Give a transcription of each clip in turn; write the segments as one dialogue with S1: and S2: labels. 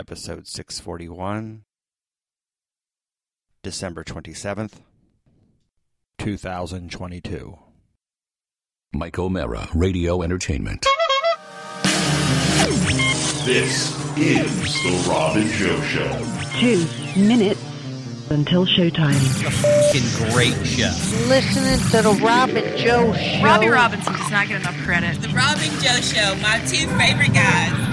S1: episode 641, December 27th, 2022.
S2: Mike O'Mara, Radio Entertainment.
S3: This is the Robin Show Show.
S4: two minutes until showtime.
S5: fucking great show.
S6: listening to the Robin Joe Show.
S7: Robbie Robinson does not get enough credit.
S8: The Robin Joe Show, my two favorite guys.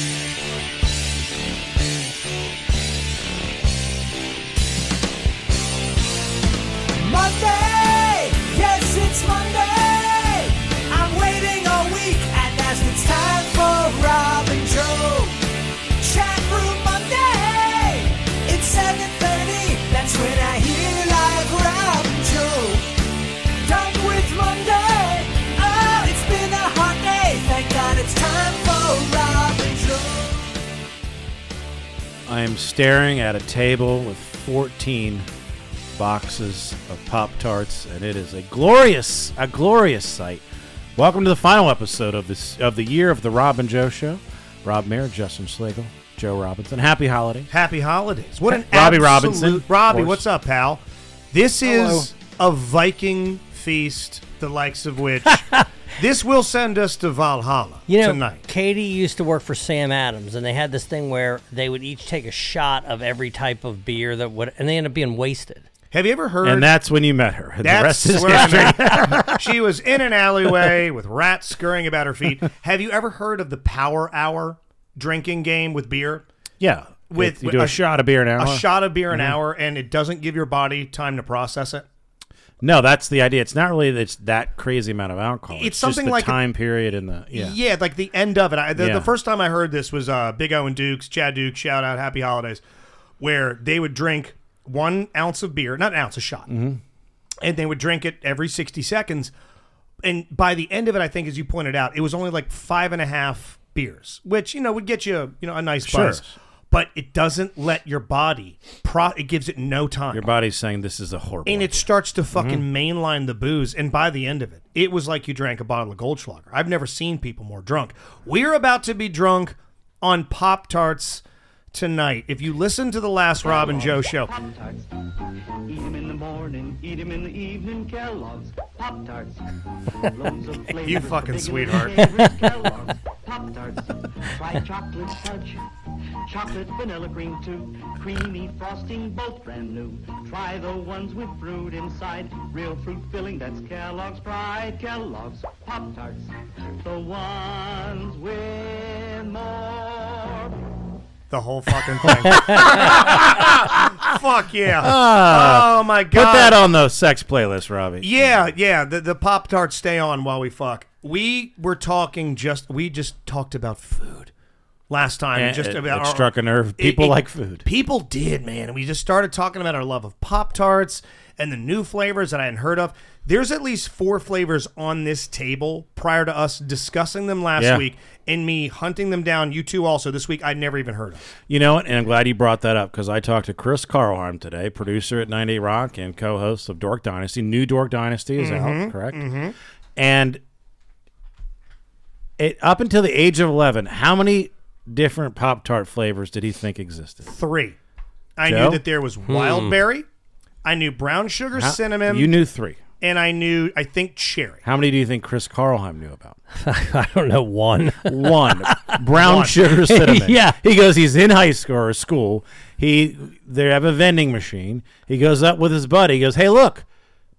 S5: Monday! Yes, it's Monday! I'm waiting all week, and as it's time for Rob and Joe. Chat room Monday! It's 7.30, that's when I hear live Rob and Joe. Done with Monday! Oh, it's been a hard day, thank God it's time for Rob and Joe.
S9: I am staring at a table with 14 boxes of Pop Tarts, and it is a glorious, a glorious sight. Welcome to the final episode of this of the year of the Rob and Joe Show. Rob Mayer, Justin Slagle, Joe Robinson. Happy holidays.
S10: Happy holidays. What an
S9: Robbie
S10: absolute-
S9: Robinson,
S10: Robbie,
S9: of
S10: what's
S9: course.
S10: up, pal? This is a Viking feast, the likes of which this will send us to Valhalla
S5: You know,
S10: tonight.
S5: Katie used to work for Sam Adams, and they had this thing where they would each take a shot of every type of beer that would, and they end up being wasted.
S10: Have you ever heard?
S9: And that's when you met her. The
S10: that's
S9: rest is
S10: where I'm
S9: history.
S10: at. she was in an alleyway with rats scurrying about her feet. Have you ever heard of the Power Hour drinking game with beer?
S9: Yeah.
S10: With-
S9: you
S10: with
S9: do a,
S10: a-
S9: shot of beer an hour.
S10: A shot of beer an
S9: Mm-hmm.
S10: hour, and it doesn't give your body time to process it.
S9: No, that's the idea. It's not really that it's that crazy amount of alcohol.
S10: It's
S9: It's,
S10: something
S9: just the
S10: like a-
S9: time period and the yeah.
S10: Yeah. like the end of it. I, the,
S9: Yeah.
S10: the first time I heard this was uh, Big O and Dukes, Chad Duke, shout out, happy holidays, where they would drink one ounce of beer, not an ounce, a shot,
S9: Mm-hmm.
S10: and they would drink it every 60 seconds. And by the end of it, I think, as you pointed out, it was only like five and a half beers, which, you know, would get you, you know, a nice
S9: Sure.
S10: buzz. But it doesn't let your body, pro- it gives it no time.
S9: Your body's saying this is a horrible.
S10: And it starts to fucking mainline the booze. And by the end of it, it was like you drank a bottle of Goldschlager. I've never seen people more drunk. We're about to be drunk on Pop Tarts tonight. If you listen to the last Rob and Joe show,
S11: Eat them in the morning, eat them in the evening, Kellogg's Pop Tarts.
S10: you fucking sweetheart.
S11: Pop Tarts. Try chocolate fudge, chocolate vanilla cream too, creamy frosting, both brand new. Try the ones with fruit inside, real fruit filling. That's Kellogg's Pride. Kellogg's Pop Tarts, the ones with more.
S10: The whole fucking thing. Fuck yeah. oh my
S9: Ah, Put
S10: God.
S9: that on the sex playlist, Robbie.
S10: Yeah, yeah. The the Pop Tarts stay on while we fuck. We were talking just we just talked about food last time.
S9: And
S10: just
S9: it-
S10: about
S9: it struck a nerve. People like food.
S10: People did, man. And we just started talking about our love of Pop Tarts and the new flavors that I hadn't heard of. There's at least four flavors on this table prior to us discussing them last
S9: Yeah.
S10: week and me hunting them down. You two also this week I'd never even heard of.
S9: You know what? And I'm glad you brought that up because I talked to Chris Carlharm today, producer at 98 Rock and co-host of Dork Dynasty. New Dork Dynasty is
S10: Mm-hmm.
S9: out, correct? And it, up until the age of 11, how many different Pop Tart flavors did he think existed?
S10: Three. I
S9: Joe?
S10: knew that there was wild berry. I knew brown sugar
S9: How-
S10: cinnamon.
S9: You knew three.
S10: and I knew I think cherry.
S9: How many do you think Chris Carlheim knew about?
S5: I don't know one.
S9: One brown sugar cinnamon.
S5: Yeah.
S9: he goes. He's in high school or school. He they have a vending machine. He goes up with his buddy. He goes, "Hey, look,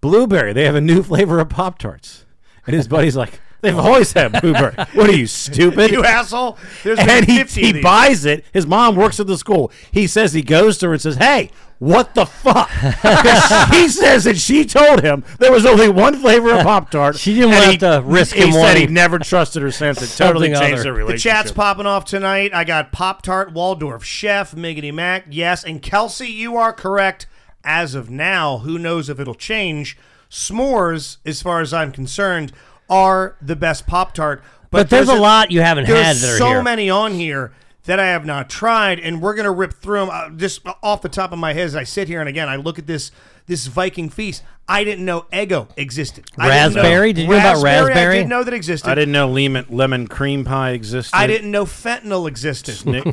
S9: blueberry. They have a new flavor of Pop Tarts." And his buddy's like, They've always had Bluebird. what are you stupid?
S10: You asshole. There's
S9: and
S10: been
S9: he,
S10: 50
S9: he
S10: of these.
S9: buys it. His mom works at the school. He says he goes to her and says, "Hey, what the fuck?" 'Cause he says that she told him there was only one flavor of Pop Tart. She
S12: didn't want to risk
S9: he
S12: him
S9: He said he
S12: wanting
S9: never trusted her since. It totally
S12: something
S9: changed
S12: other.
S9: their
S12: The
S10: The
S9: relationship.
S10: chat's popping off tonight. I got Pop Tart, Waldorf Chef, Miggity Mac. Yes, and Kelsey, you are correct. As of now, who knows if it'll change? S'mores, as far as I'm concerned, are the best Pop Tart.
S12: But there's a lot you haven't
S10: there's
S12: had that are
S10: so
S12: here.
S10: many on here that I have not tried, and we're gonna rip through them uh, just off the top of my head. As I sit here and again, I look at this this Viking feast. I didn't know Eggo existed. I didn't know-
S12: Raspberry? Did you know about
S10: I
S12: raspberry?
S10: didn't know that existed.
S9: I didn't know lemon lemon cream pie existed.
S10: I didn't know fentanyl existed.
S9: Snick.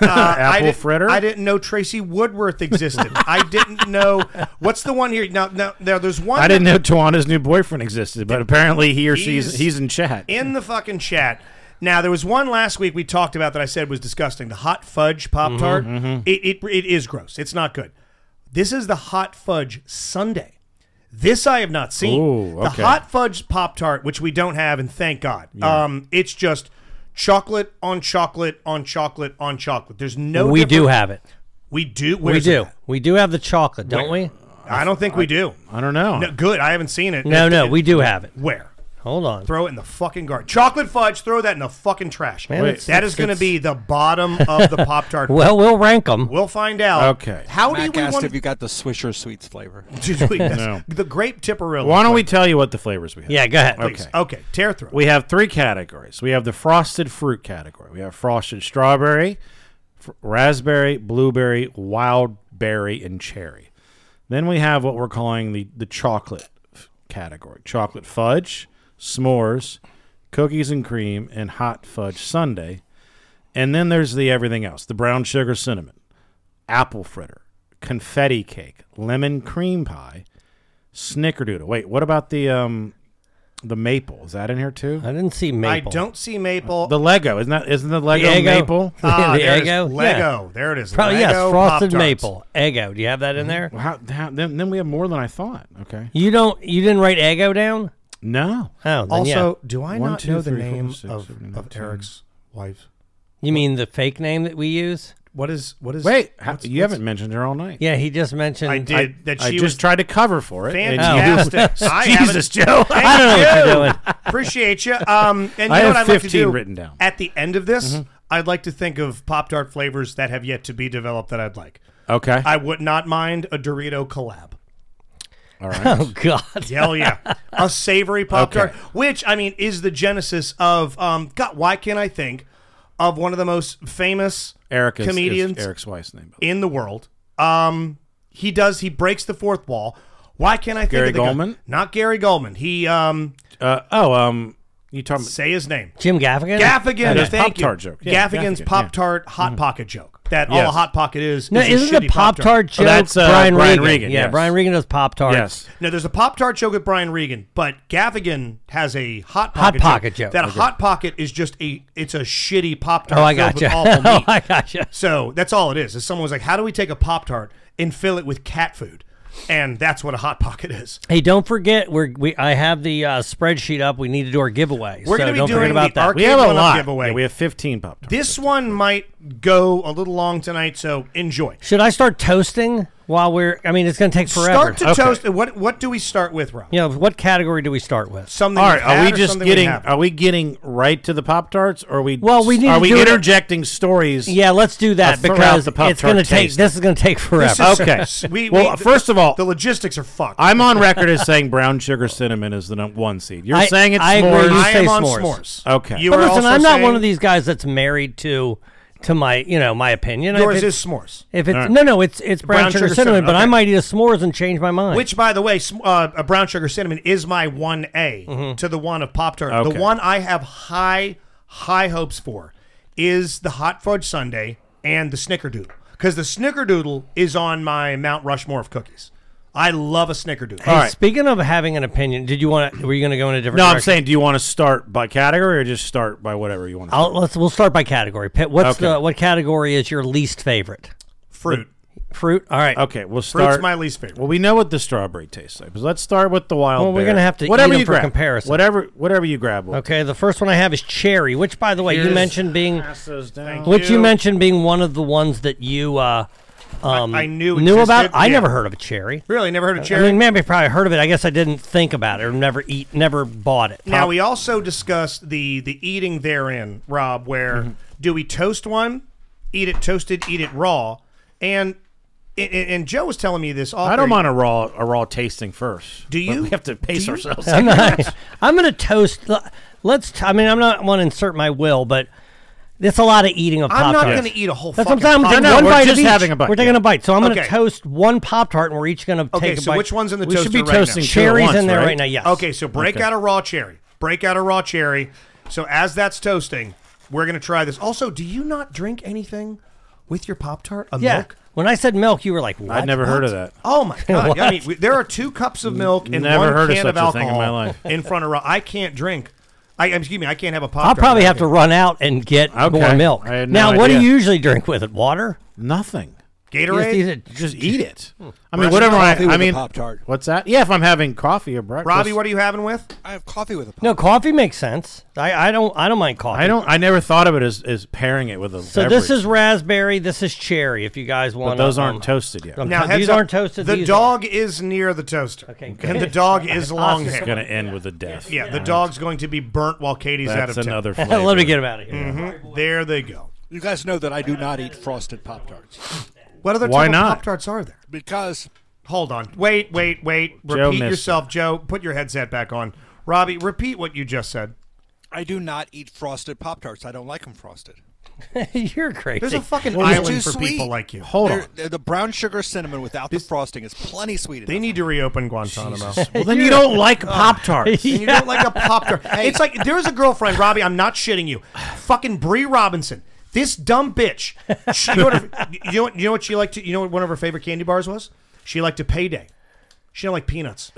S10: I
S9: Apple
S10: didn't-
S9: fritter?
S10: I didn't know Tracy Woodworth existed. I didn't know what's the one here. Now, now, now there's one.
S9: I didn't know
S10: that-
S9: Tawana's new boyfriend existed, but apparently he or she's
S10: He's-
S9: he's in chat.
S10: in the fucking chat. Now there was one last week we talked about that I said was disgusting. The hot fudge pop tart.
S9: Mhm, mhm.
S10: It, it it is gross. It's not good. This is the hot fudge Sunday. This I have not seen.
S9: Ooh, okay.
S10: The hot fudge pop tart, which we don't have, and thank God.
S12: Yeah.
S10: Um, it's just chocolate on chocolate on chocolate on chocolate. There's no.
S12: we do
S10: different-
S12: have it.
S10: We do.
S12: We
S10: Where's
S12: do.
S10: it?
S12: We do have the chocolate, don't
S10: Where?
S12: we?
S10: I don't think we do.
S9: I don't know.
S10: No, good. I haven't seen it.
S12: Oh. No,
S10: It-
S12: no,
S10: it-
S12: we do have it.
S10: Where?
S12: Hold on.
S10: Throw it in the fucking garbage. Chocolate fudge. Throw that in the fucking trash.
S12: Man, Wait. it's-
S10: that
S12: it's-
S10: is going to
S12: it's-
S10: be the bottom of the pop tart.
S12: Well, we'll rank them.
S10: We'll find out. How do
S1: Mac
S10: we
S1: asked
S10: want
S1: if you got the Swisher Sweets flavor?
S10: Did we-
S9: No.
S10: the grape tipperilla?
S9: Why don't we tell you what the flavors we have?
S12: Yeah, go ahead.
S10: Please.
S9: Okay.
S10: Okay. Tear through.
S9: We have three categories. We have the frosted fruit category. We have frosted strawberry, fr- raspberry, blueberry, wild berry, and cherry. Then we have what we're calling the the chocolate f- category: chocolate fudge, s'mores, cookies and cream, and hot fudge sundae. And then there's the everything else: the brown sugar cinnamon, apple fritter, confetti cake, lemon cream pie, snickerdoodle. Wait, what about the um the maple? Is that in here too?
S12: I didn't see
S10: I don't see maple.
S9: The Lego isn't that isn't the Lego
S12: Eggo?
S9: maple?
S10: Ah,
S12: the
S10: there it is.
S12: Eggo?
S10: Lego.
S12: Yeah.
S10: There it is.
S12: Probably, yes,
S10: Lego
S12: frosted
S10: Pop-Tarts. Mm-hmm.
S12: maple. Eggo. Do you have that in there?
S9: How, how, then, then we have more than I thought. Okay.
S12: You don't. You didn't write Eggo down.
S9: No.
S12: Oh, then
S10: Also,
S12: yeah.
S10: do I
S9: One,
S10: not
S9: two,
S10: know the
S9: three, four,
S10: name
S9: six,
S10: of,
S9: seven,
S10: of
S9: eight,
S10: Eric's wife?
S12: You mean the fake name that we use?
S10: What is? What is?
S9: Wait, how,
S10: what's-
S9: you
S10: what's-
S9: haven't mentioned her all night.
S12: Yeah, he just mentioned.
S10: I did that. She
S9: I just
S10: was
S9: tried to cover for it. and you-
S10: Fantastic. I haven't-
S9: Jesus, Joe.
S10: Thank
S12: I don't know what you're doing.
S10: Appreciate you. Um, and you
S9: I
S10: know
S9: have
S10: what I'd like to
S9: 15
S10: do
S9: written down. Mm-hmm.
S10: at the end of this. I'd like to think of Pop Tart flavors that have yet to be developed that I'd like.
S9: Okay.
S10: I would not mind a Dorito collab.
S9: all
S12: Oh
S9: right.
S12: God.
S10: Hell yeah, a savory Pop Tart,
S9: Okay.
S10: which I mean is the genesis of um. God, why can't I think of one of the most famous
S9: Eric is,
S10: comedians
S9: is Eric's wife's name. by the way.
S10: in the world? Um, he does. He breaks the fourth wall. Why can't I think
S9: Gary
S10: of the guy-
S9: Goldman?
S10: Not Gary Goldman. He um.
S9: Uh, oh, um, you talking?
S10: Say his name.
S12: Jim Gaffigan.
S10: Gaffigan.
S9: That is
S10: thank
S9: Pop-Tart
S10: you.
S9: joke. Yeah,
S10: Gaffigan's
S9: Gaffigan, yeah. Mm-hmm.
S10: Pop Tart Hot Pocket joke. That all
S9: Yes.
S10: a Hot Pocket is.
S12: No,
S10: is a
S12: isn't
S10: shitty Oh,
S12: the Pop Tart joke?
S9: that's, uh,
S12: Brian,
S9: Brian
S12: Regan.
S9: Regan,
S12: Yeah,
S9: yes.
S12: Brian Regan does Pop Tarts.
S9: Yes.
S10: No, there's a Pop Tart joke with Brian Regan, but Gaffigan has a
S12: Hot
S10: Hot Pocket,
S12: Pocket joke.
S10: That
S12: Okay.
S10: Hot Pocket is just a. It's a shitty Pop Tart.
S12: Oh, I
S10: filled with
S12: gotcha.
S10: awful
S12: oh,
S10: meat.
S12: I gotcha.
S10: So that's all it is. Is someone was like, "How do we take a Pop Tart and fill it with cat food?" And that's what a Hot Pocket is.
S12: Hey, don't forget we're we I have the uh, spreadsheet up. We need to do our giveaway.
S10: We're
S12: so
S10: gonna be
S12: don't forget
S10: doing
S12: about
S10: the
S12: that.
S10: arc-
S9: We have
S10: Kid
S9: a
S10: One Up
S9: lot.
S10: giveaway.
S9: Yeah, we have 15 pop tarts.
S10: This one might go a little long tonight, so enjoy.
S12: Should I start toasting while we're? I mean, it's going to take forever.
S10: Start to
S9: Okay.
S10: toast. What what do we start with, Rob?
S12: You know, what category do we start with?
S10: Something.
S9: All right,
S10: you've had
S9: are we
S10: or
S9: just
S10: something
S9: getting?
S10: haven't?
S9: are we getting right to the pop tarts? Or are we?
S12: Well, we need
S9: Are
S12: to
S9: we
S12: do it-
S9: interjecting stories?
S12: Yeah, let's do that
S9: throw out
S12: because
S9: the Pop-Tart
S12: it's going to take.
S9: taste.
S12: This is going to take
S10: This
S12: forever.
S10: is-
S9: Okay.
S10: We,
S9: Well,
S10: we-
S9: first of all-
S10: the logistics are fucked.
S9: I'm on record as saying brown sugar cinnamon is the num- one seed. You're
S12: I-
S9: saying it's
S12: I agree.
S9: s'mores.
S12: You
S10: I am
S12: say
S10: on
S12: s'mores.
S10: s'mores.
S9: Okay.
S10: You
S12: but
S10: are
S12: listen,
S10: also
S12: I'm not one
S10: saying
S12: of these guys that's married to to my you know my opinion.
S10: Yours
S12: if
S10: is
S12: it's-
S10: s'mores.
S12: If it's
S9: All right.
S12: no, no, it's it's brown, sugar, cinnamon. But I
S10: okay.
S12: might eat a s'mores and change my mind.
S10: Which, by the way, sm- uh, a brown sugar cinnamon is my one A
S12: Mm-hmm.
S10: to the one of Pop Tart.
S9: Okay.
S10: The one I have high high hopes for is the hot fudge sundae and the snickerdoodle because the snickerdoodle is on my Mount Rushmore of cookies. I love a snickerdoodle.
S12: Hey, Speaking of having an opinion, did you want? to Were you going to go in a different?
S9: No, I'm
S12: direction?
S9: saying, do you want to start by category or just start by whatever you want? to
S12: I'll, let's we'll start by category. Pitt, what's
S9: Okay.
S12: the what category is your least favorite?
S10: fruit.
S12: Fruit. All right.
S9: Okay, we'll
S10: Fruit's
S9: start.
S10: my least favorite.
S9: Well, we know what the strawberry tastes like, but let's start with the wild.
S12: Well, we're
S9: bear.
S12: gonna have to eat
S9: whatever
S12: them
S9: you
S12: for
S9: grab.
S12: comparison.
S9: Whatever, whatever you grab. Will.
S12: Okay, the first one I have is cherry, which, by the way, you
S9: Here's-
S12: mentioned being,
S9: Pass those down.
S12: which you. mentioned being one of the ones that you uh, um,
S10: I knew
S12: about.
S10: existed,
S12: I
S10: yeah.
S12: never heard of a cherry.
S10: Really, never heard
S12: I-
S10: of cherry.
S12: I mean, maybe I probably heard of it. I guess I didn't think about it or never eat, never bought it.
S10: Now
S12: Pop-
S10: we also discussed the the eating therein, Rob.
S12: Mm-hmm.
S10: Where do we toast one, eat it toasted, eat it raw, and and, and Joe was telling me this. Off
S9: I don't
S10: air.
S9: mind a raw a raw tasting first.
S10: Do
S9: But
S10: you
S9: we have to pace
S10: Do you?
S9: ourselves.
S12: I'm not. I'm gonna toast. l- Let's. T- I mean, I'm not want to insert my will, but it's a lot of eating of.
S10: I'm
S12: Pop-Tarts.
S10: not gonna eat a whole
S12: That's what I'm
S10: fucking
S12: saying. I'm taking
S10: Pop-Tart. No, no,
S12: one
S10: we're
S12: bite
S10: just
S12: of each.
S10: having a bite,
S12: We're taking
S10: yeah.
S12: a bite, so I'm
S10: Okay.
S12: gonna toast one Pop Tart, and we're each gonna
S10: Okay,
S12: take a
S10: so
S12: bite.
S10: which one's in the
S12: we
S10: toaster
S12: should be
S10: right now?
S12: toasting cherries in there right now. Yes.
S10: Okay, so break
S12: Okay.
S10: out a raw cherry. Break out a raw cherry. So as that's toasting, we're gonna try this. Also, do you not drink anything with your pop tart? A
S12: Yeah.
S10: milk?
S12: When I said milk, you were like, what?
S9: I'd never heard of that.
S10: Oh my god!
S12: What?
S10: I mean, we- there are two cups of milk and
S9: Never
S10: one
S9: heard of
S10: can
S9: such a
S10: alcohol
S9: thing in my life.
S10: in front of. Ro- I can't drink. I excuse me. I can't have a pop.
S12: I'll probably have to run out and get
S9: Okay.
S12: more milk.
S9: I had no
S12: now, what do
S9: idea.
S12: you usually drink with it? Water?
S9: Nothing.
S10: Gatorade.
S12: You just eat
S9: Just eat it. I
S1: Russian
S9: mean, whatever. I,
S1: coffee
S9: I
S1: with a
S9: mean,
S1: Pop-Tart.
S9: What's that? Yeah, if I'm having coffee or breakfast.
S10: Robbie, what are you having with?
S9: Uh,
S1: I have coffee with a
S12: No, coffee makes sense. I, I don't I don't mind coffee.
S9: I don't. I never thought of it as, as pairing it with a.
S12: So
S9: beverage.
S12: this is raspberry. This is cherry. If you guys um, want,
S9: those aren't toasted yet.
S10: Now, heads
S12: these
S10: up,
S12: aren't toasted.
S10: The
S12: these
S10: dog is near the toaster. Okay, and the dog is long
S9: It's
S10: haired.
S9: going to end with a death.
S10: Yeah, the dog's going to be burnt while Katie's out of
S9: That's
S10: town.
S9: another.
S12: Are. Let me
S9: flavor. Mm-hmm.
S12: get him out of here.
S10: Mhm. There they go.
S1: You guys know that I do not eat frosted Pop Tarts
S10: What other
S9: Why
S10: type
S9: not?
S10: of Pop Tarts are there?
S1: because
S10: Hold on. Wait, wait, wait.
S9: Joe
S10: Repeat
S9: missed
S10: yourself, Joe. Put your headset back on. Robbie, repeat what you just said.
S1: I do not eat frosted Pop Tarts. I don't like them frosted.
S12: You're crazy.
S10: There's a fucking
S1: Well, it's too
S10: island for
S1: sweet.
S10: people like you.
S9: Hold
S1: They're-
S9: on.
S1: they're the brown sugar cinnamon without the frosting is plenty sweet.
S10: They
S1: enough.
S10: need to reopen Guantanamo.
S9: Well, then you don't like Pop Tarts.
S10: and you don't like a pop tart. It's like there is a girlfriend, Robbie. I'm not shitting you. Fucking Brie Robinson. This dumb bitch. She, you, know what her- you know what? You know what she liked to. You know what one of her favorite candy bars was? She liked a payday. She didn't like peanuts.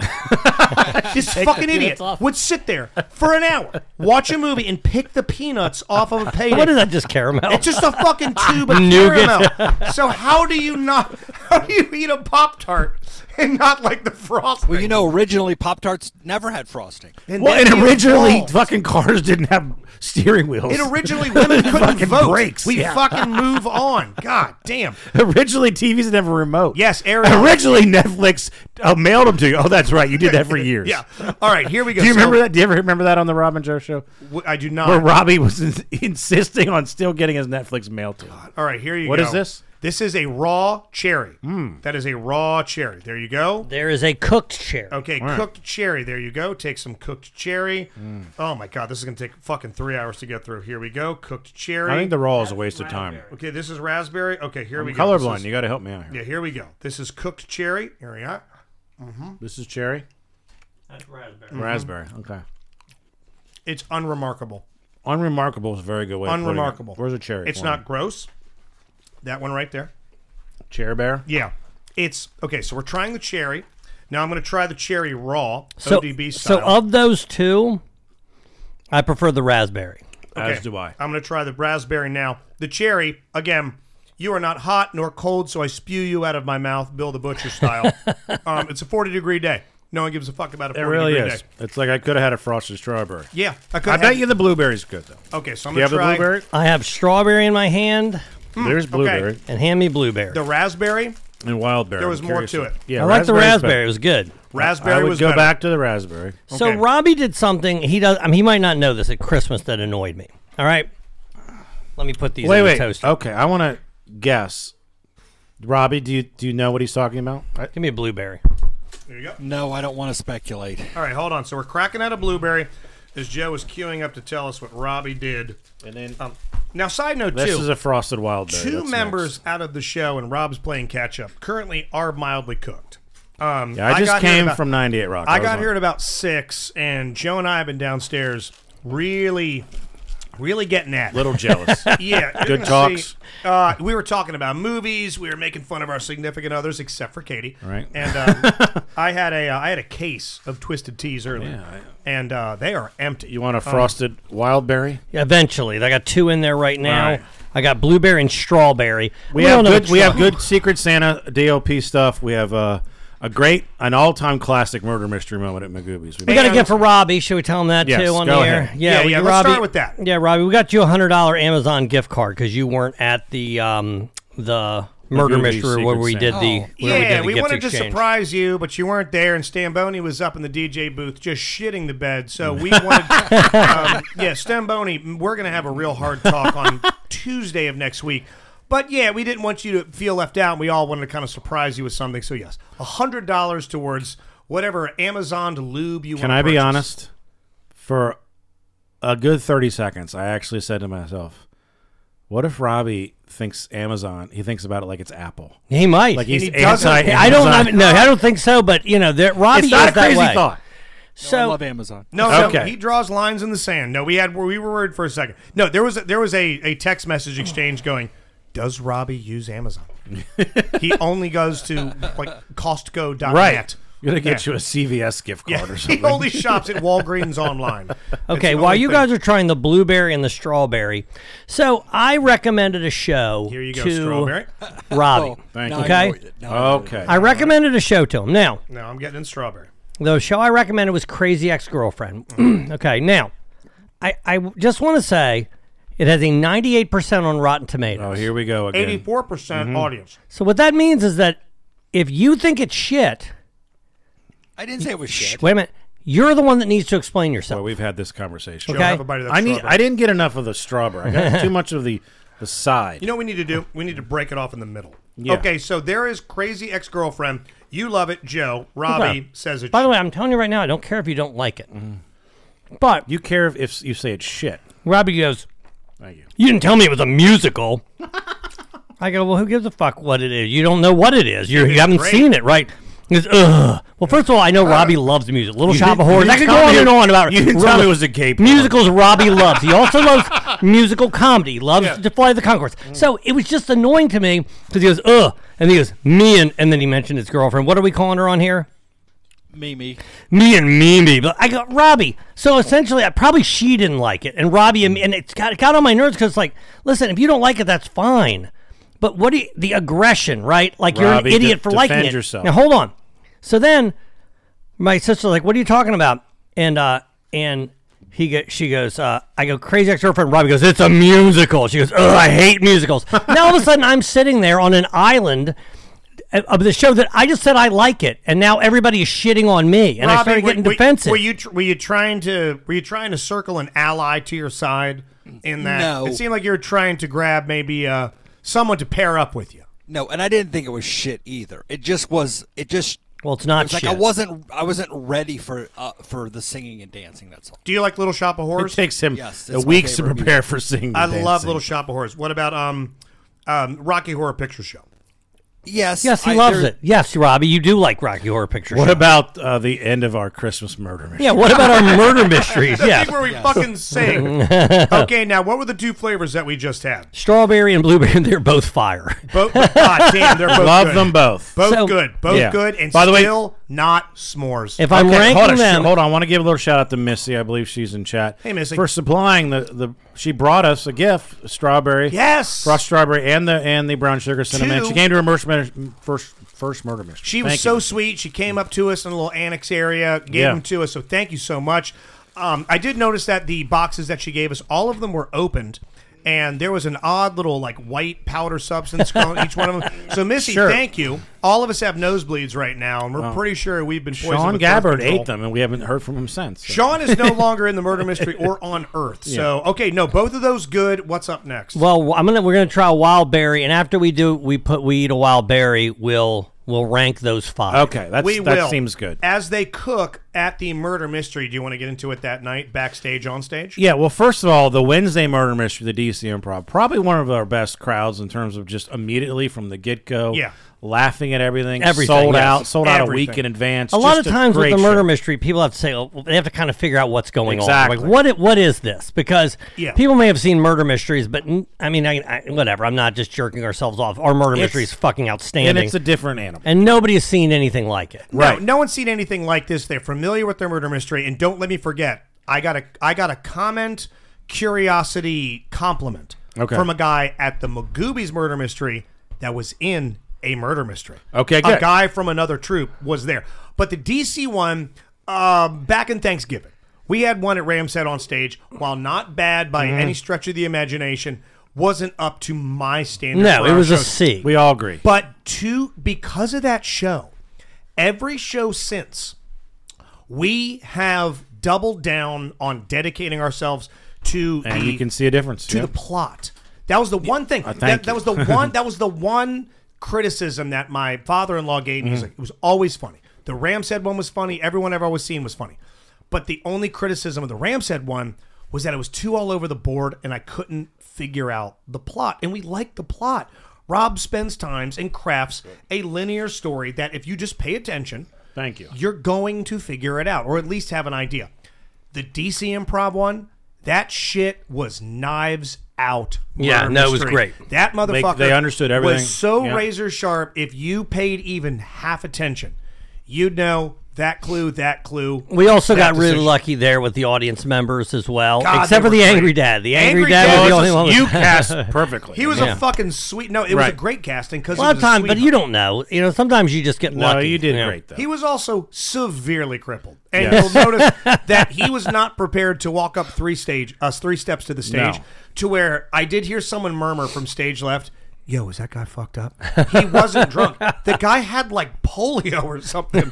S10: this fucking idiot would sit there for an hour, watch a movie, and pick the peanuts off of a payday.
S12: What is that? Just caramel?
S10: It's just a fucking tube of
S12: Nougat.
S10: caramel. So how do you not? How do you eat a pop tart and not like the frosting?
S1: Well, you know, originally Pop Tarts never had frosting.
S10: And
S9: Well,
S10: then
S9: and
S10: we
S9: originally
S10: evolved.
S9: fucking cars didn't have steering wheels.
S10: It originally women couldn't
S9: Fucking
S10: vote.
S9: breaks,
S10: we
S9: yeah.
S10: fucking move on. God damn.
S9: originally TVs didn't have a remote.
S10: Yes, Ariel.
S9: Originally Netflix uh, mailed them to you. Oh, that's right. You did that for years.
S10: Yeah. All right, here we go.
S9: Do you
S10: So,
S9: remember that? Do you ever remember that on the Robin Joe show
S10: w- I do
S9: where
S10: not.
S9: Robbie was ins- insisting on still getting his Netflix mailed to him?
S10: All right, here you
S9: What
S10: go.
S9: is this? Hmm.
S10: This is a raw cherry. That is a raw cherry. There you go.
S12: There is a cooked cherry.
S10: Okay,
S9: All right. Hmm.
S10: cooked cherry. There you go. Take some cooked cherry. Oh my god, this is gonna take fucking three hours to get through. Here we go. Cooked cherry.
S9: I think the raw is a waste of time.
S10: okay, this is raspberry. Okay, here we
S9: I'm
S10: go. This
S9: colorblind.
S10: is-
S9: You got to help me out here.
S10: yeah, here we go. This is cooked cherry. Here we go.
S9: This is cherry,
S12: That's raspberry.
S9: raspberry. Okay.
S10: It's unremarkable.
S9: Unremarkable is a very good way. of putting it.
S10: Unremarkable.
S9: Where's a cherry?
S10: It's
S9: for
S10: not
S9: me?
S10: gross. That one right there.
S9: cherry bear.
S10: Yeah. It's okay, so we're trying the cherry. Now I'm going to try the cherry raw,
S12: So,
S10: ODB
S12: so
S10: style.
S12: of those two, I prefer the raspberry.
S9: As do I.
S10: I'm going to try the raspberry now. The cherry, again, you are not hot nor cold, so I spew you out of my mouth, Bill the Butcher style. um, it's a 40 degree day. No one gives a fuck about a
S9: It
S10: 40
S9: really
S10: degree
S9: is.
S10: day.
S9: It's like I could have had a frosted strawberry.
S10: Yeah. could
S9: I
S10: have-
S9: bet you the blueberry's good though.
S10: Okay, so I'm
S9: Do you
S10: going
S9: have
S10: to
S9: the
S10: try Mm,
S9: blueberry?
S12: I have strawberry in my hand
S9: There's blueberry
S12: and hand me blueberry.
S10: the raspberry.
S9: and wild berry.
S10: There was
S9: I'm
S10: more
S9: curious
S10: to
S9: if-
S10: it.
S9: Yeah,
S12: I like the
S9: raspberry's better.
S12: raspberry. It was good.
S10: Raspberry
S9: I would
S10: was
S9: go
S10: better. Oh,
S9: back to the raspberry.
S12: So
S10: Okay.
S12: Robbie did something. He does. I mean, he might not know this at Christmas that annoyed me. All right, let me put these
S9: wait,
S12: in the
S9: wait.
S12: toaster.
S9: Okay, I want to guess. Robbie, do you do you know what he's talking about? I,
S12: Give me a blueberry.
S10: There you go.
S1: No, I don't want to speculate.
S10: All right, hold on. So we're cracking out a blueberry as Joe is queuing up to tell us what Robbie did.
S9: and then
S10: Um, now, side note,
S9: this
S10: too.
S9: is a frosted wild berry.
S10: two
S9: That's
S10: members
S9: next.
S10: out of the show, and Rob's playing catch up. Currently, are mildly cooked. Um,
S9: Yeah, I just
S10: got here at
S9: came
S10: about-
S9: from 98 Rock.
S10: I
S9: was
S10: got
S9: on-
S10: here at about six, and Joe and I have been downstairs, really, really getting at it.
S9: little jealous.
S10: yeah, you're
S9: Good
S10: gonna
S9: talks.
S10: see- uh, we were talking about movies. We were making fun of our significant others, except for Katie.
S9: Right.
S10: And um, I had a uh, I had a case of twisted teas earlier, and uh, they are empty.
S9: you want a frosted wild berry?
S12: Eventually, I got two in there right now.
S9: All right.
S12: I got blueberry and strawberry.
S9: We,
S12: don't
S9: have
S12: know
S9: good.
S12: what
S9: We have
S12: straw-
S9: good Secret Santa DOP stuff. We have uh, a great, an all-time classic murder mystery moment at Magoobies.
S12: We got a gift for Robbie. Should we tell him that
S9: Yes,
S12: too on
S9: go
S12: the air?
S9: ahead.
S12: Yeah,
S9: Yeah,
S12: we,
S9: yeah,
S12: Robbie,
S9: let's start with that.
S12: Yeah, Robbie, we got you a hundred dollar Amazon gift card because you weren't at the um the murder
S9: Magoobies
S12: mystery where
S9: Secret
S12: we did
S9: Santa.
S12: the
S9: Oh.
S12: where
S10: yeah,
S12: did the
S10: we
S12: gift
S10: wanted to
S12: exchange.
S10: surprise you, but you weren't there, and Stamboni was up in the DJ booth just shitting the bed. So we
S9: Mm.
S10: wanted, um, yeah, Stamboni, we're going to have a real hard talk on Tuesday of next week. But yeah, we didn't want you to feel left out. We all wanted to kind of surprise you with something. So yes, hundred dollars towards whatever Amazon lube you
S9: Can
S10: wanna
S9: I be
S10: purchase.
S9: honest? For a good thirty seconds, I actually said to myself, "What if Robbie thinks Amazon? He thinks about it like it's Apple.
S12: He might.
S9: Like he's
S12: he doesn't.
S9: anti.
S12: I don't. I, no, I don't think so. But you know, there, Robbie
S9: It's not
S12: is
S9: a
S12: that
S9: crazy
S12: way.
S9: thought.
S12: So
S13: I love Amazon.
S10: No, Oh, no,
S9: Okay.
S10: he draws lines in the sand. No, we had we were worried for a second. No, there was a, there was a, a text message exchange going. Does Robbie use Amazon? he only goes to like Costco.net.
S9: Right. I'm gonna get
S10: Yeah.
S9: you a CVS gift card or
S10: He
S9: something.
S10: only shops at Walgreens online.
S12: Okay, while you guys are trying the blueberry and the strawberry, so I recommended a show
S10: Here you go,
S12: to
S10: strawberry.
S12: Robbie.
S10: Oh, thank you. Now I
S12: okay,
S10: enjoyed it. Now I enjoyed it. Okay.
S12: I recommended a show to him. Now,
S10: No, I'm getting in strawberry.
S12: the show I recommended was Crazy Ex Girlfriend. okay, now I I w- just want to say it has a 98 percent on Rotten Tomatoes.
S9: Oh, here we go again.
S10: Eighty four percent
S9: Mm-hmm.
S12: Mhm.
S10: audience.
S12: So what that means is that if you think it's shit,
S1: I didn't say it was shit.
S12: wait a minute, you're the one that needs to explain yourself.
S9: We've had this conversation.
S12: Joe, Okay. have a
S10: bite of that
S9: I need.
S10: strawberry.
S9: I didn't get enough of the strawberry. I got too much of the the side.
S10: You know what we need to do? We need to break it off in the middle.
S9: Yeah.
S10: Okay, so there is crazy ex girlfriend. You love it, Joe. Robbie
S12: Okay.
S10: says it.
S12: By the way, I'm telling you right now, I don't care if you don't like it. But
S9: you care if, if you say it's shit.
S12: Robbie goes,
S9: Thank you.
S12: You didn't tell me it was a musical. I go, well, who gives a fuck what it is? You don't know what it is. You,
S9: It
S12: you
S9: is
S12: haven't
S9: great.
S12: seen it, right? He goes, Ugh. Well, first of all, I know Robbie loves music. Little
S9: You
S12: Shop of
S9: didn't-
S12: Horrors.
S9: you
S12: I could go
S9: didn't tell
S12: on
S9: me
S12: and
S9: it-
S12: on about it.
S9: you didn't tell
S12: Ro-
S9: me it was a gay porn.
S12: Musicals Robbie loves. He also loves musical comedy. Loves to fly the Concords.
S9: Mm.
S12: So it was just annoying to me because he goes, ugh. And he goes, me and, and then he mentioned his girlfriend. What are we calling her on here?
S13: Mimi.
S12: me and Mimi. But I got Robbie. So essentially, I probably she didn't like it, and Robbie and, and it's got it got on my nerves because it's like, listen, if you don't like it, that's fine. But what do you, the aggression, right? Like you're
S9: Robbie,
S12: an idiot
S9: de-
S12: for liking
S9: defend
S12: it.
S9: yourself.
S12: Now hold on. So then my sister's like, "What are you talking about?" And uh, and he go, she goes, uh, "I go crazy ex girlfriend." Robbie goes, "It's a musical." She goes, "Ugh, I hate musicals." now all of a sudden, I'm sitting there on an island of the show that I just said I like it, and now everybody is shitting on me, and I started
S10: were-
S12: getting
S10: were-
S12: defensive.
S10: Were you tr- were you trying to were you trying to circle an ally to your side in that?
S1: No.
S10: It seemed like you were trying to grab maybe uh, someone to pair up with you.
S1: No, and I didn't think it was shit either. It just was. It just.
S12: Well, it's not
S1: it was Like
S12: shit.
S1: I wasn't. I wasn't ready for uh, for the singing and dancing. That's all.
S10: Do you like Little Shop of Horrors?
S1: It takes him Yes, it's a my
S9: weeks to favorite prepare music. for singing
S10: I
S9: and
S10: love
S9: dancing.
S10: Little Shop of Horrors. What about um, um, Rocky Horror Picture Show?
S1: Yes.
S12: yes, he loves it. Yes, Robbie, you do like Rocky Horror Picture
S9: What
S12: Show.
S9: about uh, the end of our Christmas murder mystery?
S12: Yeah, what about our murder mysteries?
S10: The
S12: yeah,
S10: thing where we fucking sing. okay, now what were the two flavors that we just had?
S12: strawberry and blueberry, they're both fire.
S10: Both, oh, God damn, they're both
S9: Love
S10: good.
S9: them both.
S10: Both
S9: So-
S10: good. Both
S9: Yeah.
S10: good. And
S9: By the way-
S10: still not s'mores.
S12: If I'm
S9: Okay,
S12: ranking
S9: hold on, sh-
S12: them,
S9: hold on. I want to give a little shout out to Missy. I believe she's in chat.
S10: Hey, Missy.
S9: for supplying the, the she brought us a gift, a strawberry.
S10: Yes.
S9: frost strawberry and the and the brown sugar cinnamon.
S10: Two.
S9: She came to her murder, mystery- first first murder mystery.
S10: She was
S9: Thank
S10: so
S9: you.
S10: sweet. She came up to us in a little annex area, gave
S9: Yeah.
S10: them to us. So thank you so much. Um, I did notice that the boxes that she gave us, all of them were opened, and there was an odd little like white powder substance going on each one of them. So Missy,
S9: Sure.
S10: thank you. All of us have nosebleeds right now, and we're
S9: Wow.
S10: pretty sure we've been poisoned.
S9: Sean
S10: with birth
S9: Gabbard
S10: control.
S9: ate them, and we haven't heard from him since.
S10: Sean is no longer in the murder mystery or on Earth. So okay, no, both of those good. What's up next?
S12: Well, I'm gonna we're gonna try a wild berry, and after we do, we put we eat a wild berry. We'll we'll rank those five.
S9: Okay, that's,
S10: we
S9: that
S10: will.
S9: seems good.
S10: As they cook at the murder mystery, do you want to get into it that night, backstage, on stage?
S9: Yeah, well, first of all, the Wednesday murder mystery, the DC Improv, probably one of our best crowds in terms of just immediately from the get go.
S12: Yeah.
S9: laughing at everything,
S12: Everything,
S9: sold
S12: yes.
S9: out, sold out a week
S12: Everything.
S9: in advance.
S12: A lot of
S9: Just
S12: times with
S9: great
S12: the murder
S9: show.
S12: mystery, people have to say oh, they have to kind of figure out what's going
S9: Exactly.
S12: on. Like what i- what is this? Because
S9: Yeah.
S12: people may have seen murder mysteries, but n- I mean, I, I, whatever. I'm not just jerking ourselves off. Our murder
S9: It's-
S12: mystery is fucking outstanding,
S9: and it's a different animal.
S12: and nobody has seen anything like it.
S10: No, no one's seen anything like this. They're familiar with their murder mystery, and don't let me forget, I got a I got a comment curiosity compliment
S9: Okay.
S10: from a guy at the Magoobies murder mystery that was in a murder mystery.
S9: Okay,
S10: A
S9: good.
S10: guy from another troop was there. But the DC one, um, back in Thanksgiving, we had one at Ramshead on stage. While not bad by
S12: Mm-hmm.
S9: Mhm.
S10: any stretch of the imagination, wasn't up to my standard.
S12: No,
S10: for
S12: it
S10: our
S12: was a
S10: shows.
S12: C.
S9: We all agree.
S10: But to because of that show, every show since, we have doubled down on dedicating ourselves to
S9: And
S10: the
S9: you can see a difference.
S10: to
S9: yeah. Uh,
S10: the plot. That was the one thing.
S9: thank
S10: that, that
S9: you.
S10: was the one. That was the one criticism that my father-in-law gave me. He's
S9: Mhm.
S10: like, it was always funny. The Ram said one was funny. Everyone I've always seen was funny. But the only criticism of the Ram said one was that it was too all over the board, and I couldn't figure out the plot. And we like the plot. Rob spends times and crafts a linear story that if you just pay attention,
S9: thank you,
S10: you're going to figure it out, or at least have an idea. The DC improv one, that shit was knives out.
S12: Yeah,
S10: murder
S12: no, it was
S10: mystery.
S12: great.
S10: That
S12: They-
S10: motherfucker.
S9: they understood everything.
S10: Was so
S9: Yeah.
S10: razor sharp. If you paid even half attention, you'd know that clue, that clue.
S12: We also
S10: that
S12: got really
S10: decision.
S12: lucky there with the audience members as well,
S10: God,
S12: except
S10: they
S12: for the
S10: were
S12: angry
S10: great.
S12: dad. The angry, dad, was the only one. with-
S10: He was
S12: Yeah.
S10: a fucking sweet. No, it was
S12: Right.
S10: a great casting because
S12: A lot of times, but you don't know. You know, sometimes you just get
S9: No,
S12: lucky.
S9: you did
S12: know.
S9: great, though.
S10: He was also severely crippled, and
S12: Yes.
S10: you'll notice that he was not prepared to walk up three stage, uh, three steps to the stage,
S9: No.
S10: to where I did hear someone murmur from stage left. Yo, is that guy fucked up? He wasn't drunk. The guy had like polio or something,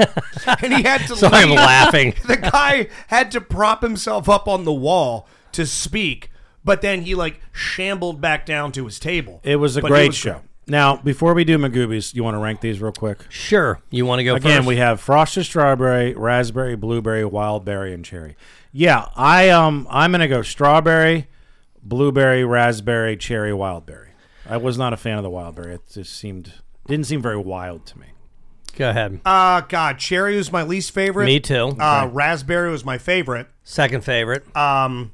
S10: and he had to.
S12: Sorry, I'm
S10: lean-
S12: laughing.
S10: The guy had to prop himself up on the wall to speak, but then he like shambled back down to his table.
S9: It was a
S10: But
S9: great
S10: was
S9: show. Now, before we do Magoobies, you want to rank these real quick?
S12: Sure. You want to go
S9: Again,
S12: first?
S9: we have frosted strawberry, raspberry, blueberry, wild berry, and cherry. Yeah, I um, I'm gonna go strawberry, blueberry, raspberry, cherry, wild berry. I was not a fan of the wild berry. It just seemed didn't seem very wild to me.
S12: Go ahead.
S10: Uh God, cherry was my least favorite.
S12: Me too.
S10: Uh,
S12: Okay.
S10: Raspberry was my favorite.
S12: Second favorite.
S10: Um,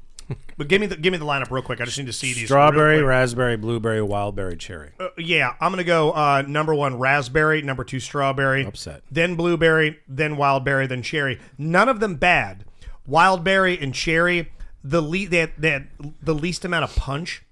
S10: but give me the give me the lineup real quick. I just need to see these. real
S9: Strawberry,
S10: quick.
S9: raspberry, blueberry, wild berry, cherry.
S10: Uh, yeah, I'm gonna go uh, number one raspberry, number two strawberry,
S9: Upset.
S10: then blueberry, then wildberry, then cherry. None of them bad. Wildberry and cherry, the le- they had, they had the least amount of punch.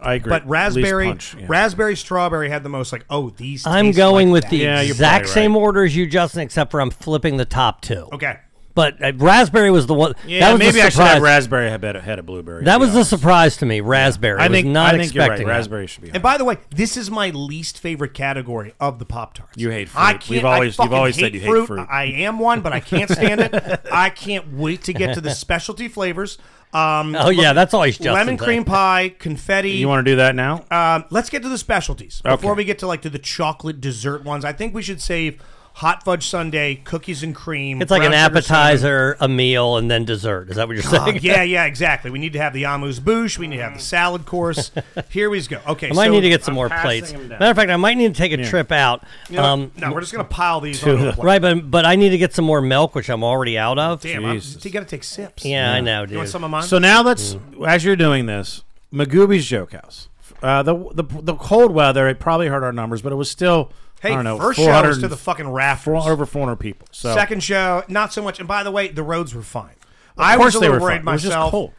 S9: I agree.
S10: But
S9: Least
S10: raspberry,
S9: punch, yeah.
S10: raspberry, strawberry had the most. Like, oh, these.
S12: I'm
S10: taste
S12: going
S10: like
S12: with
S10: that.
S12: the exact same order as you, Justin, except for I'm flipping the top two.
S10: Okay.
S12: But uh, raspberry was the one.
S9: Yeah,
S12: that was
S9: maybe
S12: the
S9: I should have
S12: surprise.
S9: raspberry ahead ahead of blueberry.
S12: That
S9: to be
S12: was the
S9: honest.
S12: surprise to me. Raspberry.
S9: I
S12: was
S9: think-
S12: not
S9: I think you're right.
S12: expecting that.
S9: Raspberry should be
S10: And by the way, this is my least favorite category of the Pop Tarts.
S9: You hate fruit.
S10: I can't.
S9: You've always-
S10: I
S9: you've
S10: fucking
S9: always
S10: hate
S9: said you hate
S10: fruit.
S9: fruit.
S10: I am one, but I can't stand it. I can't wait to get to the specialty flavors. Um,
S9: Oh, yeah, that's always Justin
S10: lemon
S9: thing.
S10: cream pie, confetti.
S9: You want to do that now?
S10: Um, let's get to the specialties
S9: Okay.
S10: before we get to like to the chocolate dessert ones. I think we should save hot fudge sundae, cookies and cream.
S12: It's like an
S10: brown sugar cinnamon.
S12: appetizer, a meal, and then dessert. Is that what you're
S10: God,
S12: saying?
S10: yeah, yeah, exactly. We need to have the amuse bouche. We need to have the salad course. Here we go. Okay,
S12: I might
S10: so
S12: need to get some
S10: I'm
S12: more
S10: passing
S12: plates.
S10: them down.
S12: Matter of fact, I might need to take a
S10: Yeah.
S12: trip out. Um,
S10: You know, no, we're just gonna pile these. onto a plate.
S12: right, but but I need to get some more milk, which I'm already out of.
S10: Damn, I'm, you gotta take sips.
S12: Yeah, I know, dude.
S10: You want some of mine?
S9: So now let's, as you're doing this, Magooby's Joke House. Uh, the, the the cold weather it probably hurt our numbers, but it was still
S10: Hey,
S9: I don't know
S10: first show was to
S9: 400
S10: the fucking rafters.
S9: four- over 400 people. So
S10: Second show, not so much. And by the way, the roads were fine.
S9: Of
S10: I was
S9: course
S10: a
S9: they
S10: little
S9: were
S10: worried
S9: fine. It was
S10: myself.
S9: just cold.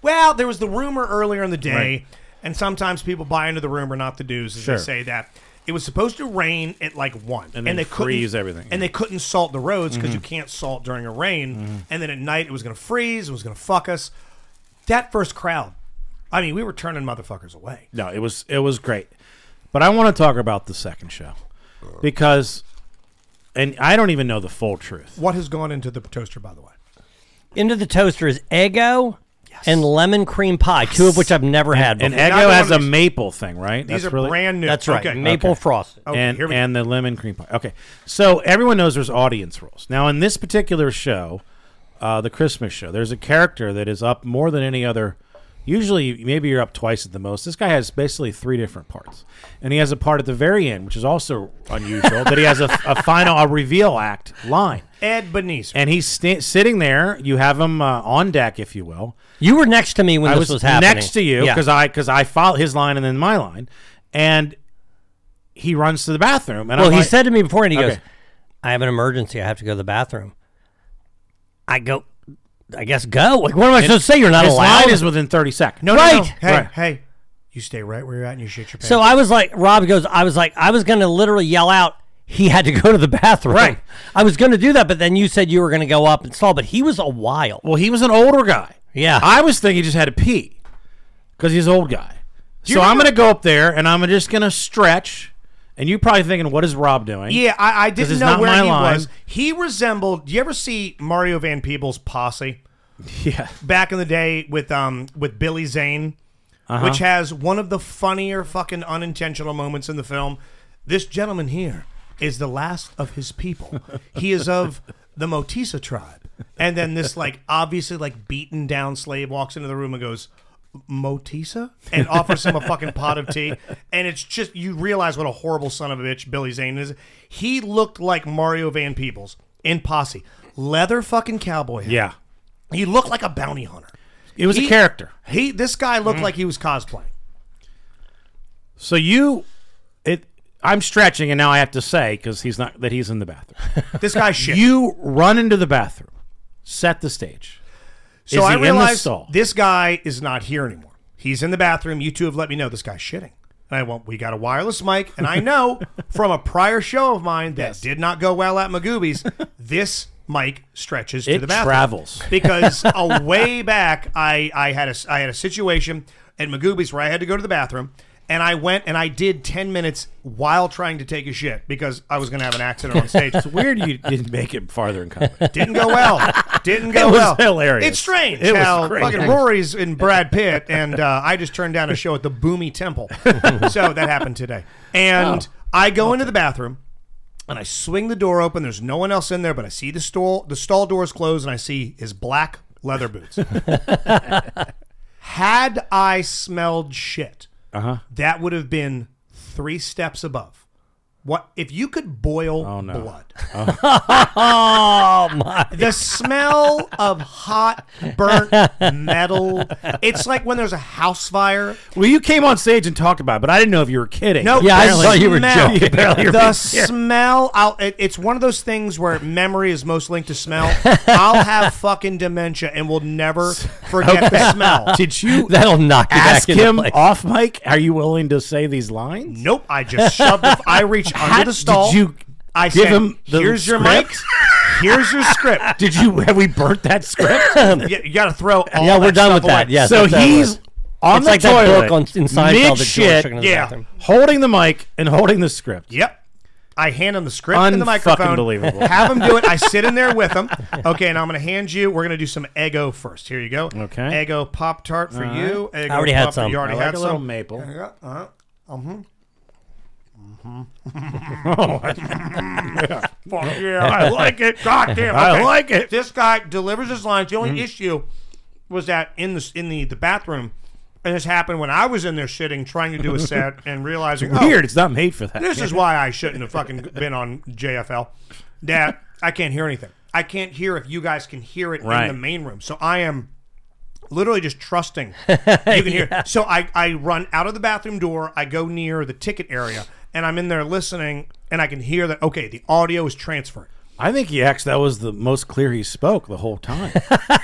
S10: Well, there was the rumor earlier in the day,
S9: Right.
S10: and sometimes people buy into the rumor, not the news, as
S9: Sure.
S10: they say that. It was supposed to rain at like one,
S9: And then
S10: they
S9: freeze
S10: couldn't,
S9: everything.
S10: And they couldn't salt the roads because
S9: Mhm.
S10: you can't salt during a rain.
S9: Mm-hmm.
S10: And then at night it was going to freeze. It was going to fuck us. That first crowd, I mean, we were turning motherfuckers away.
S9: No, it was it was great. But I want to talk about the second show because, and I don't even know the full truth.
S10: What has gone into the toaster, by the way?
S12: Into the toaster is Eggo and lemon cream pie, two of which I've never had.
S9: And
S12: before.
S9: Eggo has a maple thing, right?
S12: These are brand new. That's right, maple frosted. Okay,
S9: and
S12: here we go.
S9: and the lemon cream pie. Okay, so everyone knows there's audience rules. Now in this particular show, uh, the Christmas show, there's a character that is up more than any other. Usually, maybe you're up twice at the most. This guy has basically three different parts, and he has a part at the very end, which is also unusual. that he has a, a final, a reveal act line.
S10: Ed Benezer.
S9: And he's sta- sitting there. You have him uh, on deck, if you will.
S12: You were next to me when
S9: I
S12: this
S9: was,
S12: was happening.
S9: Next to you
S12: Yeah.
S9: because I because I followed his line and then my line, and he runs to the bathroom. And
S12: well,
S9: I'm
S12: he
S9: like-
S12: said to me before, and he goes,
S9: Okay.
S12: "I have an emergency. I have to go to the bathroom." I go, I guess go. Like, what am I
S9: And
S12: supposed to say? You're not
S9: his
S12: allowed.
S9: line is within thirty seconds.
S12: No, no, no. Right.
S10: Hey,
S12: Right.
S10: hey, you stay right where you're at and you shit your pants.
S12: So I was like, Rob goes, I was like, I was going to literally yell out, he had to go to the bathroom.
S9: Right.
S12: I was going to do that, but then you said you were going to go up and stall, but he was a while.
S9: Well, he was an older guy.
S12: Yeah.
S9: I was thinking he just had to pee because he's an old guy. so I'm going to go up there and I'm just going to stretch. And you're probably thinking, what is Rob doing?
S10: Yeah, I, I
S9: 'Cause
S10: didn't
S9: it's
S10: know
S9: not
S10: where
S9: my
S10: he
S9: line.
S10: was. He resembled. Do you ever see Mario Van Peebles' posse?
S9: Yeah.
S10: Back in the day with um with Billy Zane,
S9: Uh-huh.
S10: which has one of the funnier fucking unintentional moments in the film. This gentleman here is the last of his people. he is of the Motisa tribe. And then this like obviously like beaten down slave walks into the room and goes, Motisa? And offers him a fucking pot of tea. And it's just you realize what a horrible son of a bitch Billy Zane is. He looked like Mario Van Peebles in posse. Leather fucking cowboy hat.
S9: Yeah.
S10: He looked like a bounty hunter.
S9: It was a
S10: He-
S9: character.
S10: He this guy looked like he was cosplaying.
S9: So you, it. I'm stretching, and now I have to say because he's not that he's in the bathroom.
S10: This guy shit.
S9: You run into the bathroom, set the stage.
S10: So
S9: Is
S10: I
S9: he in the
S10: realized
S9: stall?
S10: this guy is not here anymore. He's in the bathroom. You two have let me know this guy's shitting. And I went, we got a wireless mic. And I know from a prior show of mine that did not go well at Magoobies, this mic stretches to
S9: It
S10: the bathroom.
S9: travels.
S10: Because a way back, I, I, had a, I had a situation at Magoobies where I had to go to the bathroom. And I went and I did 10 minutes while trying to take a shit because I was going to have an accident on stage.
S9: it's weird you didn't make it farther in comedy.
S10: Didn't go well. Didn't go
S9: It was
S10: well.
S9: hilarious.
S10: It's strange
S9: It was
S10: how
S9: great.
S10: fucking Rory's and Brad Pitt, and uh, I just turned down a show at the Boomy Temple. so that happened today. And
S9: Oh.
S10: I go into the bathroom, and I swing the door open. There's no one else in there, but I see the stall the stall doors closed, and I see his black leather boots. Had I smelled shit,
S9: Uh-huh.
S10: that would have been three steps above. What if you could boil
S9: Oh no.
S10: blood?
S12: Oh my!
S10: the smell of hot burnt metal. It's like when there's a house fire.
S9: Well, you came on stage and talked about it, but I didn't know if you were kidding.
S10: No,
S12: Yeah, I
S10: the
S12: saw you were
S10: smell.
S12: joking. Apparently you're
S10: The
S12: being
S10: smell. I'll, it, it's one of those things where memory is most linked to smell. I'll have fucking dementia and will never forget the smell.
S9: Did you
S12: That'll knock you
S9: ask
S12: back into
S9: him
S12: place.
S9: off mic? Are you willing to say these lines?
S10: Nope. I just shoved. The, I reached under the stall.
S9: Did you
S10: I
S9: give
S10: said,
S9: him the
S10: "Here's your mic.
S9: script?
S10: Here's your script.
S9: Did you have we burnt that script?
S10: You, you got to throw. All
S12: Yeah, we're
S10: that
S12: done
S10: stuff
S12: with that.
S10: away.
S12: Yes.
S9: so
S12: that's how it
S9: he's
S12: was.
S9: on
S12: It's
S9: the
S12: like that
S9: toilet,
S12: book on, in Seinfeld that George
S9: mid-shit,
S12: took into the
S10: yeah.
S12: bathroom.
S9: holding the mic and holding the script.
S10: Yep. I hand him the script and the microphone.
S9: Un-fucking-believable.
S10: Have him do it. I sit in there with him. Okay, and I'm going to hand you. We're going to do some Eggo first. Here you go.
S9: Okay.
S10: Eggo Pop Tart for
S9: All
S10: you. Eggo
S12: I already had
S10: Pop-
S12: some.
S10: You already
S9: I like
S10: had
S9: a
S10: some.
S9: little maple.
S10: Yeah, yeah, uh-huh. Fuck yeah, I like it. God damn,
S9: I
S10: okay.
S9: like it. Mm.
S10: This guy delivers his lines. The only issue was that in the in the, the bathroom, and this happened when I was in there sitting trying to do a set and realizing oh,
S9: Weird. It's not made for that.
S10: this is why I shouldn't have fucking been on JFL. That I can't hear anything. I can't hear if you guys can hear it
S9: Right.
S10: in the main room. So I am literally just trusting you can hear. So I, I run out of the bathroom door. I go near the ticket area and I'm in there listening and I can hear that, okay, the audio is transferring.
S9: I think he actually that was the most clear he spoke the whole time.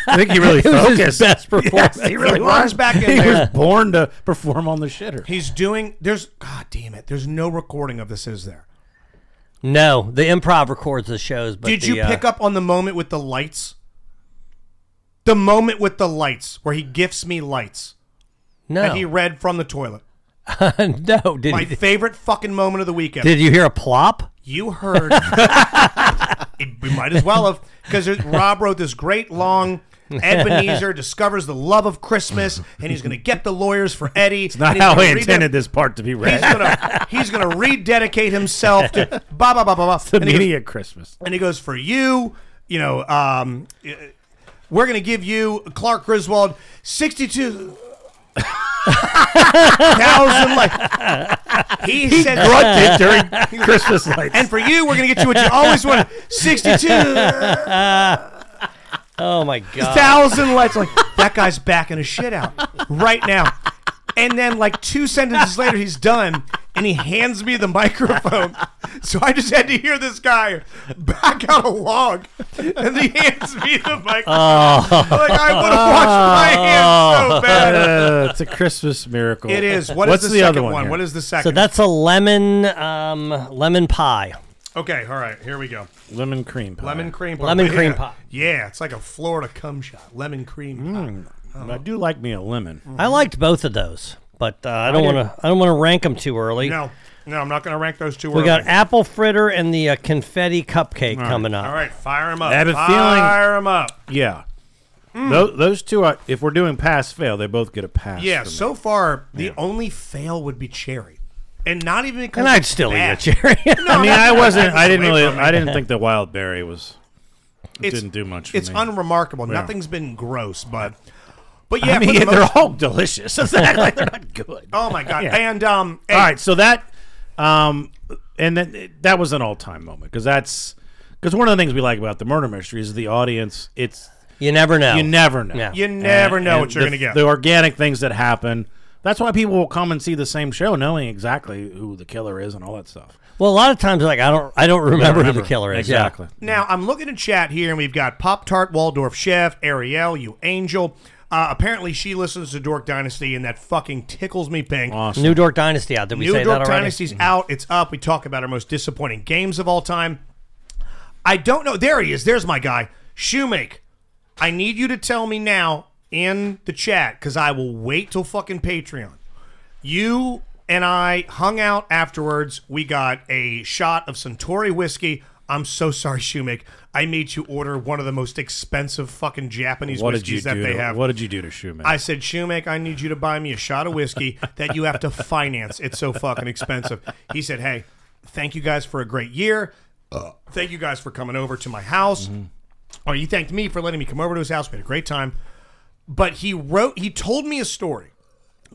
S9: I think he really
S12: It was his
S9: focused.
S12: best performance.
S9: Yes, he really
S10: He
S9: was.
S10: runs back in
S9: he
S10: there.
S9: was born to perform on the shitter.
S10: He's doing, there's, God damn it, there's no recording of this, is there?
S12: No, the improv records the shows. But
S10: Did
S12: the,
S10: you
S12: uh,
S10: pick up on the moment with the lights? The moment with the lights where he gifts me lights
S12: No,
S10: that he read from the toilet.
S12: no. Did
S10: My
S12: you,
S10: favorite fucking moment of the weekend.
S12: did you hear a plop?
S10: you heard? it, we might as well have because Rob wrote this great long. Ebenezer discovers the love of Christmas, and he's going to get the lawyers for Eddie. It's
S9: Not how he intended this part to be
S10: He's
S9: read.
S10: going to he's going to rededicate himself to ba ba ba ba ba.
S9: the
S10: And he goes,
S9: meaning of Christmas.
S10: and he goes for you you know um uh, we're gonna give you clark griswold 62 thousand like he, said
S9: Grunted during Christmas lights.
S10: and for you we're gonna get you what you always wanted 62
S12: Oh my god!
S10: thousand lights like that guy's backing his shit out right now and then like two sentences later he's done and he hands me the microphone So I just had to hear this guy back out a log, and he hands me the mic. Like I would have washed my hands so bad.
S9: Uh, it's a Christmas miracle.
S10: It is. What is
S9: What's
S10: the
S9: the, other
S10: second
S9: one?
S10: one?
S9: here?
S10: What is the
S12: So that's a lemon um, lemon pie.
S10: Okay, all right, here we go.
S9: Lemon cream pie.
S10: Lemon cream pie.
S12: Lemon cream
S10: Yeah.
S12: pie.
S10: Yeah, it's like a Florida cum shot. Lemon cream pie. Oh.
S9: I do like me a lemon.
S10: Mm.
S12: I liked both of those, but uh, I
S10: I
S12: don't
S10: did.
S12: want to. I don't want to rank them too early.
S10: No, no, I'm not going to rank those two.
S12: We
S10: early.
S12: got apple fritter and the uh, confetti cupcake
S9: All right.
S12: coming up.
S10: All right, fire them up.
S9: I have a
S10: fire
S9: feeling-
S10: them up.
S9: Yeah.
S10: Mm.
S9: Tho- those two, are, if we're doing pass fail, they both get a pass.
S10: Yeah.
S9: from me.
S10: So far, the only fail would be cherry, and not even because.
S9: And I'd
S10: it's
S9: still eat
S10: bad.
S9: a cherry.
S10: No,
S9: I mean,
S10: that's
S9: I
S10: not-
S9: wasn't.
S10: that's
S9: I didn't
S10: away
S9: really.
S10: from
S9: I
S10: it.
S9: didn't think the wild berry was. It
S10: It's-
S9: didn't do much. For
S10: It's
S9: me.
S10: unremarkable.
S9: Yeah.
S10: Nothing's been gross, but but
S9: I
S10: yeah,
S9: mean,
S10: for the
S9: they're
S10: most-
S9: all delicious. It's not like they're not good.
S10: Oh my god!
S9: Yeah.
S10: And um,
S9: all right, so that, um, and then that was an all-time moment because that's because one of the things we like about the murder mystery is the audience. It's
S12: you never know.
S9: You never know.
S12: Yeah.
S10: You never know what you're
S9: the-
S10: gonna get.
S9: The organic things that happen. That's why people will come and see the same show, knowing exactly who the killer is and all that stuff.
S12: Well, a lot of times, like I don't, I don't
S9: Don't
S12: remember, who
S9: remember.
S12: the killer is.
S9: Exactly.
S10: Now I'm looking at chat here, and we've got Pop Tart Waldorf Chef Ariel, you angel. Uh, apparently, she listens to Dork Dynasty, and that fucking tickles me pink.
S12: Awesome. New Dork Dynasty out. Did we
S10: New
S12: say
S10: Dork
S12: that already? Mm-hmm.
S10: Dynasty's
S9: Mm-hmm.
S10: out. It's up. We talk about our most disappointing games of all time. I don't know. There he is. There's my guy, Shoemake. I need you to tell me now in the chat because I will wait till fucking Patreon. You and I hung out afterwards. We got a shot of Centauri whiskey. I'm so sorry, Shoemake. I made you order one of the most expensive fucking Japanese
S9: What did you
S10: whiskeys that
S9: do?
S10: they
S9: to-
S10: have.
S9: What did you do to Schumann?
S10: I said, Shoemake, I need you to buy me a shot of whiskey that you have to finance. It's so fucking expensive. He said, Hey, thank you guys for a great year. Uh, Thank you guys for coming over to my house. Oh, you thanked me for letting me come over to his house. We had a great time. But he wrote, he told me a story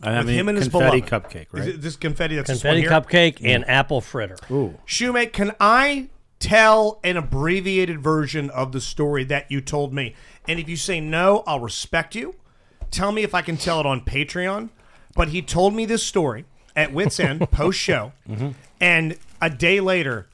S9: I
S10: with
S9: mean,
S10: him and his
S9: confetti
S10: beloved.
S9: cupcake, right?
S10: Is it- This confetti, that's
S12: Confetti
S10: this one here?
S12: cupcake and apple fritter.
S9: Ooh.
S10: Shoemake, can I tell an abbreviated version of the story that you told me? And if you say no, I'll respect you. Tell me if I can tell it on Patreon. But he told me this story at Wits End post show,
S9: Mhm.
S10: and a day later,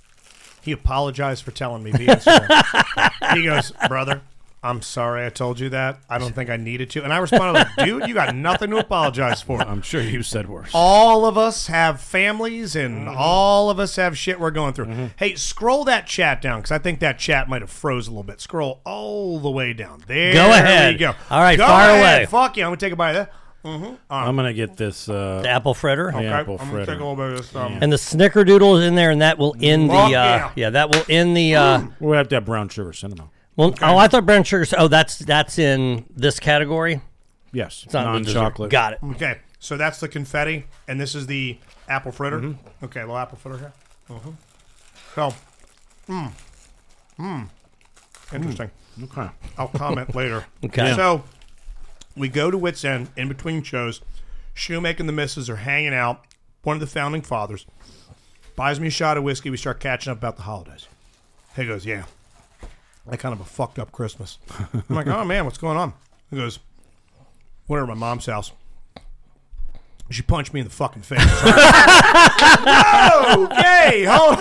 S10: he apologized for telling me via Instagram. he goes, "Brother, I'm sorry I told you that. I don't think I needed to." And I responded, like, "Dude, you got nothing to apologize for."
S9: I'm sure you said worse.
S10: All of us have families and
S9: Mm-hmm.
S10: all of us have shit we're going through. Hey, scroll that chat down because I think that chat might have froze a little bit. Scroll all the way down. There
S9: Go ahead.
S10: we go.
S9: All right,
S10: Go
S9: fire
S10: ahead.
S9: away.
S10: Fuck you. I'm going to take a bite of that. Mm-hmm.
S9: I'm gonna get this uh,
S12: The apple fritter.
S9: The
S12: Okay,
S9: apple
S10: I'm going to
S9: fritter.
S10: take a little bit of this. Um,
S12: And the snickerdoodle is in there, and that will end the.
S10: Fuck
S12: Uh,
S10: yeah.
S12: yeah. that will end the. Uh,
S9: we have to have brown sugar cinnamon.
S12: Well, oh, I thought brown sugar. Oh, that's that's in this category.
S9: Yes,
S12: It's not in the dessert.
S9: non-chocolate.
S12: Got it.
S10: Okay, so that's the confetti, and this is the apple fritter. Okay, little apple fritter here. Mm-hmm. So, mm, mm, interesting.
S9: Okay,
S10: I'll comment later.
S9: Okay. Yeah.
S10: so we go to Wits End in between shows. Shoemaker and the missus are hanging out. One of the founding fathers buys me a shot of whiskey. We start catching up about the holidays. He goes, "Yeah, I kind of a fucked up Christmas." I'm like, "Oh man, what's going on?" He goes, "Went over to my mom's house. She punched me in the fucking face." okay, hold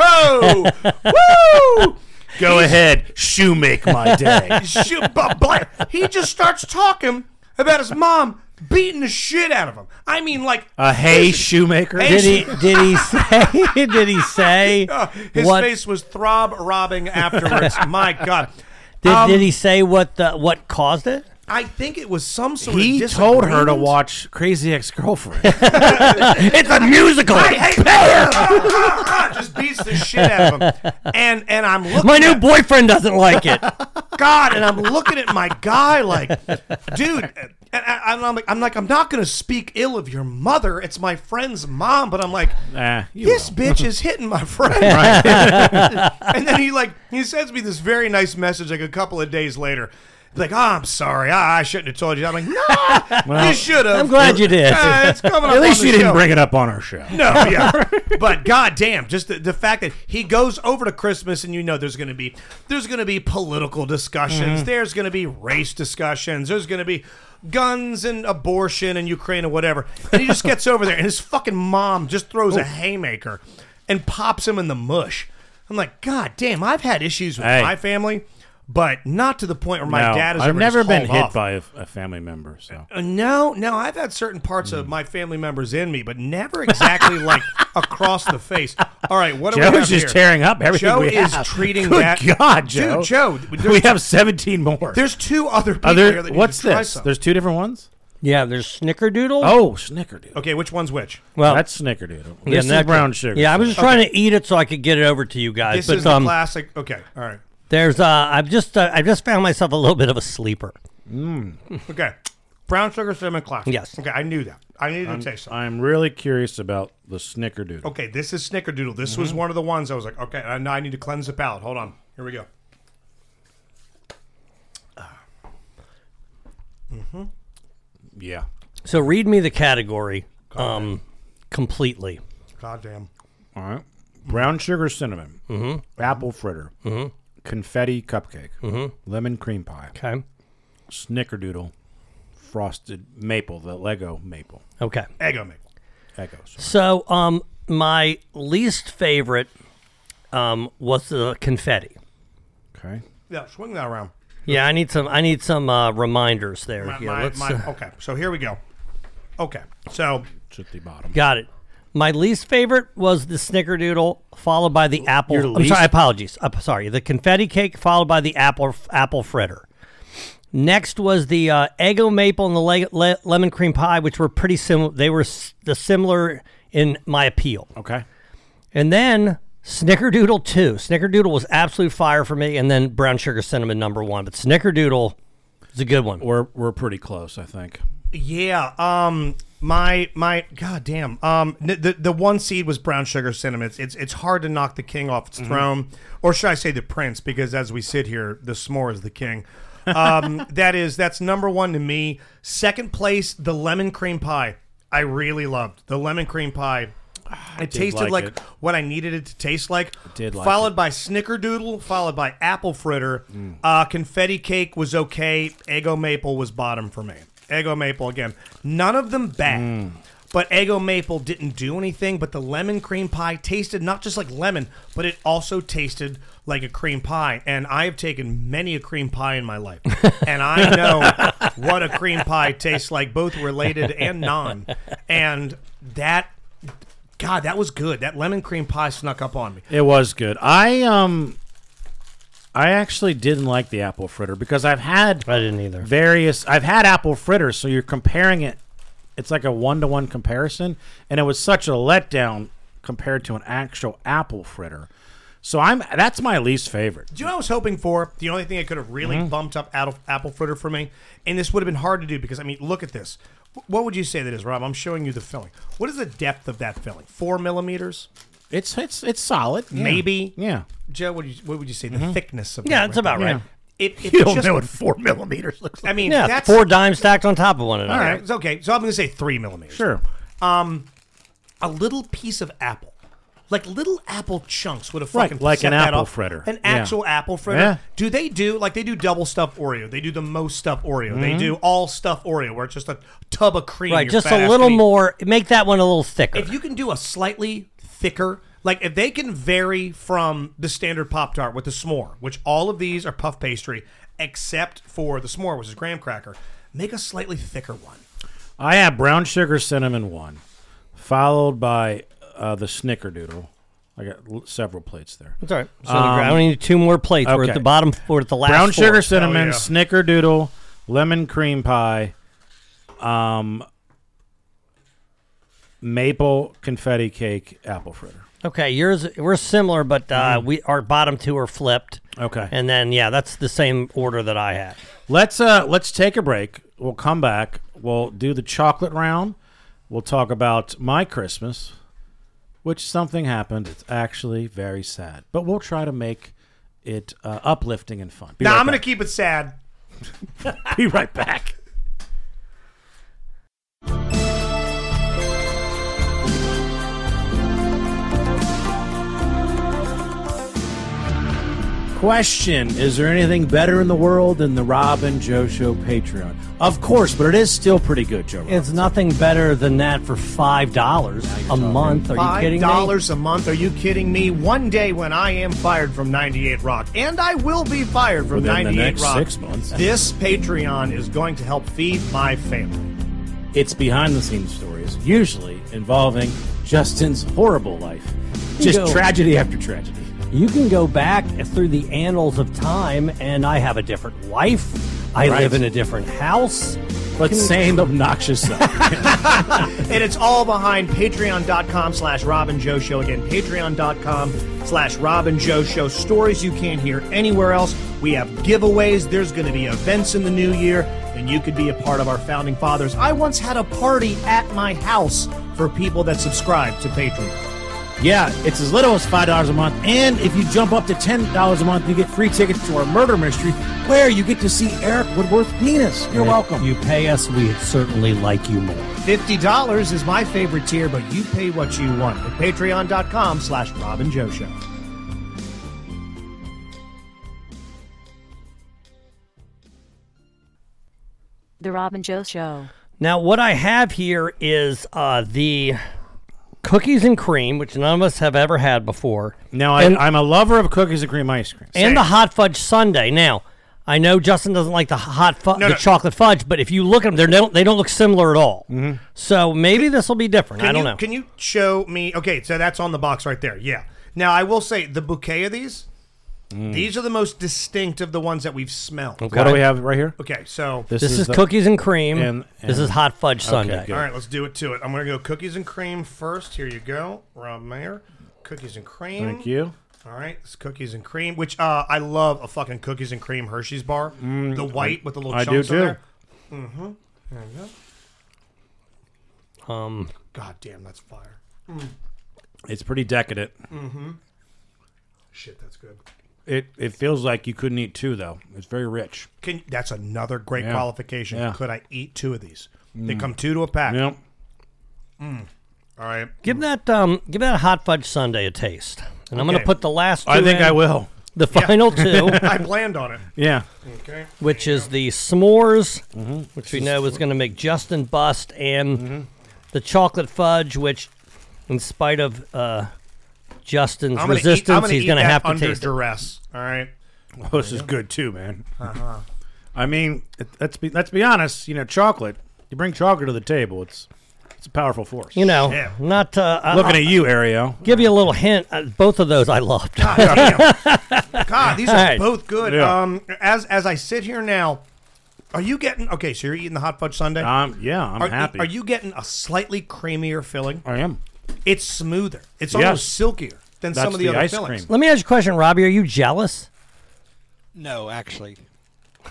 S10: on. Woo!
S9: Go ahead, shoemake my day.
S10: Shoo- bu- bu- he just starts talking about his mom beating the shit out of him. I mean, like
S9: A hay Uh, shoemaker.
S10: Hey,
S12: Did he? Did he say? Did he say?
S10: uh, his
S12: what?
S10: face was throb robbing afterwards. My God.
S12: Did,
S10: Um,
S12: did he say what the what caused it?
S10: I think it was some sort of
S9: He told her to
S10: disagreement.
S9: watch Crazy Ex-Girlfriend.
S12: it's a musical.
S10: I hate that. just beats the shit out of him. And and I'm looking
S12: My new
S10: at-
S12: boyfriend doesn't like it.
S10: God, and I'm looking at my guy like, dude, and, I, and I'm like, I'm like, I'm not gonna speak ill of your mother. It's my friend's mom, but I'm like,
S9: Nah, you
S10: this
S9: will.
S10: bitch is hitting my friend.
S9: Right.
S10: and then he like he sends me this very nice message like a couple of days later. Like, oh, I'm sorry, I, I shouldn't have told you. I'm like, no,
S9: Well,
S10: you should have.
S9: I'm glad you did.
S10: Uh, it's coming
S9: At
S10: up
S9: least
S10: on the
S9: you didn't
S10: show.
S9: bring it up on our show.
S10: No, yeah. but goddamn, just the, the fact that he goes over to Christmas and you know there's going to be there's going to be political discussions,
S9: Mhm.
S10: there's going to be race discussions, there's going to be guns and abortion and Ukraine and whatever. And he just gets over there and his fucking mom just throws a haymaker. and pops him in the mush. I'm like, God damn, I've had issues with
S9: Hey.
S10: my family, but not to the point where my
S9: No,
S10: dad has
S9: I've
S10: ever
S9: never
S10: just
S9: been
S10: hauled
S9: hit
S10: off.
S9: by a, a family member. So
S10: Uh, No, no, I've had certain parts
S9: Hmm.
S10: of my family members in me, but never exactly like across the face. All right, what do we have
S9: Joe's just
S10: here?
S9: tearing up everything.
S10: Joe
S9: we
S10: is
S9: have.
S10: treating
S9: Good
S10: that.
S9: God,
S10: Dude,
S9: Joe.
S10: Joe,
S9: we
S10: there's-
S9: have seventeen more.
S10: There's two other people
S9: Other-
S10: here that
S9: what's
S10: you should try
S9: this?
S10: some.
S9: There's two different ones.
S12: Yeah, there's snickerdoodle.
S9: Oh, snickerdoodle.
S10: Okay, which one's which?
S12: Well,
S9: that's snickerdoodle.
S12: Yeah,
S9: This is
S12: that-
S9: brown sugar.
S12: Yeah, I was just
S10: Okay.
S12: trying to eat it so I could get it over to you guys.
S10: this
S12: but
S10: is the
S12: um,
S10: classic. Okay, all right.
S12: there's uh, I've just uh, I've just found myself a little bit of a sleeper.
S10: Okay, brown sugar cinnamon classic.
S12: Yes.
S10: Okay, I knew that. I needed
S9: I'm,
S10: to taste it.
S9: I'm really curious about the snickerdoodle.
S10: Okay, this is snickerdoodle. This was
S9: Mhm.
S10: one of the ones I was like, okay, I, now I need to cleanse the palate. Hold on. Here we go. Mm-hmm.
S9: Yeah.
S12: So read me the category um, completely.
S10: Goddamn.
S9: All right. Brown sugar cinnamon. Mm-hmm. Apple fritter. Mm-hmm. Confetti cupcake. Mm-hmm. Lemon cream pie.
S12: Okay.
S9: Snickerdoodle. Frosted maple, the Lego maple.
S12: Okay.
S10: Eggo maple.
S9: Eggos.
S12: So um, my least favorite um, was the confetti.
S9: Okay.
S10: Yeah, swing that around.
S12: Yeah, I need some. I need some uh, reminders there.
S10: My-
S12: yeah,
S10: my-
S12: let's,
S10: my-
S12: uh,
S10: okay, so here we go. Okay, so
S9: it's at the bottom.
S12: Got it. My least favorite was the snickerdoodle, followed by the apple.
S9: Your
S12: I'm
S9: least-
S12: sorry, apologies. I'm sorry. The confetti cake, followed by the apple apple fritter. Next was the uh, Eggo maple and the le- le- lemon cream pie, which were pretty similar. They were s- the similar in my appeal.
S9: Okay.
S12: And then snickerdoodle two. Snickerdoodle was absolute fire for me, and then brown sugar cinnamon number one. But snickerdoodle is a good one.
S9: We're we're pretty close, I think.
S10: Yeah. Um. My my. God damn. Um. n- The the one seed was brown sugar cinnamon. It's it's, it's hard to knock the king off its
S9: Mhm.
S10: throne, or should I say the prince? Because as we sit here, the s'more is the king. Um. that is that's number one to me. Second place, the lemon cream pie. I really loved the lemon cream pie. It
S9: did
S10: tasted
S9: like
S10: like
S9: it.
S10: what I needed it to taste like.
S9: did like
S10: followed by snickerdoodle, followed by apple fritter.
S9: Mm.
S10: Uh, confetti cake was okay. Eggo maple was bottom for me. Eggo maple again. None of them bad.
S9: Mm.
S10: But Eggo maple didn't do anything, but the lemon cream pie tasted not just like lemon, but it also tasted like a cream pie. And I have taken many a cream pie in my life. and I know what a cream pie tastes like, both related and non. And that God, that was good. That lemon cream pie snuck up on me.
S9: It was good. I um I actually didn't like the apple fritter because I've had
S12: I didn't either.
S9: Various I've had apple fritters, so you're comparing it it's like a one to one comparison and it was such a letdown compared to an actual apple fritter. So I'm that's my least favorite.
S10: Do you know what I was hoping for? The only thing that could have really
S12: Mm-hmm.
S9: Mhm.
S10: bumped up apple, apple fritter for me, and this would have been hard to do because I mean, look at this. Wh- What would you say that is, Rob? I'm showing you the filling. What is the depth of that filling? Four millimeters.
S9: It's it's it's solid. yeah.
S10: Maybe.
S9: Yeah.
S10: Joe, what, do you, what would you say? The thickness of
S12: Mm-hmm. Yeah,
S10: that
S12: it's
S10: right
S12: about
S10: there?
S12: right.
S10: It, it
S12: You don't
S10: just-
S12: know what four
S9: millimeters looks
S10: I mean,
S12: yeah,
S10: that's
S12: four dimes stacked on top of one another.
S10: All right, it's okay. So I'm going to say three millimeters.
S9: Sure.
S10: Um, a little piece of apple, like little apple chunks, would have
S9: Right,
S10: fucking
S9: like
S10: set
S9: an
S10: that
S9: apple
S10: off.
S9: fritter.
S10: An
S9: Yeah.
S10: actual apple fritter.
S9: Yeah.
S10: Do they do like they do double stuff Oreo? They do the most stuff Oreo. They
S9: Mm-hmm.
S12: Mhm.
S10: do all stuff Oreo, where it's just a tub of cream.
S12: Right,
S10: your
S12: just
S10: fat
S12: a
S10: ass
S12: little
S10: can eat.
S12: more. Make that one a little thicker.
S10: If you can do a slightly thicker, like if they can vary from the standard Pop Tart with the s'more, which all of these are puff pastry except for the s'more, which is graham cracker, make a slightly thicker one.
S9: I had brown sugar cinnamon one, followed by uh, the snickerdoodle. I got l- several plates there.
S12: That's all right. So the gra- I only need two more plates. We're at the bottom- we're at the last
S9: Brown
S12: four.
S9: sugar
S12: Oh,
S9: cinnamon,
S12: yeah.
S9: snickerdoodle, lemon cream pie, um, maple confetti cake, apple fritter.
S12: okay, yours we're similar, but uh, we our bottom two are flipped.
S9: Okay.
S12: and then yeah, that's the same order that I had.
S9: Let's uh let's take a break. We'll come back. We'll do the chocolate round. We'll talk about my Christmas, which something happened. It's actually very sad, but we'll try to make it uh, uplifting and fun. Be
S10: now
S9: right
S10: I'm going
S9: back.
S10: to keep it sad.
S9: be right back. Question Is there anything better in the world than the Rob and Joe Show Patreon? Of course, but it is still pretty good, Joe.
S12: It's nothing better than that for five dollars a month. Are you kidding me?
S10: dollars a month? Are you kidding me? One day when I am fired from 98 Rock, and I will be fired from
S9: Within the
S10: 98
S9: next
S10: Rock,
S9: six months.
S10: this Patreon is going to help feed my family.
S9: It's behind the scenes stories, usually involving Justin's horrible life. Just
S12: Go.
S9: tragedy after tragedy.
S12: You can go back through the annals of time, and I have a different life. I
S9: Right.
S12: live in a different house.
S9: But same obnoxious self.
S10: and it's all behind patreon.com slash Robin Joe Show. Again, patreon.com slash Robin Joe Show. Stories you can't hear anywhere else. We have giveaways. There's going to be events in the new year, and you could be a part of our founding fathers. I once had a party at my house for people that subscribe to Patreon.
S9: yeah, it's as little as $5 a month. And if you jump up to $10 a month, you get free tickets to our murder mystery where you get to see Eric Woodworth's penis. You're
S12: And
S9: welcome.
S12: if You pay us, we certainly like you more.
S10: $50 is my favorite tier, but you pay what you want at patreon.com slash Robin Joe Show.
S13: The Robin Joe Show.
S12: Now, what I have here is uh, the cookies and cream, which none of us have ever had before.
S9: Now, I,
S12: And-
S9: I'm a lover of cookies and cream ice cream.
S12: and the hot fudge sundae. Now, I know Justin doesn't like the hot fu- the chocolate fudge, but if you look at them, they don't they don't look similar at all.
S9: Mm-hmm.
S12: So maybe this will be different. I
S10: Can
S12: don't
S10: you,
S12: know.
S10: Can you show me? Okay, so that's on the box right there. Yeah. Now I will say the bouquet of these.
S9: Mm.
S10: These are the most distinct of the ones that we've smelled.
S9: What do we have right here?
S10: Okay, so
S12: This This is is the- cookies and cream. This is hot fudge sundae.
S10: All right, let's do it to it. I'm gonna go cookies and cream first. Here you go, Rob Mayer. Cookies and cream.
S9: Thank you.
S10: All right, it's cookies and cream, which uh, I love a fucking cookies and cream Hershey's bar.
S9: Mm,
S10: the white
S9: I-
S10: with the little
S9: I do
S10: chunks
S9: too.
S10: on there. Mm-hmm. There you go.
S12: Um,
S10: God damn, that's fire.
S9: It's pretty decadent.
S10: Mm-hmm. Shit, that's good.
S9: It it feels like you couldn't eat two though. It's very rich.
S10: Can that's another great
S9: Yeah.
S10: qualification?
S9: Yeah.
S10: Could I eat two of these? They
S9: Mm.
S10: come two to a pack.
S9: Yep.
S10: Mm. All right.
S12: Give that um give that hot fudge sundae a taste, and I'm going
S10: Okay.
S12: to put the last. Two
S9: I think
S12: in,
S9: I will.
S12: The
S9: Yeah.
S12: final two.
S10: I planned on it.
S9: Yeah.
S10: Okay.
S12: Which is the s'mores,
S10: Mm-hmm.
S12: which we
S9: This is
S12: know is going to make Justin bust, and the chocolate fudge, which, in spite of uh, Justin's
S10: I'm gonna eat-
S12: resistance,
S10: I'm gonna
S12: he's
S10: eat
S12: going to
S10: that
S12: have to
S10: under
S12: taste it.
S10: duress. All right.
S9: Well, this is good too, man.
S10: Uh-huh.
S9: I mean, it, let's be let's be honest. You know, chocolate. You bring chocolate to the table. It's it's a powerful force.
S12: You know, not uh, I-
S9: Looking
S12: I-
S9: at you, Ariel.
S12: Give you a little hint. Uh, both of those I loved.
S10: God, these are
S12: All right.
S10: both good.
S12: Yeah.
S10: Um, as as I sit here now, are you getting okay? So you're eating the hot fudge sundae?
S9: Um, yeah, I'm
S10: are,
S9: happy.
S10: Are you getting a slightly creamier filling?
S9: I am.
S10: It's smoother. It's
S9: Yes.
S10: almost silkier than some
S9: That's
S10: of the,
S9: the
S10: other
S9: ice
S10: fillings.
S12: Let me ask you a question, Robbie. Are you jealous?
S1: No, actually.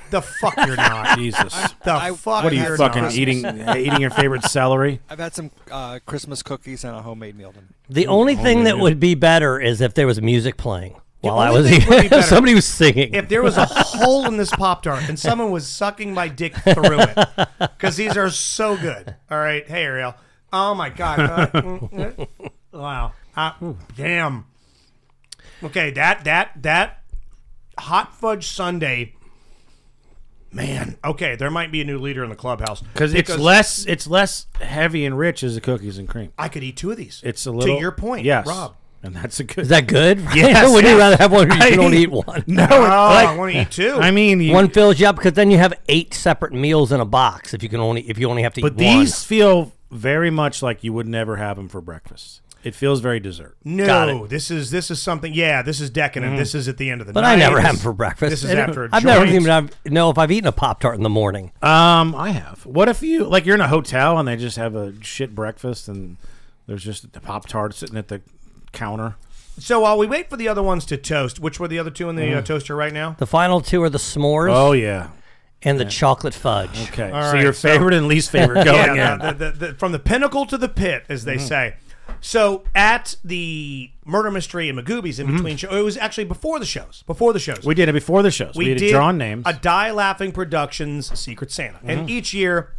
S10: The fuck you're not.
S9: Jesus.
S10: The
S1: I-
S10: fuck
S9: What are you
S10: you're
S9: fucking
S10: not.
S9: eating? eating your favorite celery?
S1: I've had some uh, Christmas cookies and a homemade meal tonight.
S12: The only thing that would be better is if there was music playing while I
S10: only
S12: was
S10: thing would be
S12: eating.
S10: better
S12: Somebody was singing.
S10: If there was a hole in this Pop Tart and someone was sucking my dick through it, because these are so good. All right. Hey, Ariel. Oh, my God. Uh, mm, mm. wow. Uh, damn. Okay. That, that, that hot fudge Sunday. Man. Okay. There might be a new leader in the clubhouse.
S9: Because it's less it's less heavy and rich as the cookies and cream.
S10: I could eat two of these.
S9: It's a little
S10: To your point,
S9: yes,
S10: Rob.
S9: and that's a good.
S12: Is that good?
S9: Yes.
S12: Would
S9: yes.
S12: you rather have one where
S9: I
S12: you don't eat one?
S9: No,
S10: Oh, I wanna eat two.
S9: I mean, you-
S12: one fills you up because then you have eight separate meals in a box. If you can only if you only have to
S9: But
S12: eat
S9: these
S12: one.
S9: feel very much like you would never have them for breakfast. It feels very dessert. Got it.
S10: No, this is this is something. Yeah, this is decadent.
S9: Mhm.
S10: This is at the end of the
S12: Mm-hmm. But
S10: night.
S12: I never have
S10: This-
S12: them for breakfast.
S10: This is
S12: And
S10: after. a
S12: I've never
S10: joint.
S12: even I've- know if I've eaten a pop tart in the morning.
S9: Um, I have. What if you like you're in a hotel and they just have a shit breakfast and there's just a pop tart sitting at the counter.
S10: So while we wait for the other ones to toast, which were the other two in the
S12: Mm-hmm.
S10: uh, toaster right now?
S12: The final two are the s'mores.
S9: Oh, yeah.
S12: and the chocolate fudge.
S9: Okay,
S10: All
S9: so
S10: right,
S9: your favorite and least favorite
S12: Oh,
S9: going
S10: yeah,
S9: in.
S10: the- the- the- from the pinnacle to the pit, as they
S12: Mm-hmm.
S9: Mhm.
S10: say. So at the murder mystery and Magoobies in
S12: Mm-hmm.
S9: Mhm.
S10: between show, it was actually before the shows. Before the shows,
S9: We did it before the shows. We, did drawn names.
S10: A Die Laughing Productions Secret Santa. And
S9: Mhm.
S10: each year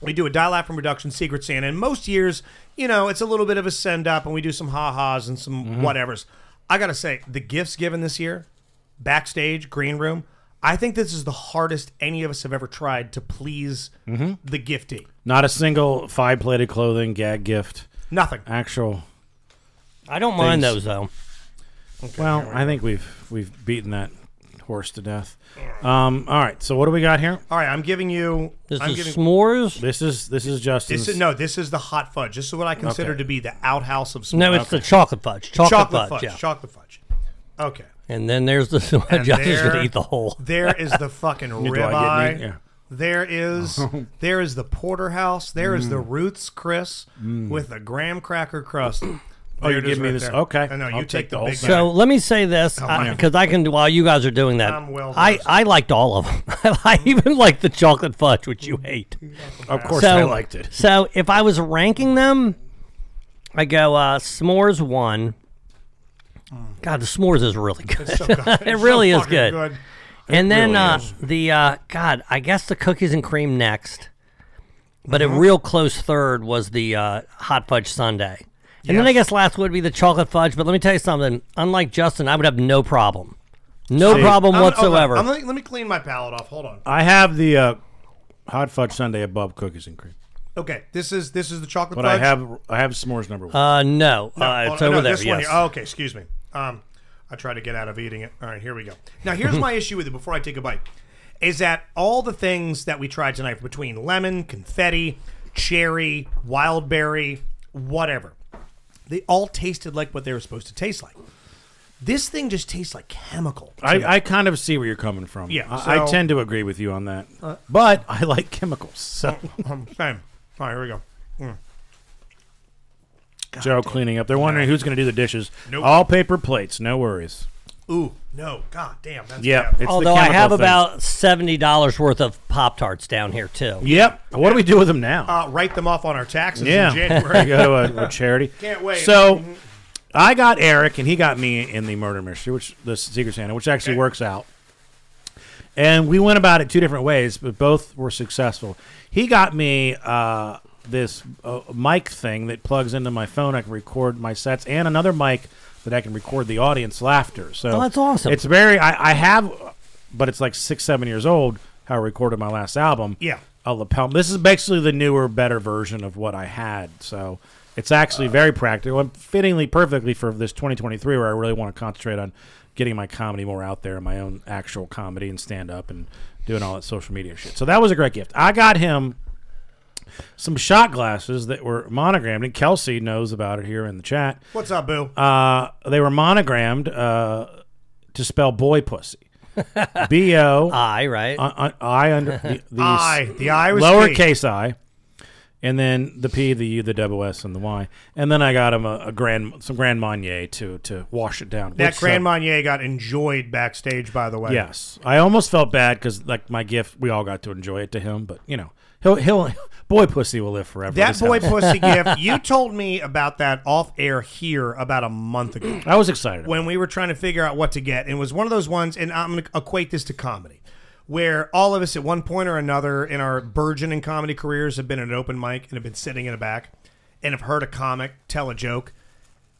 S10: we do a Die Laughing Productions Secret Santa. And most years, you know, it's a little bit of a send up and we do some ha ha's and some whatevers. I got to say, the gifts given this year, backstage, green room. I think this is the hardest any of us have ever tried to please
S9: Mhm.
S10: the gifty.
S9: Not a single five plated clothing gag gift.
S10: Nothing.
S9: Uh, Actual.
S12: I don't mind
S9: things.
S12: those though.
S9: well, I think we've we've beaten that horse to death. Um, all right. So what do we got here?
S10: All right, I'm giving you.
S9: This
S10: I'm
S9: is
S10: giving,
S12: s'mores.
S9: This is this is Justin's.
S10: This is no. This is the hot fudge. This is what I consider
S9: Okay.
S10: to be the outhouse of s'mores.
S12: No, it's the chocolate fudge. Chocolate fudge, yeah.
S10: Chocolate fudge. Okay.
S12: And then there's the
S10: And
S12: Justin's
S10: there-
S12: gonna eat the whole.
S10: There is the fucking
S12: Do I get any?
S10: ribeye.
S12: Yeah.
S10: There is there is the porterhouse. There is the
S9: Oh. Mm.
S10: Ruth's Chris
S9: Mm.
S10: with the graham cracker crust.
S9: Oh,
S10: There
S9: you
S10: it is
S9: give me
S10: right
S9: this-
S10: there.
S9: okay.
S10: I know you
S9: I'll
S10: take,
S9: take
S10: the
S9: the whole
S10: big
S9: thing.
S10: guy.
S12: So let me say this
S10: Oh, my
S12: because I can while you guys are doing that.
S10: I'm well
S12: I, I liked all of them. I even liked the chocolate fudge, which you hate.
S9: Of course I liked it.
S12: So if I was ranking them, I go uh, s'mores one. God, the s'mores is really good.
S5: It's so good. It's
S12: it
S5: so
S12: really is
S5: fucking
S12: good.
S5: good.
S12: And
S5: It
S12: then
S5: really
S12: uh,
S5: is.
S12: the uh, God, I guess the cookies and cream next. But
S5: Mhm.
S12: a real close third was the uh, hot fudge sundae. And then I guess last would be the chocolate fudge. But let me tell you something. Unlike Justin, I would have no problem. No
S9: See,
S12: problem
S10: I'm- I'm-
S12: whatsoever.
S10: I'm- let, me, let me clean my palate off. Hold on.
S9: I have the uh, hot fudge sundae above cookies and cream,
S10: Okay. This is this is the chocolate
S9: but
S10: fudge.
S9: I have I have s'mores number one.
S12: Uh, no, uh,
S10: hold
S12: it's
S10: on.
S12: over
S10: no,
S12: there.
S10: This one
S12: Yes.
S10: here. Oh, okay. Excuse me. Um, I tried to get out of eating it. All right, here we go. Now, here's my issue with it. Before I take a bite, is that all the things that we tried tonight between lemon, confetti, cherry, wild berry, whatever, they all tasted like what they were supposed to taste like. This thing just tastes like chemical.
S9: I, I kind of see where you're coming from.
S10: Yeah,
S9: I, I
S10: so-
S9: tend to agree with you on that.
S10: Uh,
S9: but I like chemicals. So
S10: Um, same. All right, here we go. Mm.
S9: Joe cleaning up. They're wondering who's going to do the dishes.
S10: Nope.
S9: All paper plates. No worries.
S10: Ooh, no, god damn. That's
S9: Yeah,
S10: bad.
S9: it's the
S12: Although I
S9: chemical
S12: have
S9: things.
S12: about seventy dollars worth of Pop Tarts down here too.
S9: Yep. What do we do with them now?
S10: Uh, write them off on our taxes
S9: yeah.
S10: in January.
S9: go to a, a charity.
S10: Can't wait.
S9: So I got Eric, and he got me in the murder mystery, which the Secret Santa, which actually works out. And we went about it two different ways, but both were successful. He got me uh, this uh, mic thing that plugs into my phone. I can record my sets, and another mic that I can record the audience laughter. So
S12: Oh, that's awesome.
S9: It's very I, I have, but it's like six, seven years old. How I recorded my last album.
S10: Yeah.
S9: a lapel. This is basically the newer, better version of what I had. So it's actually very practical and fittingly perfectly for this 2023, where I really want to concentrate on getting my comedy more out there, my own actual comedy and stand up and doing all that social media shit. So that was a great gift. I got him some shot glasses that were monogrammed, and Kelsey knows about it here in the chat.
S10: What's up, boo?
S9: Uh, they were monogrammed uh, to spell boy pussy. B O
S12: I right
S9: I, I under the, the
S10: I. The I was
S9: lowercase I, and then the P, the U, the double S, and the Y, and then I got him a, a grand some Grand Marnier to to wash it down.
S10: That
S9: Which, uh,
S10: Grand Marnier got enjoyed backstage, by the way.
S9: Yes, I almost felt bad because like my gift, we all got to enjoy it to him, but you know he'll he'll boy pussy will live forever.
S10: That
S9: This
S10: boy
S9: house.
S10: pussy gift, you told me about that off air here about a month ago.
S9: I was excited.
S10: When we were trying to figure out what to get, and it was one of those ones, and I'm going to equate this to comedy, where all of us at one point or another in our burgeoning comedy careers have been at an open mic and have been sitting in a back and have heard a comic tell a joke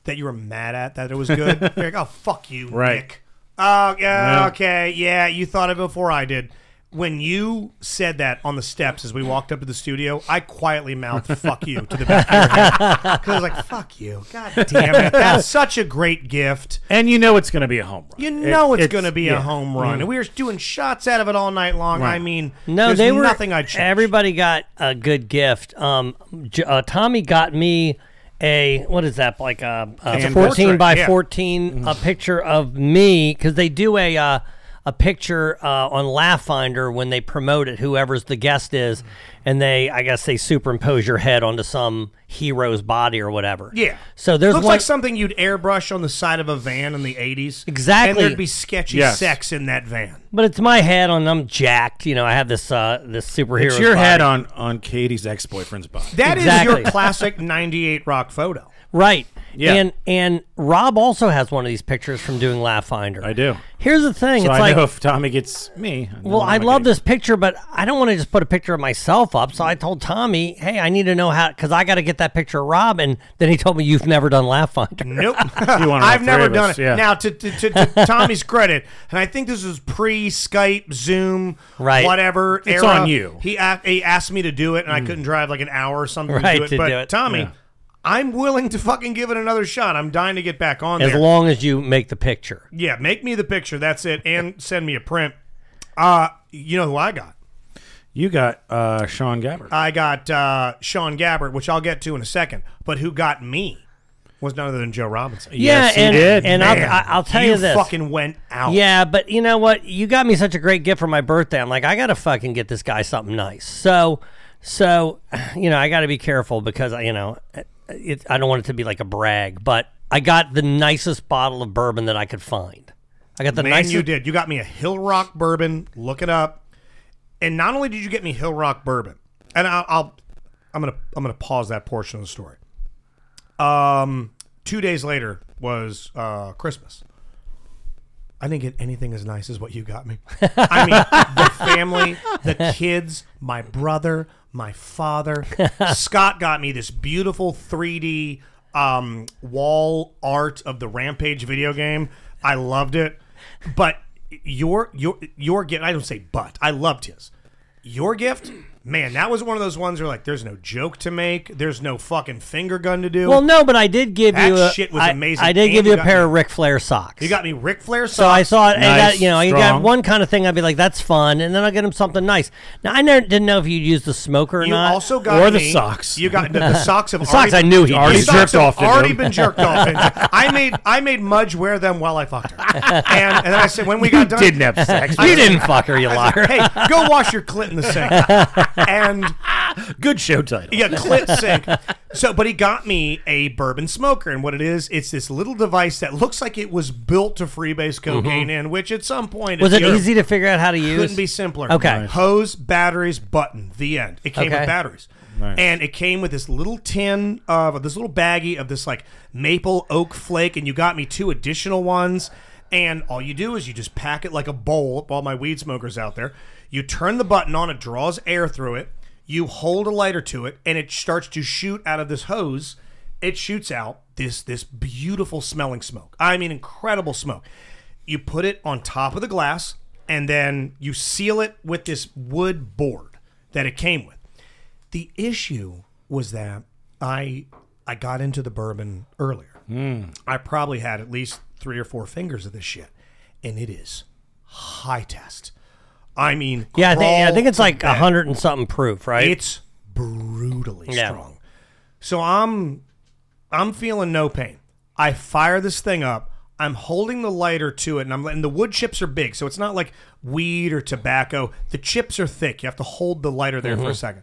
S10: that you were mad at that it was good. You're like, oh, fuck you,
S9: Right.
S10: Nick. Oh, yeah,
S9: Yeah.
S10: okay. Yeah, you thought it before I did. When you said that on the steps as we walked up to the studio, I quietly mouthed "fuck you" to the back of your head because I was like, "Fuck you, god damn it!" That's such a great gift,
S9: and you know it's going to be a home run.
S10: You know
S9: It-
S10: it's, going to be
S9: yeah.
S10: a home run,
S9: Mhm.
S10: and we were doing shots out of it all night long.
S12: Right.
S10: I mean,
S12: No,
S10: there's
S12: they were
S10: nothing I
S12: Everybody got a good gift. Um, J- uh, Tommy got me a what is that like a,
S5: It's
S12: a
S5: a
S12: fourteen
S5: portrait,
S12: by
S5: yeah.
S12: fourteen a picture of me because they do a uh, a picture uh, on Laugh Finder when they promote it, whoever's the guest is, and they I guess they superimpose your head onto some hero's body or whatever.
S10: Yeah.
S12: So there's
S10: looks
S12: one.
S10: like something you'd airbrush on the side of a van in the '80s. And
S12: Exactly.
S10: there'd be sketchy
S12: Yes.
S10: sex in that van.
S12: but it's my head on. I'm jacked. You know, I have this uh, this superhero.
S9: It's your head
S12: body.
S9: on on Katie's ex boyfriend's body.
S10: That is
S12: Exactly.
S10: your classic '98 rock photo.
S12: Right.
S9: Yeah.
S12: And and Rob also has one of these pictures from doing Laugh Finder. I
S9: do.
S12: Here's the thing.
S9: So
S12: it's
S9: I
S12: like
S9: know if Tommy gets me. I know
S12: well,
S9: I'm
S12: I
S9: gonna
S12: love this picture, but I don't want to just put a picture of myself up. So I told Tommy, "Hey, I need to know how because I got to get that picture of Rob." And then he told me, "You've never done Laugh Finder."
S10: Nope.
S9: want all
S10: I've
S9: three
S10: never
S9: of
S10: done
S9: us,
S10: it.
S9: yeah.
S10: Now, to, to, to, to Tommy's credit, and I think this was pre Skype, Zoom,
S9: Right.
S10: whatever.
S9: It's
S10: era,
S9: on you.
S10: He, a- he asked me to do it, and I couldn't drive like an hour or something
S12: Mm. Right,
S10: to do it.
S12: to
S10: but
S12: do it.
S10: Tommy,
S12: Yeah.
S10: I'm willing to fucking give it another shot. I'm dying to get back on
S12: as
S10: there.
S12: long as you make the picture.
S10: yeah, make me the picture. That's it, and send me a print. Uh, you know who I got?
S9: You got uh, Sean Gabbard.
S10: I got uh, Sean Gabbert, which I'll get to in a second. But who got me was none other than Joe Robinson.
S12: Yeah, and, and I'll,
S10: Man,
S12: I- I'll tell you, this.
S10: fucking went out.
S12: Yeah, but you know what? You got me such a great gift for my birthday. I'm like, I gotta fucking get this guy something nice. So, so, you know, I gotta be careful because you know, it, I don't want it to be like a brag, but I got the nicest bottle of bourbon that I could find. I got the
S10: Man,
S12: nicest.
S10: you did. You got me a Hill Rock bourbon. Look it up. And not only did you get me Hill Rock bourbon, and I'll, I'll I'm gonna I'm gonna pause that portion of the story. Um, two days later was uh, Christmas. I didn't get anything as nice as what you got me. I mean, the family, the kids, my brother, my father. Scott got me this beautiful 3D um, wall art of the Rampage video game. I loved it, but your your your gift. I don't say but. I loved his. Your gift, man. That was one of those ones where like, there's no joke to make. There's no fucking finger gun to do.
S12: well, no, but I did give
S10: That
S12: you. A,
S10: shit was
S12: I-
S10: amazing.
S12: I, did
S10: And
S12: give
S10: you
S12: you a
S10: got
S12: pair of Ric Flair socks.
S10: You got me Ric Flair.
S12: So I saw it. I
S10: Nice,
S12: got you know, you got
S10: strong.
S12: one kind of thing. I'd be like, "That's fun," and then I'll get him something nice. Now I never, didn't know if you'd use the smoker or
S10: You
S12: not,
S10: also got me- You got the, the socks have
S12: The socks. I
S10: already
S12: knew he
S10: already
S12: used.
S10: socks have Already been jerked off. into. I made I made Mudge wear them while I fucked her, and, and then I said when we got done,
S12: didn't have sex. You didn't fuck her, you
S10: I said,
S12: liar.
S10: hey, go wash your clit in the sink. And
S9: Good show title.
S10: yeah, clit sink. So, but he got me a bourbon smoker, and what it is, it's this little device that looks like it was built to freebase cocaine in, which at some point
S12: Mm-hmm. Was
S10: if
S12: it
S10: you're-
S12: easy to figure out how to use?
S10: couldn't be simpler.
S12: Okay. Nice.
S10: Hose, batteries, button. The end. It came
S12: Okay.
S10: with batteries.
S12: Nice.
S10: And it came with this little tin of this little baggie of this like maple oak flake, and you got me two additional ones. And all you do is you just pack it like a bowl. All my weed smokers out there, you turn the button on, it draws air through it. You hold a lighter to it, and it starts to shoot out of this hose. It shoots out this this beautiful smelling smoke. I mean, incredible smoke you put it on top of the glass and then you seal it with this wood board that it came with the issue was that i i got into the bourbon earlier
S12: Hmm.
S10: i probably had at least three or four fingers of this shit and it is high test i mean
S12: Yeah, I think, I
S10: crawl
S12: think it's
S10: to
S12: like a
S10: bed.
S12: hundred and something proof, right?
S10: It's brutally
S12: Yeah.
S10: strong. So I'm I'm feeling no pain. I fire this thing up. I'm holding the lighter to it, and I'm letting the wood chips are big, so it's not like weed or tobacco. The chips are thick. You have to hold the lighter there for a
S9: Mhm.
S10: second.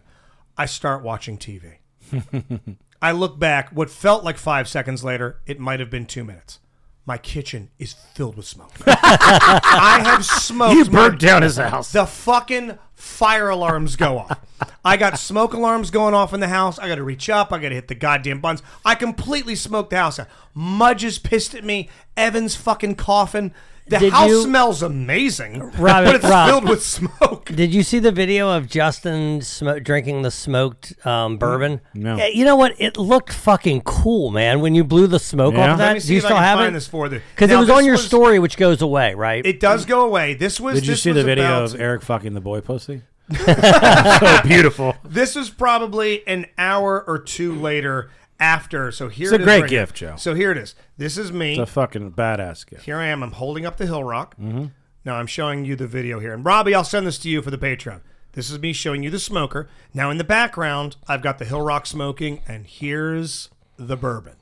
S10: I start watching TV. I look back. What felt like five seconds later, it might have been two minutes. My kitchen is filled with smoke. I have smoked.
S9: You burnt
S10: my-
S9: down his house.
S10: The fucking fire alarms go off. I got smoke alarms going off in the house. I got to reach up. I got to hit the goddamn buttons. I completely smoked the house out. Mudge is pissed at me. Evan's fucking coughing. The
S12: Did
S10: house
S12: you-
S10: smells amazing,
S12: Rob,
S10: but it's
S12: Rob.
S10: filled with smoke.
S12: Did you see the video of Justin smo- drinking the smoked um, bourbon?
S9: Mm, No.
S12: Yeah, you know what? It looked fucking cool, man. When you blew the smoke
S9: Yeah.
S12: off of
S9: Let
S12: that,
S9: me
S12: do
S9: see
S12: you
S9: if I
S12: still
S9: can
S12: have
S9: find
S12: it?
S9: this for the-
S12: because it
S9: Now,
S12: was on
S9: this
S12: your
S9: was-
S12: story, which goes away, right?
S10: It does go away. This was.
S9: Did you
S10: this
S9: see the
S10: was
S9: video
S10: about-
S9: of Eric fucking the boy pussy? so beautiful.
S10: This was probably an hour or two later after. So here
S9: It's a
S10: it is
S9: great
S10: right here.
S9: gift, Joe.
S10: So here it is. This is me.
S9: It's a fucking badass gift.
S10: Here I am. I'm holding up the Hill Rock.
S9: Mm-hmm.
S10: Now I'm showing you the video here. And Robbie, I'll send this to you for the Patreon. This is me showing you the smoker. Now in the background, I've got the Hill Rock smoking, and here's the bourbon.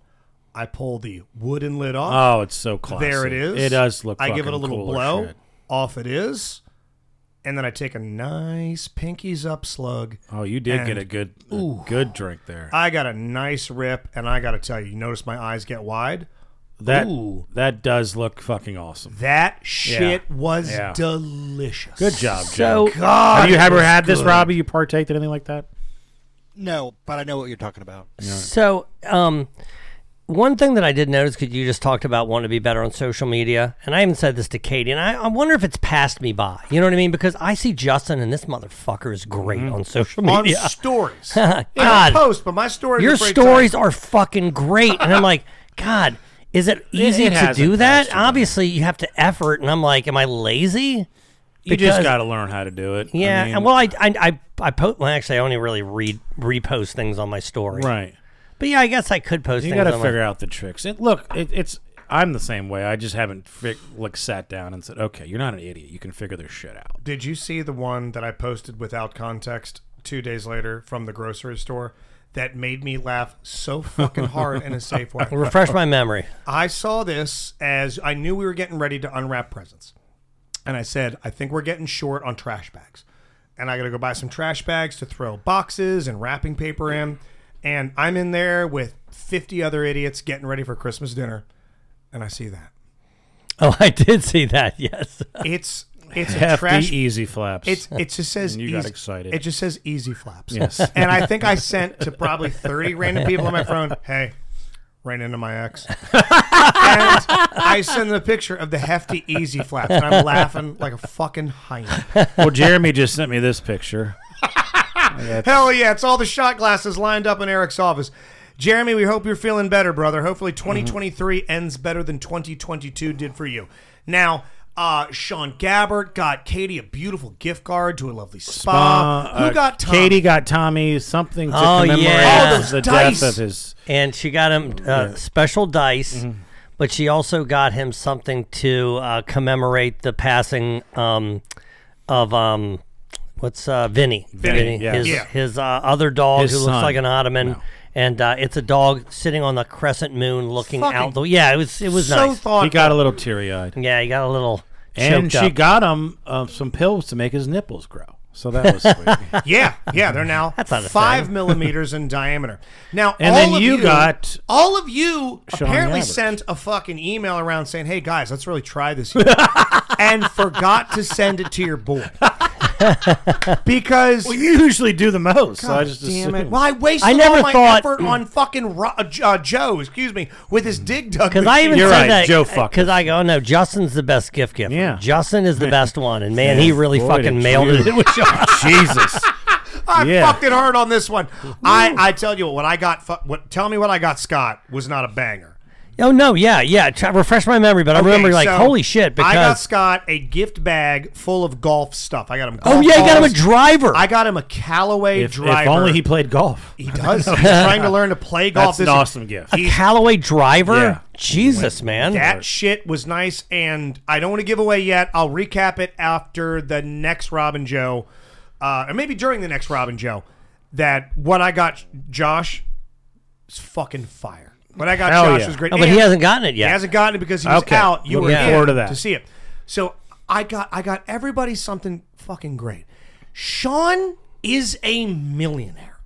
S10: I pull the wooden lid off.
S9: Oh, it's so classy.
S10: There it is.
S9: It does look
S10: I give it a
S9: fucking
S10: little
S9: cool as
S10: blow.
S9: shit.
S10: Off it is. And then I take a nice pinkies up slug.
S9: Oh, you did get
S10: and-
S9: a good, a
S10: Ooh. Uh,
S9: good drink there.
S10: I got a nice rip, and I got to tell you, you notice my eyes get wide.
S9: That
S10: Ooh,
S9: that does look fucking awesome.
S10: that shit
S9: Yeah.
S10: was
S9: Yeah.
S10: delicious.
S9: Good job,
S1: So-
S9: Joe.
S1: God,
S9: have you
S1: it
S9: ever
S1: was
S9: had this,
S1: good.
S9: Robbie? You partaked in anything like that?
S1: No, but I know what you're talking about.
S12: So, um, one thing that I did notice because you just talked about wanting to be better on social media, and I even said this to Katie, and I, I wonder if it's passed me by. You know what I mean? Because I see Justin, and this motherfucker is great on social
S10: On
S12: media.
S10: stories.
S12: God,
S10: I post, but my stories.
S12: your
S10: are pretty
S12: stories
S10: tight.
S12: are fucking great, and I'm like, God, is it easy
S10: it
S12: to
S10: hasn't
S12: do that? Obviously, you have to effort, and I'm like, am I lazy?
S9: You just
S12: Because-
S9: got to learn how to do it. I
S12: yeah,
S9: mean,
S12: and well, I I I, I post. Well, actually, I only really read repost things on my story.
S9: Right.
S12: But yeah, I guess I could post.
S9: you
S12: got to
S9: figure out the tricks. It, look, it, it's I'm the same way. I just haven't fi- like sat down and said, okay, you're not an idiot. You can figure this shit out.
S10: Did you see the one that I posted without context two days later from the grocery store that made me laugh so fucking hard in a safe way?
S12: Refresh my memory.
S10: I saw this as I knew we were getting ready to unwrap presents. And I said, I think we're getting short on trash bags. And I got to go buy some trash bags to throw boxes and wrapping paper in. And I'm in there with 50 other idiots getting ready for Christmas dinner. And I see that.
S12: Oh, I did see that. Yes.
S10: It's it's a
S9: Hefty
S10: trash
S9: easy flaps.
S10: It's it just says
S9: And you got
S10: easy-
S9: excited.
S10: It just says easy flaps.
S9: Yes.
S10: and I think I sent to probably thirty random people on my phone. Hey, ran into my ex. and I send them a picture of the hefty easy flaps, and I'm laughing like a fucking hyena.
S9: well, Jeremy just sent me this picture. That's-
S10: Hell yeah! It's all the shot glasses lined up in Eric's office. Jeremy, we hope you're feeling better, brother. Hopefully,
S9: Mm-hmm.
S10: 2023 ends better than 2022 did for you. Now, uh, Sean Gabbert got Katie a beautiful gift card to a lovely spa.
S9: Spa,
S10: Who
S9: uh,
S10: got Tom?
S9: Katie got Tommy something to
S12: Oh,
S9: commemorate
S12: yeah.
S10: Oh, those
S9: the
S10: dice.
S9: death of his.
S12: and she got him uh, special dice,
S9: Mm-hmm.
S12: but she also got him something to uh, commemorate the passing um, of um, what's uh, Vinny.
S9: Vinny, yes.
S12: his
S9: Yeah.
S12: his uh, other dog
S9: His
S12: who
S9: son.
S12: looks like an ottoman. And uh, it's a dog sitting on the crescent moon, looking
S9: Fucking
S12: out. The, yeah, it was it was
S9: so
S12: nice.
S9: thoughtful. He got a little teary-eyed.
S12: Yeah, he got a little.
S9: And
S12: choked
S9: she
S12: up.
S9: got him uh, some pills to make his nipples grow. So that was sweet.
S10: Yeah, yeah, they're now
S9: That's not a
S10: five
S9: thing.
S10: millimeters in diameter. Now,
S9: And
S10: all
S9: then
S10: of
S9: you got
S10: all of you
S9: Sean
S10: apparently
S9: Gabbert.
S10: sent a fucking email around saying, "Hey guys, let's really try this," year," and forgot to send it to your boy because
S9: well, you usually do the most. so I just
S10: damn it.
S9: assumed.
S10: Well, I wasted
S12: I never
S10: all my
S12: thought-
S10: effort on fucking Ro- uh, J- uh, Joe, excuse me, with his dig dug.
S12: Because I even
S10: machine.
S12: said that, Because I go, oh, no, Justin's the best gift giver. Yeah, Justin is the best one, and man, he really
S9: Boy,
S12: fucking
S9: did
S12: mailed
S9: you.
S12: it. It was
S9: Jesus.
S10: I
S9: Yeah.
S10: fucked it hard on this one. I, I tell you what, what I got. Fu- what? Tell me what I got. Scott was not a banger.
S12: Oh no, yeah, yeah. Try, refresh my memory, but I
S10: Okay,
S12: remember like,
S10: so
S12: holy shit, because
S10: I got Scott a gift bag full of golf stuff. I got him.
S12: Oh,
S10: golf
S12: yeah, you got him a
S10: balls.
S12: driver.
S10: I got him a Callaway
S9: If, if
S10: driver.
S9: only he played golf.
S10: He does. He's trying to learn to play golf.
S9: That's an
S10: This-
S9: awesome gift.
S12: a Callaway driver.
S9: Yeah.
S12: Jesus, man.
S10: That shit was nice, and I don't want to give away yet. I'll recap it after the next Robin Joe, uh, or maybe during the next Robin Joe. That what I got, Josh, is fucking fire. What I got,
S9: Hell
S10: Josh,
S9: yeah.
S10: was great.
S12: Oh, but he
S10: And
S12: hasn't gotten it yet.
S10: He hasn't gotten it because he was
S9: Okay.
S10: out. You
S9: Looking
S10: were in
S9: forward to that.
S10: to see it. So I got I got everybody something fucking great. Sean is a millionaire.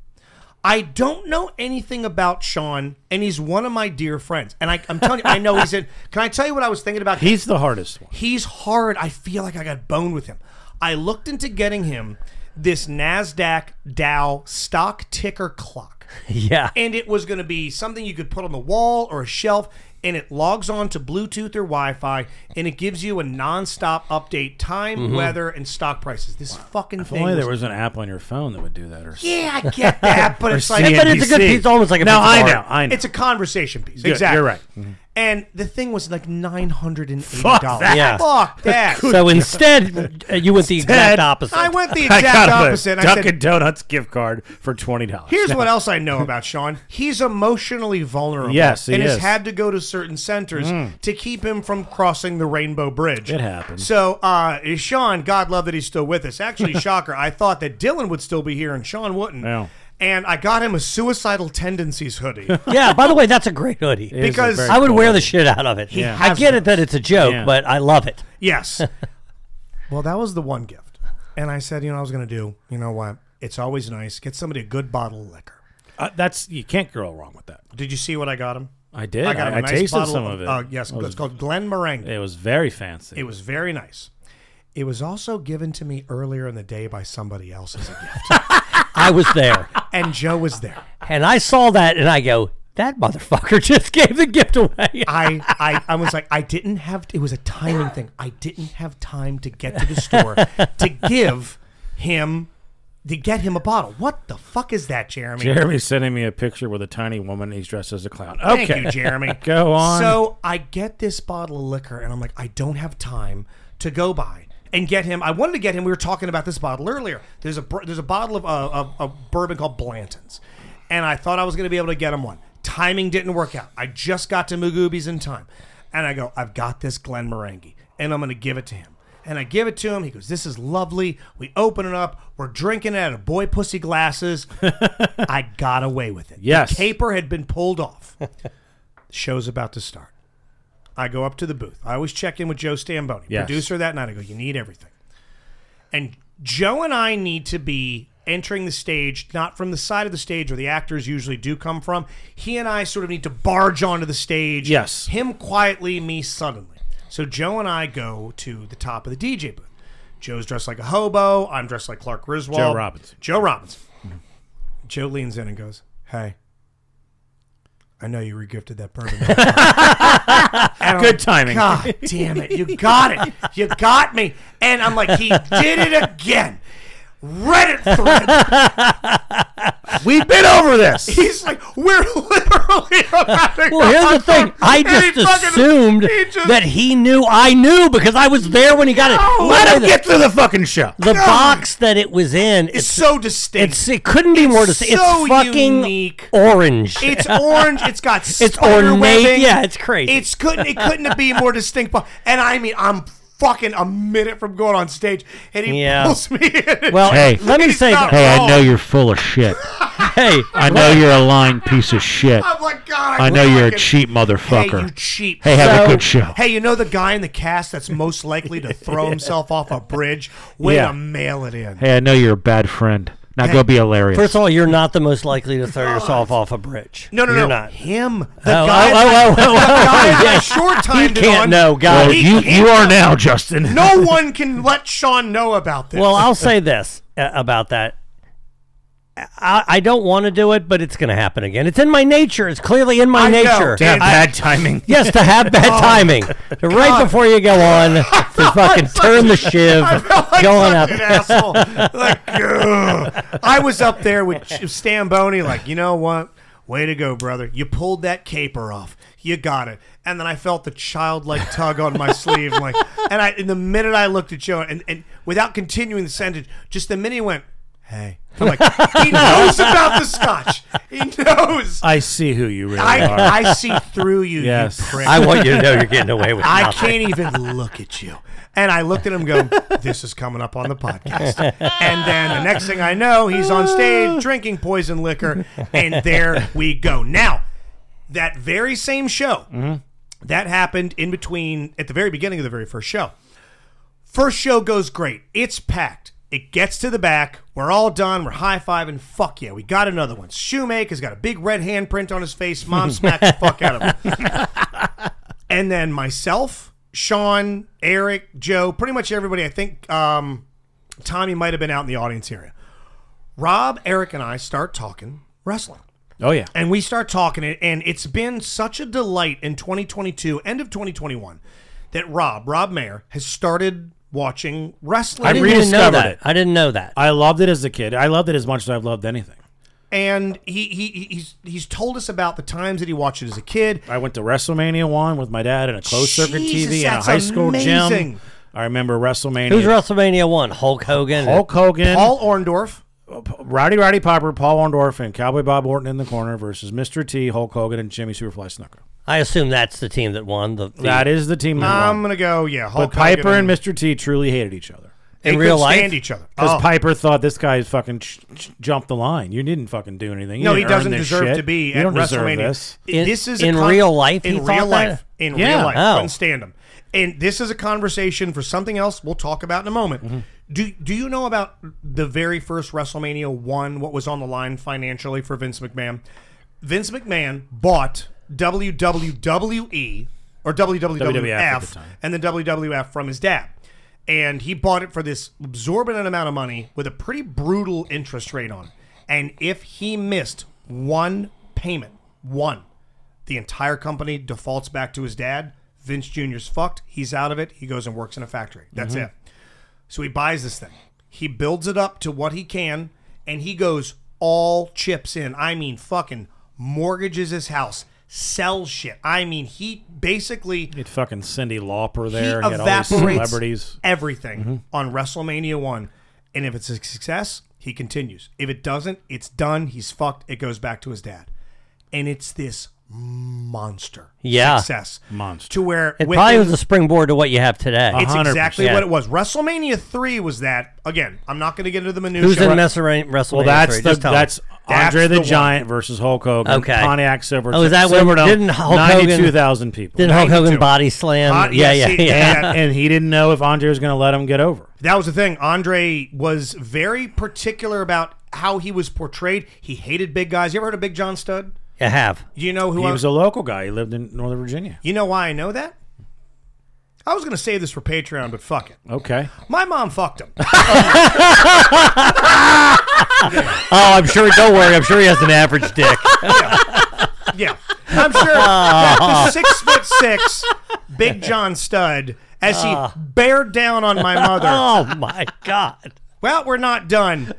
S10: I don't know anything about Sean, and he's one of my dear friends. And I, I'm telling you, I know he's in. Can I tell you what I was thinking about?
S9: He's the hardest one.
S10: He's hard. I feel like I got boned with him. I looked into getting him this NASDAQ Dow stock ticker clock.
S12: Yeah.
S10: And it was going to be something you could put on the wall or a shelf, and it logs on to Bluetooth or Wi Fi, and it gives you a nonstop update time, weather, and stock prices. This fucking
S9: Mm-hmm. If
S10: thing.
S9: only there
S10: was-
S9: was an app on your phone that would do that. Or
S10: yeah, I get that, but
S9: Or
S10: it's like.
S9: CNBC.
S12: But it's a good piece. It's almost like a piece
S9: no,
S12: of
S9: I
S12: art.
S9: know, I know.
S10: It's a conversation piece.
S9: Good,
S10: exactly.
S9: You're right.
S10: And the thing was like nine hundred and eighty
S9: Fuck
S10: dollars.
S9: that.
S12: Yeah.
S10: Fuck that.
S12: so instead, uh, you went the exact opposite.
S10: I went the
S9: I
S10: exact
S9: got
S10: opposite.
S9: a
S10: I
S9: Dunkin'
S10: said,
S9: Donuts gift card for twenty dollars.
S10: Here's what else I know about Sean. He's emotionally vulnerable.
S9: Yes, he
S10: and has
S9: is. Mm.
S10: had to go to certain centers to keep him from crossing the Rainbow Bridge.
S9: It happens.
S10: So, uh, Sean, God love that he's still with us. Actually, shocker. I thought that Dylan would still be here and Sean wouldn't.
S9: Yeah.
S10: And I got him a suicidal tendencies hoodie.
S12: yeah. By the way, that's a great hoodie.
S9: is a
S10: Because-
S9: very
S12: I would
S9: cool
S12: wear
S9: hoodie.
S12: the shit out of it.
S9: Yeah.
S12: I
S9: has
S12: get it that it's a joke,
S9: Yeah.
S12: but I love it.
S10: Yes. well, that was the one gift. And I said, you know, I was going to do, you know what? It's always nice. Get somebody a good bottle of liquor.
S9: Uh, that's you can't go wrong with that.
S10: Did you see what I got him?
S9: I did.
S10: I got him a
S9: I
S10: nice
S9: tasted
S10: bottle
S9: some of it.
S10: Uh, yes,
S9: It was-
S10: it's called Glen Meringue.
S9: It was very fancy.
S10: It was very nice. It was also given to me earlier in the day by somebody else as a gift.
S12: I was there,
S10: and Joe was there.
S12: and I saw that, and I go, That motherfucker just gave the gift away.
S10: I, I, I was like, I didn't have. It was a timing thing. I didn't have time to get to the store to give him to get him a bottle. What the fuck is that, Jeremy?
S9: Jeremy's sending me a picture with a tiny woman. He's dressed as a clown.
S10: Thank
S9: okay,
S10: you, Jeremy.
S9: Go on.
S10: So I get this bottle of liquor, and I'm like, I don't have time to go by and get him. I wanted to get him. We were talking about this bottle earlier. There's a br- there's a bottle of uh, of, of bourbon called Blanton's, and I thought I was going to be able to get him one. Timing didn't work out. I just got to Mugubi's in time, and I go, I've got this Glen Morangi, and I'm going to give it to him. And I give it to him. He goes, "This is lovely." We open it up. We're drinking it out of boy pussy glasses. I got away with it.
S9: Yes.
S10: the caper had been pulled off. Show's about to start. I go up to the booth. I always check in with Joe Stamboni,
S9: Yes.
S10: producer that night. I go, you need everything. And Joe and I need to be entering the stage, not from the side of the stage where the actors usually do come from. He and I sort of need to barge onto the stage.
S9: Yes.
S10: Him quietly, me suddenly. So Joe and I go to the top of the DJ booth. Joe's dressed like a hobo. I'm dressed like Clark Griswold.
S9: Joe Robinson.
S10: Joe Robbins. Mm-hmm. Joe leans in and goes, Hey, I know you regifted that bourbon. And I'm
S9: Good
S10: like,
S9: timing.
S10: God damn it. You got it. You got me. And I'm like, he did it again. Reddit thread.
S9: We've been over this.
S10: He's like, we're literally about to
S12: Well, here's
S10: go
S12: the thing.
S10: on."
S12: I
S10: And
S12: just
S10: he fucking-
S12: assumed
S10: he just- Oh.
S12: that he knew I knew because I was there when he got it.
S10: No.
S9: Let him
S12: The-
S9: get through the fucking show.
S12: The box that it was in
S10: It's so distinct.
S12: It's, it couldn't be more distinct.
S10: so
S12: it's fucking
S10: unique.
S12: orange.
S10: It's orange. It's got
S12: It's
S10: spider
S12: ornate.
S10: webbing.
S12: Yeah, it's crazy.
S10: It's couldn't it couldn't be more distinct. But and I mean, I'm fucking a minute from going on stage, and he
S12: Yeah.
S10: pulls me. In.
S12: Well,
S14: Hey.
S12: let me
S10: He's
S12: say
S10: not
S12: that.
S14: Hey, I
S10: wrong.
S14: know you're full of shit.
S12: Hey,
S14: I know you're a lying piece of shit.
S10: I'm like, God, I
S14: I know you're a
S10: fucking-
S14: cheap motherfucker.
S10: Hey, you cheap.
S14: Hey, have
S10: So-
S14: a good show.
S10: Hey, you know the guy in the cast that's most likely to throw himself off a bridge? Way
S14: Yeah.
S10: to mail it in.
S14: Hey, I know you're a bad friend. Now go be hilarious.
S12: First of all, you're not the most likely to throw yourself off a bridge.
S10: No, no,
S12: you're
S10: no.
S12: Not.
S10: Him. The
S12: Oh,
S10: guy.
S12: oh, oh, oh, oh,
S10: the guy
S12: oh,
S10: that I
S12: yes.
S10: short
S12: He
S10: timed
S12: can't
S10: it on.
S12: know, guys.
S14: well,
S12: He
S14: you you
S10: can't
S14: are
S10: know.
S14: now, Justin.
S10: No one can let Sean know about this.
S12: Well, I'll say this uh, about that. I, I don't want to do it, but it's going to happen again. It's in my nature. It's clearly in my
S10: I know,
S12: nature.
S10: To have
S12: I-
S9: bad timing.
S12: Yes, to have bad
S10: Oh,
S12: timing. To right
S10: God.
S12: before you go on, to fucking turn the shiv,
S10: I felt like
S12: going up.
S10: such an asshole. Like, ugh. I was up there with Ch- Stamboni, like, you know what? Way to go, brother. You pulled that caper off. You got it. And then I felt the childlike tug on my sleeve. Like, and I, in the minute I looked at Joe, and, and without continuing the sentence, just the minute he went, hey. I'm like, he knows about the scotch. He knows.
S9: I see who you really are.
S10: I, I see through you,
S9: Yes.
S10: you prick.
S12: I want you to know you're getting away with
S10: I
S12: nothing.
S10: can't even look at you. And I looked at him going, this is coming up on the podcast. And then the next thing I know, he's on stage drinking poison liquor. And there we go. Now, that very same show,
S12: Mm-hmm.
S10: that happened in between, at the very beginning of the very first show. First show goes great. It's packed. It gets to the back. We're all done. We're high fiving. Fuck yeah, we got another one. Shoemaker's got a big red handprint on his face. Mom smacked the fuck out of him. And then myself, Sean, Eric, Joe, pretty much everybody. I think um, Tommy might have been out in the audience area. Rob, Eric, and I start talking wrestling.
S9: Oh yeah.
S10: And we start talking it, and it's been such a delight in 2022, end of 2021, that Rob, Rob Mayer, has started watching wrestling.
S9: I didn't even know
S12: that.
S9: it.
S12: I didn't know that.
S9: I loved it as a kid. I loved it as much as I've loved anything.
S10: And he, he he's he's told us about the times that he watched it as a kid.
S9: I went to WrestleMania one with my dad in a closed circuit
S10: Jesus,
S9: TV in a
S10: that's
S9: high school
S10: amazing.
S9: gym. I remember WrestleMania.
S12: Who's WrestleMania one? Hulk Hogan.
S9: Hulk Hogan,
S10: Paul Orndorff.
S9: Rowdy Rowdy Piper, Paul Orndorff, and Cowboy Bob Orton in the corner versus Mr. T, Hulk Hogan, and Jimmy Superfly Snuka.
S12: I assume that's the team that won. The, the-
S9: That is the team that won.
S10: I'm gonna go. Yeah, Hulk
S9: but Piper
S10: Hogan
S9: and Mr. T truly hated each other.
S10: they
S12: in
S10: couldn't
S12: real life?
S10: stand each other
S9: Because
S10: Oh.
S9: Piper thought this guy fucking ch- ch- jumped the line. You didn't fucking do anything. You
S10: no, he
S9: didn't earn
S10: doesn't
S9: this
S10: deserve
S9: shit.
S10: to be
S9: You
S10: at
S9: don't deserve
S10: WrestleMania.
S9: this.
S12: In-
S10: This is
S12: in
S10: a con-
S12: real life, he
S10: In
S12: thought
S10: real life,
S12: that?
S10: in
S9: Yeah.
S10: real life,
S12: Oh.
S10: couldn't stand him. And this is a conversation for something else. We'll talk about in a moment.
S9: Mm-hmm.
S10: Do Do you know about the very first WrestleMania one? What was on the line financially for Vince McMahon? Vince McMahon bought WWE E, or
S9: WWF at the
S10: WWF
S9: time.
S10: and the WWF from his dad. And he bought it for this absorbent amount of money with a pretty brutal interest rate on it. And if he missed one payment, One, the entire company defaults back to his dad. Vince Jr.'s fucked. He's out of it. He goes and works in a factory. That's
S9: Mhm.
S10: it. So he buys this thing. He builds it up to what he can, and he goes all chips in. I mean, fucking mortgages his house, sells shit. I mean, he basically
S9: Get fucking Cindy Lauper
S10: he
S9: there. and get all these
S10: evaporates
S9: celebrities.
S10: everything on WrestleMania one, and if it's a success, he continues. If it doesn't, it's done. He's fucked. It goes back to his dad, and it's this monster
S12: Yeah.
S10: success monster to where
S12: It
S10: with
S12: probably
S10: him-
S12: was a springboard to what you have today.
S10: It's exactly
S12: Yeah.
S10: what it was. WrestleMania three was that. Again, I'm not going to get into the minutia.
S12: Who's in WrestleMania?
S9: Well, that's
S12: three?
S9: the,
S12: Just tell
S9: that's
S12: me.
S9: Andre
S10: That's
S9: the,
S10: the one.
S9: Giant versus Hulk Hogan.
S12: Okay.
S9: Pontiac Silver.
S12: Oh, is that when-
S9: Silverdome,
S12: didn't Hulk Hogan-
S9: 92,000 people?
S12: didn't Hulk Hogan 92. body slam? Uh, Yeah, yeah, yeah, see, yeah.
S9: And, and he didn't know if Andre was going to let him get over.
S10: That was the thing. Andre was very particular about how he was portrayed. He hated big guys. You ever heard of Big John Studd?
S12: I have.
S10: You know who
S9: he
S10: I-
S9: was a local guy. He lived in Northern Virginia.
S10: You know why I know that? I was going to save this for Patreon, but fuck it.
S9: Okay.
S10: My mom fucked him.
S12: Oh, I'm sure. Don't worry. I'm sure he has an average dick.
S10: yeah. I'm sure that the six foot six Big John Stud as he
S12: Ah.
S10: bared down on my mother.
S12: Oh, my God.
S10: Well, we're not done.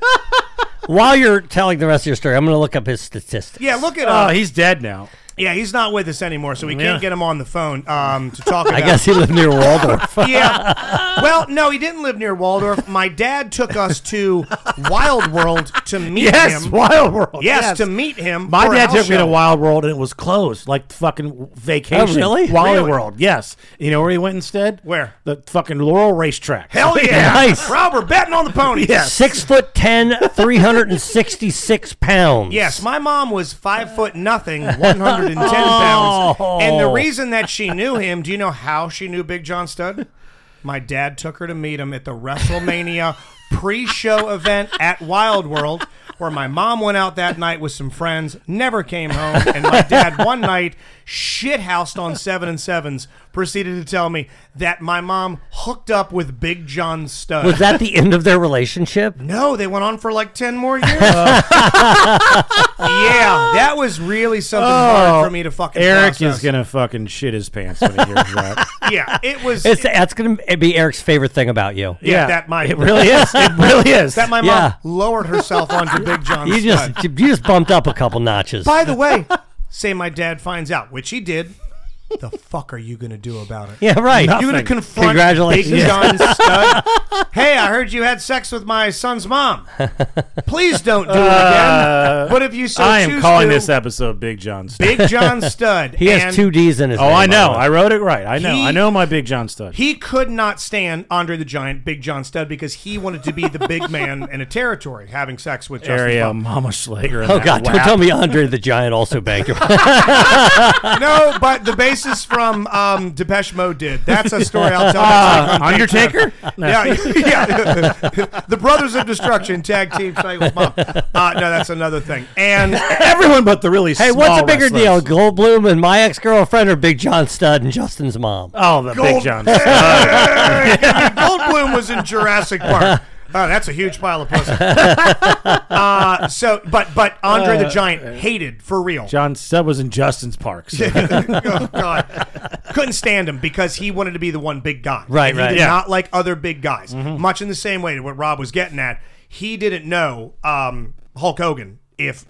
S12: While you're telling the rest of your story, I'm going to look up his statistics.
S10: Yeah, look at
S9: Oh,
S10: him.
S9: he's dead now.
S10: Yeah, he's not with us anymore, so we
S12: Ah. Yeah.
S10: can't get him on the phone um, to talk about
S12: I guess he lived near Waldorf.
S10: yeah. Well, no, he didn't live near Waldorf. My dad took us to Wild World to meet
S9: Yes,
S10: him.
S9: Wild World,
S10: Yes,
S9: yes.
S10: to meet him.
S9: My
S10: for a
S9: dad
S10: house
S9: took me to
S10: show.
S9: Wild World and it was closed, like fucking vacation.
S12: Oh, really?
S9: Wally
S10: Really?
S9: World, yes. You know where he went instead?
S10: Where?
S9: The fucking Laurel Racetrack.
S10: Hell yeah.
S12: Nice.
S10: Rob, we're betting on the ponies.
S12: Six foot ten, 366 pounds.
S10: Yes, my mom was five foot nothing, 110 pounds. And the reason that she knew him, do you know how she knew Big John Studd? My dad took her to meet him at the WrestleMania pre show event at Wild World, where my mom went out that night with some friends, never came home. And my dad, one night, shithoused on seven and sevens, proceeded to tell me that my mom hooked up with Big John Studd.
S12: Was that the end of their relationship?
S10: No, they went on for like 10 more years.
S12: Oh.
S10: yeah, that was really something hard for me to fucking
S9: Eric
S10: process.
S9: is gonna fucking shit his pants when he hears that.
S10: Yeah, it was.
S12: It's, that's going to be Eric's favorite thing about you.
S10: yeah, that my
S9: It really is. It really is.
S10: That my mom
S12: Yeah.
S10: lowered herself onto Big John
S12: You
S10: Studd.
S12: just you just bumped up a couple notches.
S10: By the way, say my dad finds out, which he did. The fuck are you gonna do about it?
S12: Yeah, right.
S10: You're gonna
S12: Nothing.
S10: confront
S12: Congratulations.
S10: Big
S12: Yeah.
S10: John Stud. hey, I heard you had sex with my son's mom. Please don't do it
S9: Uh,
S10: again. But if you so
S9: I am
S10: choose
S9: calling
S10: to,
S9: this episode Big John Stud.
S10: Big John Stud.
S12: He has
S10: and
S12: two D's in his
S9: Oh,
S12: name,
S9: I
S12: by
S9: know.
S12: the way.
S9: I wrote it right. I know.
S10: He-
S9: I know my Big John Stud.
S10: He could not stand Andre the Giant, Big John Stud, because he wanted to be the big man in a territory, having sex with Justin
S9: Area
S10: Bieber.
S9: Mama Slager. and
S12: Oh
S9: that
S12: God! Don't
S9: whack.
S12: tell me Andre the Giant also banged him.
S10: no, but the basis from um, Depeche Mode did. That's a story I'll tell. next
S12: uh,
S10: week on Big
S9: Undertaker?
S10: Time. yeah, yeah. the Brothers of Destruction tag team fight with Mom. Uh, no, that's another thing. And
S9: Everyone but the really.
S12: hey, what's a bigger deal, Goldblum and my ex-girlfriend, or Big John Stud and Justin's mom?
S9: Oh, the Big
S10: Gold-
S9: John.
S10: Goldblum was in Jurassic Park. Oh, that's a huge pile of pussy. uh, so, but but Andre the Giant hated for real.
S9: John Stud was in Justin's Park. so-
S10: oh God, couldn't stand him because he wanted to be the one big guy.
S9: Right,
S10: And he
S9: right.
S10: Did
S9: Yeah.
S10: Not like other big guys.
S12: Mm-hmm.
S10: Much in the same way to what Rob was getting at. He didn't know um, Hulk Hogan if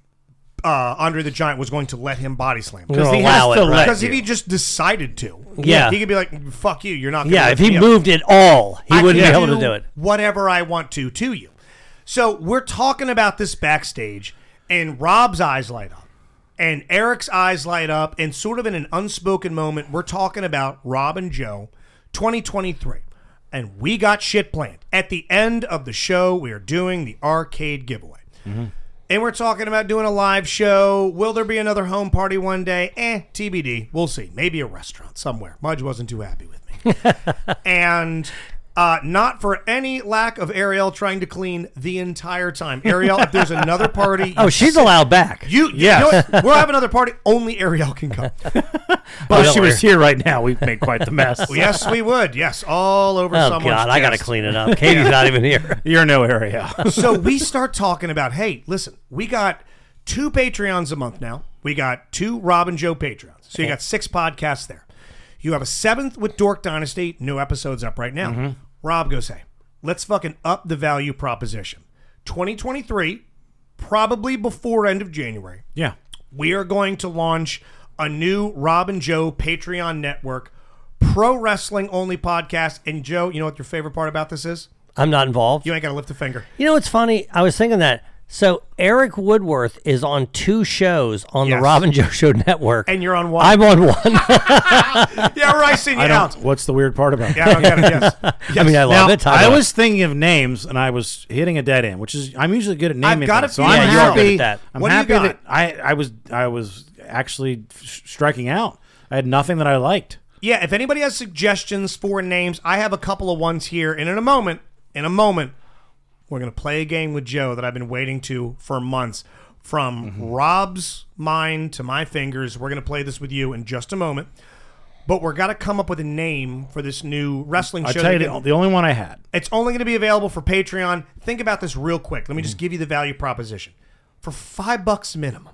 S10: uh, Andre the Giant was going to let him body slam
S12: Because he Allow has to Oh, it, let
S10: Because if
S12: you.
S10: he just decided to,
S12: Yeah.
S10: he could be like, "Fuck you, you're not." Gonna
S12: Yeah,
S10: lift
S12: if he
S10: me up."
S12: moved at all, he
S10: I
S12: wouldn't
S10: can
S12: be able to do it.
S10: Whatever I want to to you. So we're talking about this backstage, and Rob's eyes light up, and Eric's eyes light up, and sort of in an unspoken moment, we're talking about Rob and Joe, 2023, and we got shit planned. At the end of the show, we are doing the arcade giveaway. And we're talking about doing a live show. Will there be another home party one day? Eh, TBD. We'll see. Maybe a restaurant somewhere. Mudge wasn't too happy with me. and uh, not for any lack of Ariel trying to clean the entire time. Ariel, if there's another party, you
S12: Oh, she's allowed back.
S10: You, yeah. you know what? We'll have another party. Only Ariel can come.
S9: But
S12: don't
S9: she was
S12: worry.
S9: here right now. We've made quite the mess.
S10: Well, yes, we would. Yes, all over
S12: Oh
S10: someone's
S12: God, I gotta
S10: chest.
S12: clean it up. Katie's not even here.
S9: You're no area.
S10: so we start talking about, hey, listen, we got two Patreons a month now. We got two Rob and Joe Patreons. So you got six podcasts there. You have a seventh with Dork Dynasty. New episodes up right now.
S9: Mm-hmm.
S10: Rob goes, hey, let's fucking up the value proposition. 2023, probably before end of January,
S9: Yeah.
S10: we are going to launch a new Rob and Joe Patreon network, pro wrestling only podcast. And Joe, you know what your favorite part about this is?
S12: I'm not involved.
S10: You ain't got to lift a finger.
S12: You know, it's funny. I was thinking that. So Eric Woodworth is on two shows on
S10: Yes.
S12: the Robin Joe Show Network.
S10: And you're on one.
S12: I'm on one.
S10: yeah, right. See you
S9: I
S10: out.
S9: don't, what's the weird part about
S10: Yeah, I don't get it. Yes.
S12: I mean, I love
S9: Now,
S12: it.
S9: I
S12: love it.
S9: was thinking of names, and I was hitting a dead end, which is I'm usually good at naming.
S10: I've got
S9: things,
S10: a
S9: so
S10: few
S9: I'm
S10: Yeah, you are
S9: happy.
S10: good at that.
S9: I'm
S10: What do you
S9: happy
S10: got?
S9: that I, I was I was actually f- striking out. I had nothing that I liked.
S10: Yeah, if anybody has suggestions for names, I have a couple of ones here. And in a moment, in a moment, we're going to play a game with Joe that I've been waiting to for months. From
S9: Mm-hmm.
S10: Rob's mind to my fingers, we're going to play this with you in just a moment. But we're got to come up with a name for this new wrestling
S9: I
S10: show.
S9: tell you,
S10: that-
S9: the, the only one I had.
S10: it's only going to be available for Patreon. Think about this real quick. Let me
S12: Mm-hmm.
S10: just give you the value proposition. For five bucks minimum,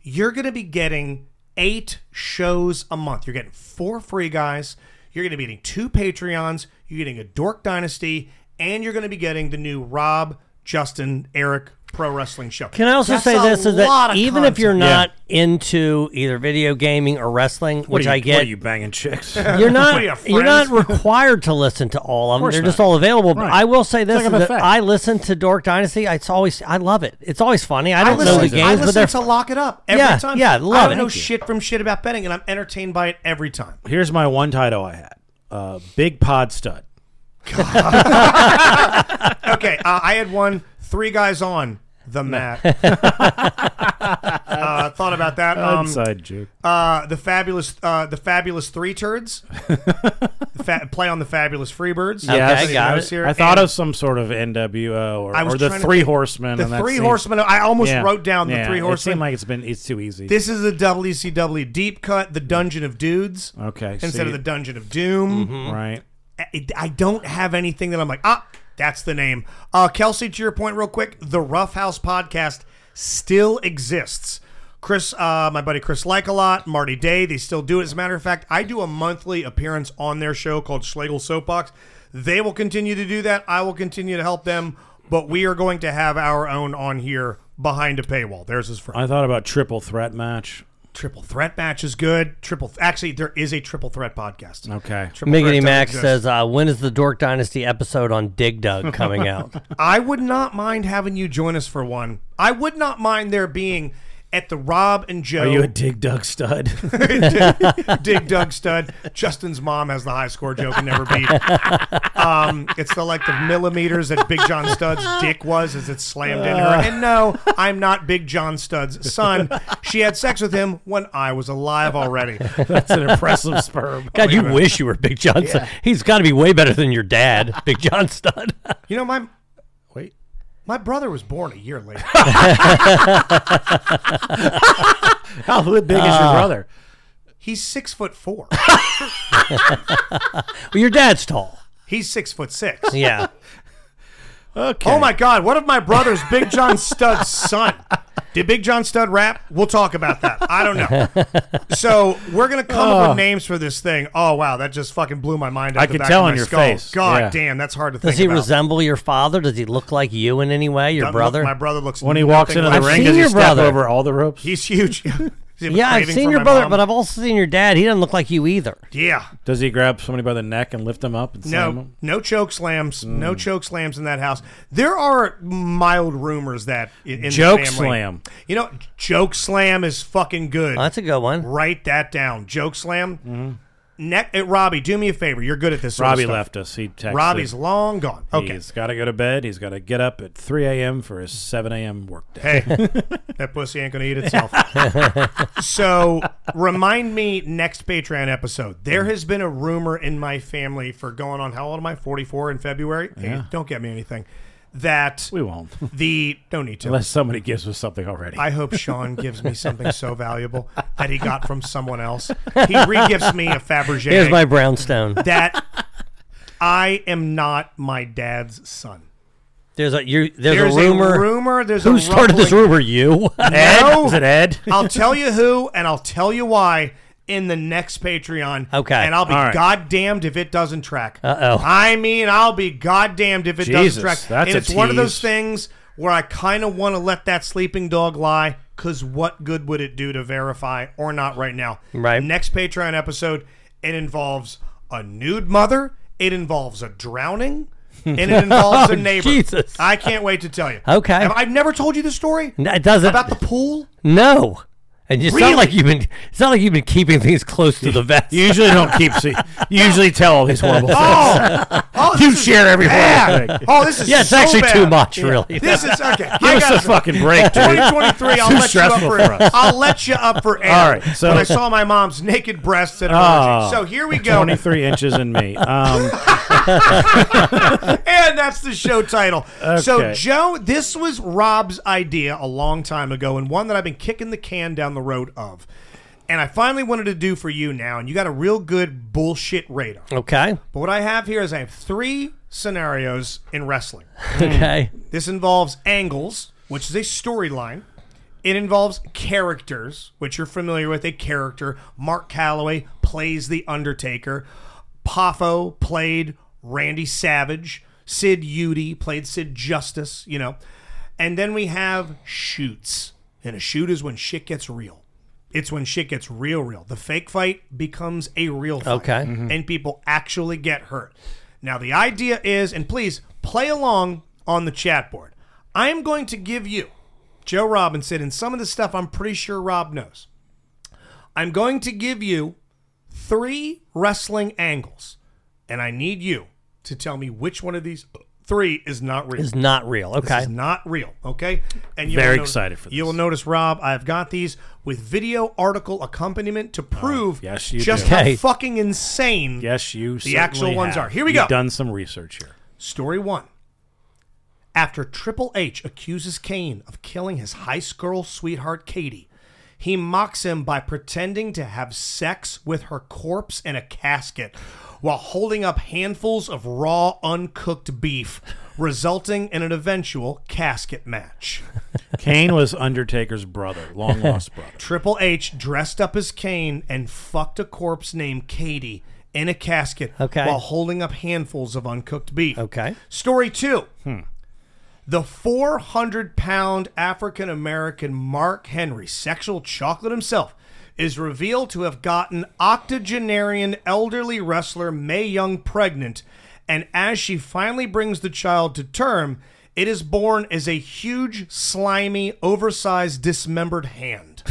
S10: you're going to be getting eight shows a month. You're getting four free guys. You're going to be getting two Patreons. You're getting a Dork Dynasty, and you're going to be getting the new Rob, Justin, Eric pro wrestling show.
S12: Can I also
S10: That's
S12: say
S10: a
S12: this is
S10: lot
S12: that
S10: of
S12: even if
S10: content.
S12: you're not into either video gaming or wrestling,
S9: What
S12: which
S9: are
S12: I
S9: you,
S12: get,
S9: What are you banging chicks?
S12: You're not.
S9: What are
S12: you, are not
S9: friends?
S12: required to listen to all of them.
S9: course
S12: They're just
S9: not.
S12: all available. But
S9: Right.
S12: I will say
S9: It's
S12: this:
S9: like a
S12: is that
S9: buffet.
S12: I listen to Dork Dynasty. It's always I love it. It's always funny. I don't
S10: I
S12: know
S10: listen,
S12: the games,
S10: I
S12: but they're
S10: listen to lock it up every
S12: Yeah,
S10: time.
S12: yeah,
S10: I
S12: love
S10: don't
S12: it.
S10: know
S12: Thank you.
S10: shit from shit about betting, and I'm entertained by it every time.
S9: Here's my one title I had: uh, Big Pod Stud.
S10: okay, uh, I had one. Three guys on the mat. uh, thought about that. Um,
S9: Inside joke.
S10: uh, the fabulous, uh, the fabulous three turds. The fa- play on the fabulous freebirds.
S9: Yes.
S10: Everybody knows here.
S9: I thought
S10: And
S9: of some sort of NWO or,
S10: I was
S9: or the
S10: trying to
S9: Three
S10: think-
S9: Horsemen.
S10: the
S9: and that
S10: Three
S9: seemed-
S10: Horsemen. I almost
S9: Yeah.
S10: wrote down the
S9: Yeah,
S10: Three
S9: It seemed
S10: Horsemen.
S9: like it's been it's too easy.
S10: This is the WCW deep cut, the Dungeon of Dudes,
S9: okay. Mm-hmm.
S10: instead
S9: see,
S10: of the Dungeon of Doom.
S9: right.
S10: I- I don't have anything that I'm like, ah, that's the name. Uh, Kelsey, to your point, real quick, the Rough House podcast still exists. Chris, uh, my buddy Chris Like a lot, Marty Day, they still do it. As a matter of fact, I do a monthly appearance on their show called Schlegel Soapbox. They will continue to do that. I will continue to help them, but we are going to have our own on here behind a paywall. There's his friend.
S9: I thought about triple threat match.
S10: Triple threat match is good. Triple, actually, there is a triple threat podcast.
S9: Okay.
S10: Triple Threat
S12: Miggity
S10: does
S12: Max
S10: exist.
S12: says, uh, "When is the Dork Dynasty episode on Dig Dug coming out?"
S10: I would not mind having you join us for one. I would not mind there being at the Rob and Joe
S9: Are you a dig dug stud?
S10: Dig Dug stud. Justin's mom has the high score Joe can never beat. um, it's the like the millimeters that Big John Stud's dick was as it slammed in her. And no, I'm not Big John Stud's son. She had sex with him when I was alive already.
S9: That's an impressive sperm.
S12: God, you wish you were Big John. Stud. He's got to be way better than your dad, Big John Stud.
S10: You know my
S9: Wait.
S10: my brother was born a year later.
S9: How big is your brother?
S10: He's six foot four.
S12: well, your dad's tall.
S10: He's six foot six.
S12: Yeah.
S9: Okay.
S10: Oh my God! What if my brother's Big John Stud's son? Did Big John Stud rap? We'll talk about that. I don't know. So we're gonna come up with names for this thing. Oh wow, that just fucking blew my mind. Out
S9: I
S10: the
S9: could
S10: back
S9: tell
S10: of
S9: on
S10: my
S9: your
S10: skull.
S9: face.
S10: God
S9: Yeah.
S10: damn, that's hard to think.
S12: Does he
S10: about.
S12: resemble your father? Does he look like you in any way? Your
S10: Doesn't look-
S12: brother?
S10: My brother looks
S9: When he walks
S10: nothing
S9: into the
S10: like
S12: I've
S9: ring,
S12: seen
S9: does he
S12: your
S9: step
S12: brother.
S9: over all the ropes?
S10: He's huge. yeah,
S12: yeah, I've seen your brother, but I've also seen your dad. He doesn't look like you either.
S10: yeah.
S9: Does he grab somebody by the neck and lift them up? And slam
S10: No,
S9: them?
S10: no choke slams,
S9: Hmm.
S10: no choke slams in that house. There are mild rumors that i- in the
S9: Joke
S10: family-
S9: slam.
S10: You know, joke slam is fucking good.
S12: Oh, that's a good one.
S10: Write that down. Joke slam. Neck, eh, Robbie, do me a favor. You're good at this. Sort
S9: Mm-hmm. Robbie
S10: of stuff.
S9: left us. He texted.
S10: Robbie's long gone. Okay.
S9: He's got to go to bed. He's got to get up at 3 a.m. for his 7 a.m. work day.
S10: Hey, that pussy ain't gonna eat itself. so remind me next Patreon episode.
S9: Mm.
S10: There has been a rumor in my family for going on how old am I? Forty four in February. Hey, don't get me anything. That
S9: We won't.
S10: the no need to.
S9: Unless somebody gives us something already.
S10: I hope Sean gives me something so valuable that he got from someone else. He regifts me a Fabergé
S12: Here's my brownstone.
S10: that I am not my dad's son.
S12: There's a you. There's,
S10: There's
S12: a
S10: a
S12: rumor.
S10: rumor, there's a
S12: who started this
S10: rumbling.
S12: rumor? You.
S10: No.
S12: Is it Ed?
S10: I'll tell you who and I'll tell you why in the next Patreon.
S12: Okay.
S10: And I'll be
S12: All right.
S10: goddamned if it doesn't track.
S12: Uh-oh.
S10: I mean, I'll be goddamned if it
S9: Jesus,
S10: doesn't track.
S9: that's
S10: and
S9: a
S10: it's one of those
S9: tease.
S10: things where I kind of want to let that sleeping dog lie because what good would it do to verify or not right now?
S12: Right.
S10: Next Patreon episode, it involves a nude mother, it involves a drowning. And it involves
S12: Oh,
S10: a neighbor.
S12: Jesus.
S10: I can't wait to tell you.
S12: Okay.
S10: Have- I've never told you the story.
S12: No, it doesn't.
S10: About the pool?
S12: No. And you sound
S10: Really?
S12: like you've been. It's not like you've been keeping things close to the vest.
S9: You usually don't keep. See, you usually tell all these horrible things.
S10: Oh, oh
S9: you
S10: this is
S9: share every horrible
S10: bad.
S9: thing.
S10: Oh, this is
S12: Yeah, it's
S10: so
S12: actually
S10: bad.
S12: too much, really.
S10: This is okay.
S9: Give
S10: I
S9: us
S10: gotta
S9: a
S10: say,
S9: fucking break, dude.
S10: 2023. I'll
S9: Too
S10: let you up
S9: stressful
S10: for,
S9: for us.
S10: I'll let you up for air.
S9: All right, so-
S10: when I saw my mom's naked breasts at an
S9: Oh,
S10: orgy. So here we go.
S9: 23 inches in me. Um,
S10: and that's the show title. So,
S9: Okay.
S10: Joe, this was Rob's idea a long time ago and one that I've been kicking the can down the road of. And I finally wanted to do for you now, and you got a real good bullshit radar.
S12: Okay.
S10: But what I have here is I have three scenarios in wrestling.
S12: Okay.
S10: This involves angles, which is a storyline. It involves characters, which you're familiar with. A character, Mark Calloway plays The Undertaker. Poffo played Randy Savage. Sid Udy played Sid Justice, you know. And then we have shoots. And a shoot is when shit gets real. It's when shit gets real, real. The fake fight becomes a real fight.
S12: Okay. Mhm.
S10: Mm-hmm. And people actually get hurt. Now, the idea is, and please play along on the chat board. I am going to give you, Joe Robinson, and some of the stuff I'm pretty sure Rob knows. I'm going to give you three wrestling angles, and I need you to tell me which one of these three is not real.
S12: Is not real.
S10: This
S12: Okay.
S10: is not real. Okay. And
S9: Very
S10: will
S9: excited for this.
S10: You will notice, Rob, I've got these with video article accompaniment to prove
S9: Oh, yes, you
S10: just
S9: do.
S10: how
S9: Okay.
S10: fucking insane
S9: yes, you.
S10: the actual
S9: certainly
S10: ones
S9: have.
S10: are. Here we
S9: You've
S10: go.
S9: Done some research here.
S10: Story one. After Triple H accuses Kane of killing his high school sweetheart Katie, he mocks him by pretending to have sex with her corpse in a casket while holding up handfuls of raw, uncooked beef, resulting in an eventual casket match.
S9: Kane was Undertaker's brother, long lost brother.
S10: Triple H dressed up as Kane and fucked a corpse named Katie in a casket
S12: Okay.
S10: while holding up handfuls of uncooked beef.
S12: Okay.
S10: Story two. The 400 pound African American Mark Henry, sexual chocolate himself, is revealed to have gotten octogenarian elderly wrestler May Young pregnant. And as she finally brings the child to term, it is born as a huge, slimy, oversized, dismembered hand.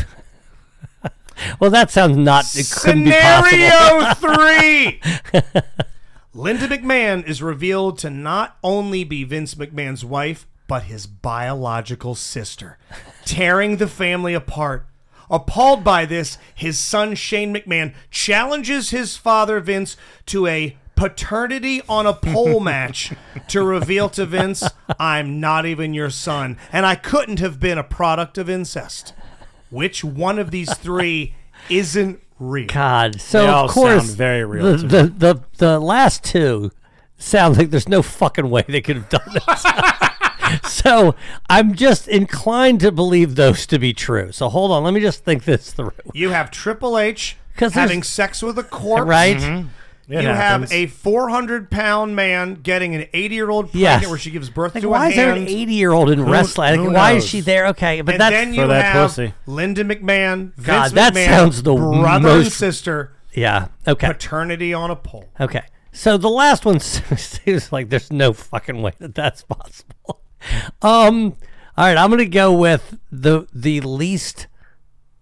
S12: Well, that sounds not. It couldn't be possible.
S10: Scenario three. Linda McMahon is revealed to not only be Vince McMahon's wife, but his biological sister, tearing the family apart. Appalled by this, his son Shane McMahon challenges his father Vince to a paternity on a pole match to reveal to Vince, I'm not even your son, and I couldn't have been a product of incest. Which one of these three isn't real?
S12: God. So
S9: They
S12: of
S9: all
S12: course,
S9: sound very
S12: The,
S9: real to
S12: the, the the last two sound like there's no fucking way they could have done it. so I'm just inclined to believe those to be true. So hold on, let me just think this through.
S10: You have Triple H
S12: 'Cause there's-
S10: having sex with a corpse. Mm-hmm.
S12: Right? Mhm.
S10: You
S12: It
S10: have
S12: happens.
S10: a 400 pound man getting an 80 year old pregnant
S12: Yes.
S10: where she gives birth
S12: Like,
S10: to
S12: why
S10: a
S12: is there an
S10: hand.
S12: 80 year old in
S9: Who-
S12: wrestling? Like,
S9: who
S12: why is
S9: knows?
S12: she there? Okay, but
S10: and
S12: that's
S10: then you
S9: For that
S10: have
S9: pussy.
S10: Linda McMahon, Vince
S12: God, that
S10: McMahon,
S12: sounds the
S10: brother and
S12: most-
S10: sister,
S12: yeah. Okay.
S10: paternity on a pole.
S12: Okay. So the last one seems like there's no fucking way that that's possible. Um. All right, I'm gonna go with the the least.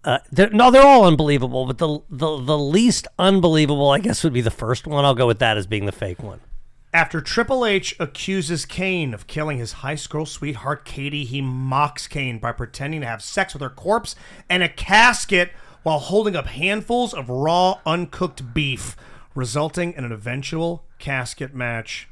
S12: Uh, they're, no, they're all unbelievable, but the, the the least unbelievable, I guess, would be the first one. I'll go with that as being the fake one.
S10: After Triple H accuses Kane of killing his high school sweetheart Katie, he mocks Kane by pretending to have sex with her corpse and a casket while holding up handfuls of raw, uncooked beef, resulting in an eventual casket match.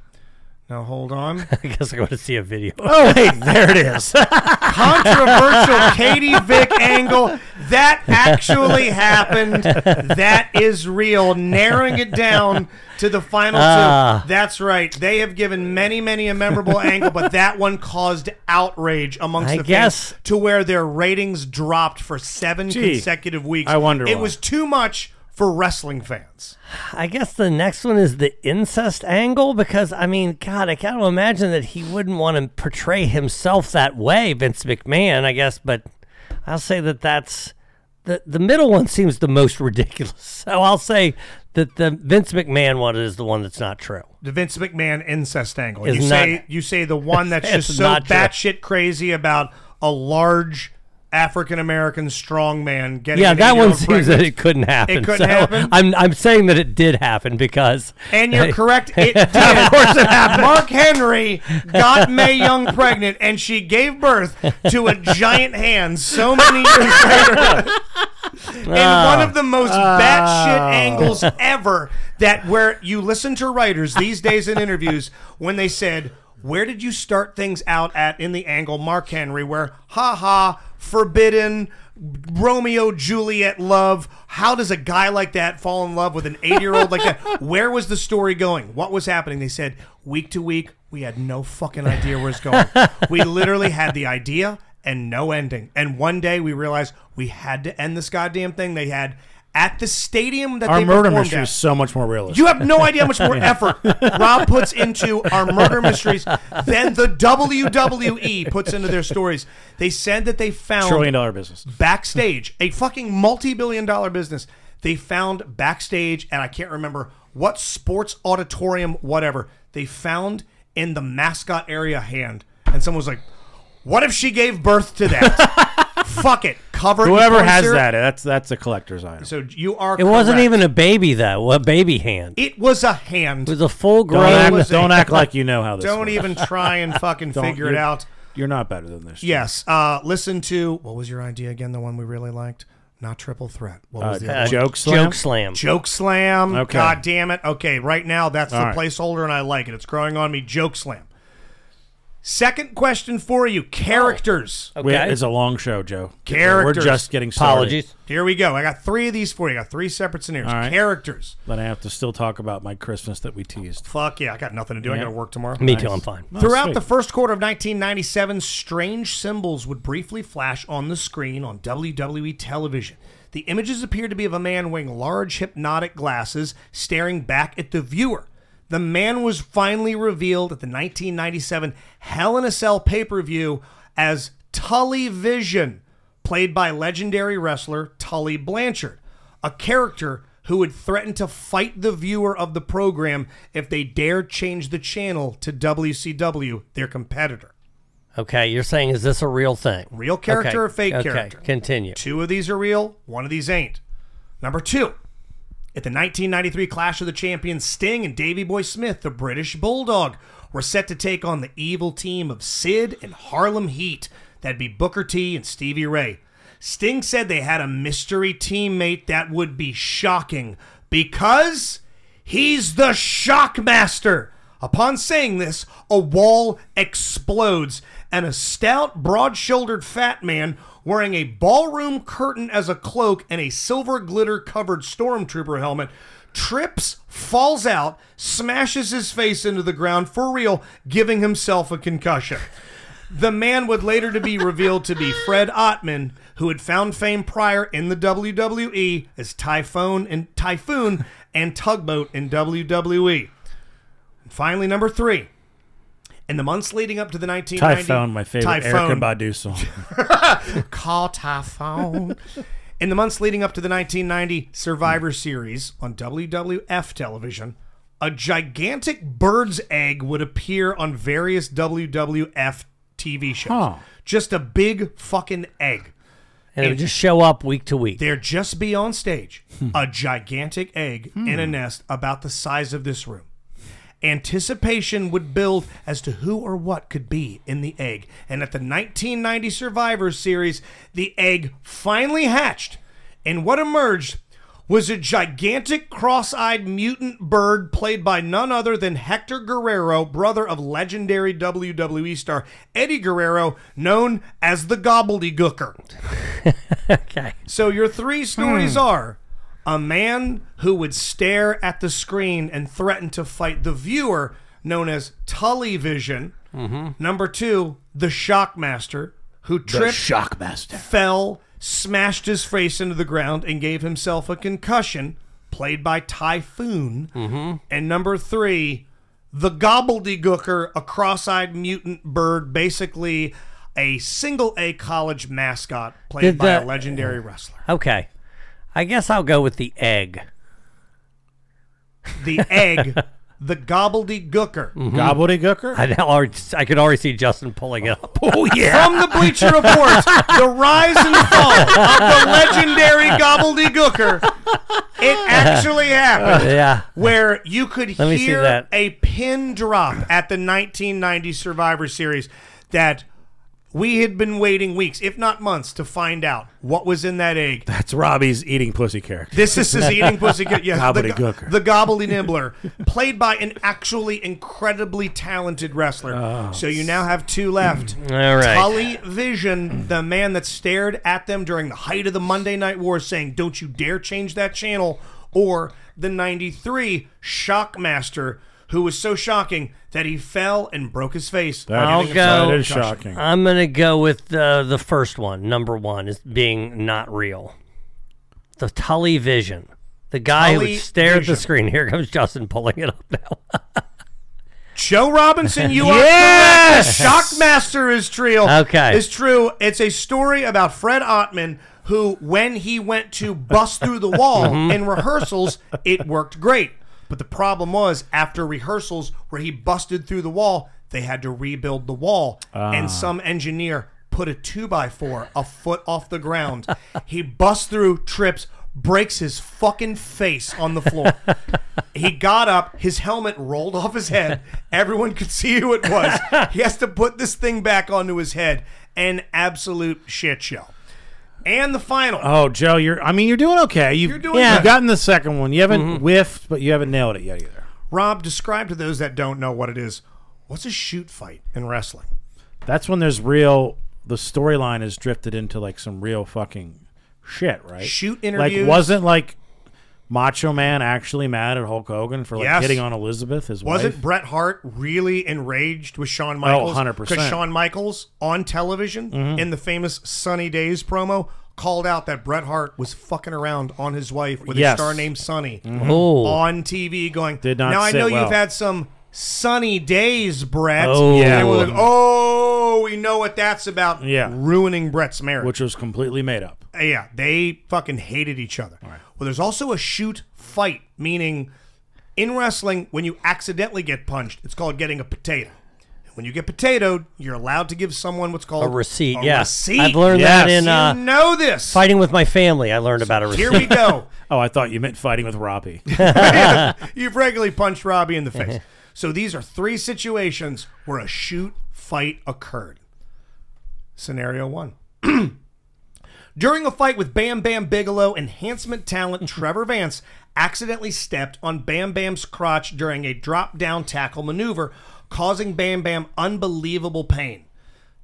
S10: Now hold on.
S12: I guess I want to see a video.
S9: Oh wait, there it is.
S10: controversial Katie Vick angle. That actually happened. That is real. Narrowing it down to the final
S12: Ah.
S10: two. That's right. They have given many, many a memorable angle, but that one caused outrage amongst
S12: I
S10: the
S12: guess.
S10: fans to where their ratings dropped for seven
S9: Gee,
S10: consecutive weeks.
S9: I wonder
S10: It
S9: why.
S10: was too much for wrestling fans.
S12: I guess the next one is the incest angle because I mean, God, I can't imagine that he wouldn't want to portray himself that way, Vince McMahon. I guess, but I'll say that that's the the middle one seems the most ridiculous. So I'll say that the Vince McMahon one is the one that's not true.
S10: The Vince McMahon incest angle.
S12: Is
S10: you
S12: not-
S10: say you say the one that's
S12: It's
S10: just so
S12: not true.
S10: batshit crazy about a large African American strong man getting
S12: yeah,
S10: an
S12: that one
S10: eight-year-old
S12: seems that
S10: pregnant.
S12: it couldn't happen.
S10: It couldn't
S12: so
S10: happen.
S12: I'm I'm saying that it did happen because
S10: And you're correct. It did.
S12: of course it happened.
S10: Mark Henry got May Young pregnant, and she gave birth to a giant hand so many years later. In one of the most batshit angles ever, that where you listen to writers these days in interviews when they said, Where did you start things out at in the angle, Mark Henry, where ha ha, forbidden, Romeo Juliet love. How does a guy like that fall in love with an eight year old like that? Where was the story going? What was happening? They said week to week, we had no fucking idea where it's going. we literally had the idea and no ending. And one day we realized we had to end this goddamn thing. They had at the stadium that
S9: Our
S10: they
S9: murder
S10: performed
S9: mystery
S10: at.
S9: is so much more realistic.
S10: You have no idea how much more effort Rob puts into our murder mysteries than the WWE puts into their stories. They said that they found
S9: Trillion dollar business.
S10: backstage, a fucking multi billion dollar business. They found backstage, and I can't remember what sports auditorium, whatever. They found in the mascot area hand, and someone was like, "What if she gave birth to that? Fuck it, cover it." in
S9: Whoever
S10: corn
S9: has
S10: syrup."
S9: that, that's that's a collector's item.
S10: So you are.
S12: It wasn't
S10: correct.
S12: even a baby though. A baby hand.
S10: It was a hand.
S12: It was a full
S9: Don't
S12: grown.
S9: act, don't act like you know how this.
S10: Don't
S9: works.
S10: even try and fucking
S9: Don't-
S10: figure it
S9: you're-
S10: out.
S9: You're not better than this.
S10: Yes. Uh, listen to what was your idea again? The one we really liked. Not triple threat. What was
S9: Uh,
S10: the other one?
S9: joke slam?
S12: Joke slam.
S10: Joke slam.
S9: Okay.
S10: God damn it. Okay, right now that's
S9: All
S10: the
S9: right.
S10: placeholder, and I like it. It's growing on me. Joke slam. Second question for you: characters.
S12: Oh.
S9: We- it's a long show, Joe.
S10: Characters.
S9: We're just getting started.
S10: Here we go. I got three of these for you. I got three separate scenarios.
S9: All right.
S10: Characters.
S9: Then I have to still talk about my Christmas that we teased.
S10: Fuck yeah! I got nothing to do. I
S9: Yeah.
S10: got to work tomorrow.
S12: Me too. I'm fine.
S9: Oh,
S10: Throughout
S9: sweet.
S10: the first quarter of 1997, strange symbols would briefly flash on the screen on WWE television. The images appeared to be of a man wearing large hypnotic glasses staring back at the viewer. The man was finally revealed at the 1997 Hell in a Cell pay per view as Tully Vision, played by legendary wrestler Tully Blanchard, a character who would threaten to fight the viewer of the program if they dare change the channel to WCW, their competitor.
S12: Okay, you're saying is this a real thing?
S10: Real character
S12: Okay,
S10: or fake
S12: okay,
S10: character?
S12: Continue.
S10: Two of these are real, one of these ain't. Number two, at the 1993 Clash of the Champions, Sting and Davey Boy Smith, the British Bulldog, were set to take on the evil team of Sid and Harlem Heat. That'd be Booker T and Stevie Ray. Sting said they had a mystery teammate that would be shocking because he's the Shockmaster. Upon saying this, a wall explodes, and a stout, broad shouldered fat man wearing a ballroom curtain as a cloak and a silver glitter covered stormtrooper helmet trips, falls out, smashes his face into the ground for real, giving himself a concussion. The man would later to be revealed to be Fred Ottman, who had found fame prior in the WWE as Typhoon and Typhoon and Tugboat in WWE. And finally, number three. In the months leading up to the 1990
S9: Typhoon, my favorite Eric
S10: Typhoon.
S9: and Badu song.
S10: Call Typhoon. In the months leading up to the 1990 Survivor Series on WWF television, a gigantic bird's egg would appear on various WWF TV shows.
S12: Huh.
S10: Just a big fucking egg.
S12: And it would
S10: It-
S12: just show up week to week.
S10: There'd just be on stage a gigantic egg in a nest about the size of this room. Anticipation would build as to who or what could be in the egg. And at the 1990 Survivor Series, the egg finally hatched. And what emerged was a gigantic cross eyed mutant bird played by none other than Hector Guerrero, brother of legendary WWE star Eddie Guerrero, known as the Gobbledygooker.
S12: okay.
S10: So your three stories
S12: Hmm.
S10: are a man who would stare at the screen and threaten to fight the viewer, known as Tully Vision. Number two, the Shockmaster, who tripped,
S9: Shockmaster.
S10: fell, smashed his face into the ground, and gave himself a concussion, played by Typhoon. And number three, the gobbledygooker, a cross-eyed mutant bird, basically a single A college mascot played
S12: Did
S10: by
S12: the-
S10: a legendary wrestler.
S12: Okay. I guess I'll go with the egg.
S10: The egg, the gobbledygooker.
S12: Mm-hmm.
S9: Gobbledygooker?
S12: I, now already, I could already see Justin pulling it up.
S10: From the Bleacher Report, the rise and fall of the legendary gobbledygooker. It actually happened.
S12: Yeah.
S10: Where you could
S12: Let me see
S10: hear
S12: that.
S10: a pin drop at the 1990 Survivor Series that we had been waiting weeks, if not months, to find out what was in that egg.
S9: That's Robbie's eating pussy character.
S10: This is his eating pussy. Yeah, the, go-
S9: Gobbledygooker.
S10: the Gobbly Nibbler, played by an actually incredibly talented wrestler. So you now have two left.
S12: Oh. Mm, All right.
S10: Tully Vision, the man that stared at them during the height of the Monday Night War, saying, "Don't you dare change that channel," or the '93 Shockmaster, who was so shocking that he fell and broke his face.
S12: I'll
S10: giving himself
S12: go.
S10: a concussion.
S12: I'm gonna go with uh, the first one. Number one is being not real. The Tully Vision, the guy who
S10: Tully
S12: would stare at
S10: Vision.
S12: the screen. Here comes Justin pulling it up now.
S10: Joe Robinson, you
S12: Yes!
S10: are correct. The Shockmaster is true.
S12: Okay.
S10: It's true. It's a story about Fred Ottman, who, when he went to bust through the wall
S12: Mhm.
S10: in rehearsals, it worked great. But the problem was, after rehearsals where he busted through the wall, they had to rebuild the wall.
S9: Ah.
S10: And some engineer put a two by four a foot off the ground. he busts through, trips, breaks his fucking face on the floor. he got up, his helmet rolled off his head. Everyone could see who it was. he has to put this thing back onto his head. An absolute shit show. And the final.
S9: Oh, Joe, you're. I mean, you're doing okay. You've, you're
S10: doing Yeah.
S9: you've
S10: good.
S9: gotten the second one. You haven't
S12: Mm-hmm.
S9: whiffed, but you haven't nailed it yet either.
S10: Rob, describe to those that don't know what it is. What's a shoot fight in wrestling?
S9: That's when there's real. The storyline has drifted into like some real fucking shit, right?
S10: Shoot
S9: Like,
S10: interviews.
S9: wasn't like Macho Man actually mad at Hulk Hogan for like
S10: Yes.
S9: hitting on Elizabeth? His
S10: Wasn't
S9: wife?
S10: Bret Hart really enraged with Shawn
S9: Oh,
S10: Michaels?
S9: 100%.
S10: Because Shawn Michaels on television
S9: Mhm.
S10: in the famous Sunny Days promo called out that Bret Hart was fucking around on his wife with
S9: Yes.
S10: a star named Sunny
S9: Mhm. Oh.
S10: on TV going,
S9: Did not
S10: Now I
S9: sit
S10: know
S9: well."
S10: you've had some sunny days, Bret.
S9: Oh. Yeah.
S10: And we're like, oh, we know what that's about.
S9: Yeah.
S10: Ruining Bret's marriage.
S9: Which was completely made up.
S10: Yeah, they fucking hated each other. Well, there's also a shoot fight, meaning in wrestling, when you accidentally get punched, it's called getting a potato. And When you get potatoed, you're allowed to give someone what's called
S12: A receipt.
S10: a
S12: yeah.
S10: receipt.
S12: I've learned that in uh,
S10: you know this.
S12: fighting with my family. I learned about a receipt.
S10: Here we go.
S9: Oh, I thought you meant fighting with Robbie.
S10: You've regularly punched Robbie in the face. so these are three situations where a shoot fight occurred. Scenario one. During a fight with Bam Bam Bigelow, enhancement talent Trevor Vance accidentally stepped on Bam Bam's crotch during a drop down tackle maneuver, causing Bam Bam unbelievable pain.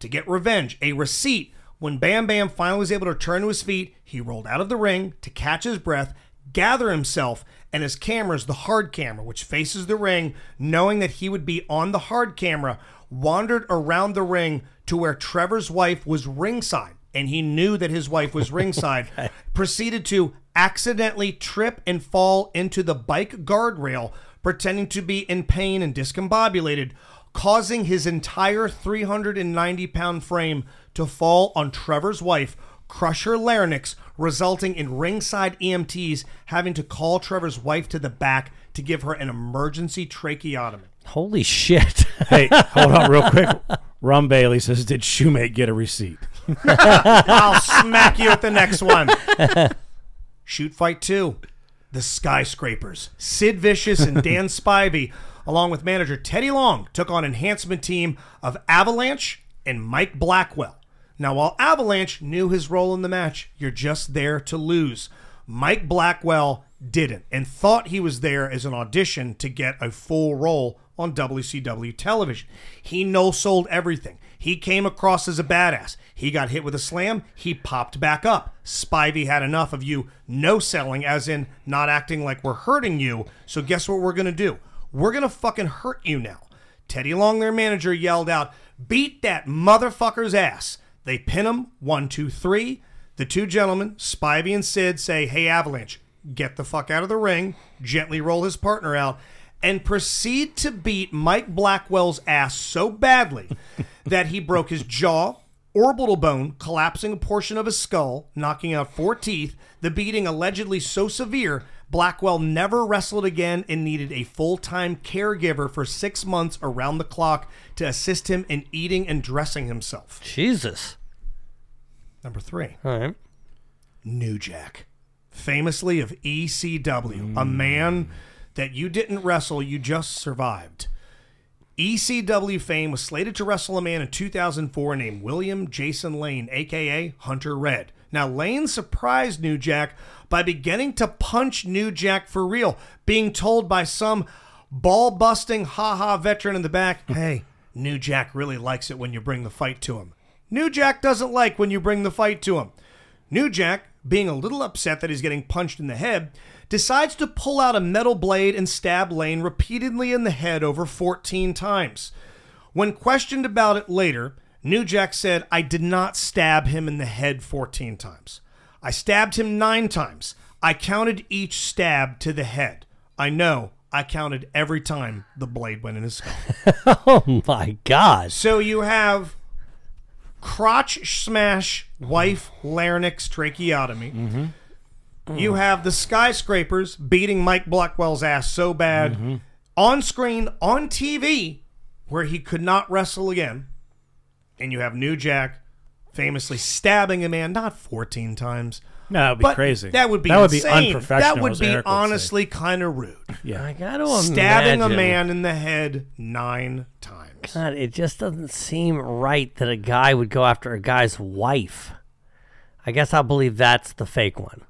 S10: To get revenge, a receipt, when Bam Bam finally was able to turn to his feet, he rolled out of the ring to catch his breath, gather himself, and his camera is the hard camera, which faces the ring, knowing that he would be on the hard camera, wandered around the ring to where Trevor's wife was ringside and he knew that his wife was ringside, proceeded to accidentally trip and fall into the bike guardrail, pretending to be in pain and discombobulated, causing his entire 390 pound frame to fall on Trevor's wife, crush her larynx, resulting in ringside EMTs having to call Trevor's wife to the back to give her an emergency tracheotomy.
S12: Holy shit.
S9: hey, hold on real quick. Rum Bailey says, Did Shoemate get a receipt?
S10: I'll smack you at the next one. Shoot Fight 2, The Skyscrapers. Sid Vicious and Dan Spivey, along with manager Teddy Long, took on enhancement team of Avalanche and Mike Blackwell. Now, while Avalanche knew his role in the match, you're just there to lose. Mike Blackwell didn't and thought he was there as an audition to get a full role on WCW television. He no sold everything. He came across as a badass. He got hit with a slam. He popped back up. Spivey had enough of you no selling, as in not acting like we're hurting you. So guess what we're going to do? We're going to fucking hurt you now. Teddy Long, their manager, yelled out, Beat that motherfucker's ass. They pin him, one, two, three. The two gentlemen, Spivey and Sid, say, Hey, Avalanche, get the fuck out of the ring, gently roll his partner out, and proceed to beat Mike Blackwell's ass so badly that he broke his jaw, orbital bone, collapsing a portion of his skull, knocking out four teeth. The beating allegedly so severe, Blackwell never wrestled again and needed a full time caregiver for six months around the clock to assist him in eating and dressing himself.
S12: Jesus.
S10: Number three.
S12: All right.
S10: New Jack, famously of ECW, a man that you didn't wrestle, you just survived. ECW E fame was slated to wrestle a man in 2004 named William Jason Lane, aka Hunter Red. Now, Lane surprised New Jack by beginning to punch New Jack for real, being told by some ball busting haha veteran in the back, hey, New Jack really likes it when you bring the fight to him. New Jack doesn't like when you bring the fight to him. New Jack, being a little upset that he's getting punched in the head, decides to pull out a metal blade and stab Lane repeatedly in the head over 14 times. When questioned about it later, New Jack said, I did not stab him in the head 14 times. I stabbed him nine times. I counted each stab to the head. I know I counted every time the blade went in his skull.
S12: oh my God.
S10: So you have crotch smash, wife, larynx, tracheotomy.
S9: Mm-hmm.
S10: You have the skyscrapers beating Mike Blackwell's ass so bad
S9: Mm-hmm.
S10: on screen, on TV, where he could not wrestle again. And you have New Jack famously stabbing a man, not 14 times.
S9: No, that would be
S10: but
S9: crazy.
S10: That would be
S9: That would be
S10: insane.
S9: unprofessional,
S10: That would
S9: as
S10: be
S9: Eric would say.
S10: honestly kind of rude.
S9: Yeah.
S12: I gotta
S10: Stabbing a
S12: imagine.
S10: man in the head nine times.
S12: God, it just doesn't seem right that a guy would go after a guy's wife. I guess I believe that's the fake one.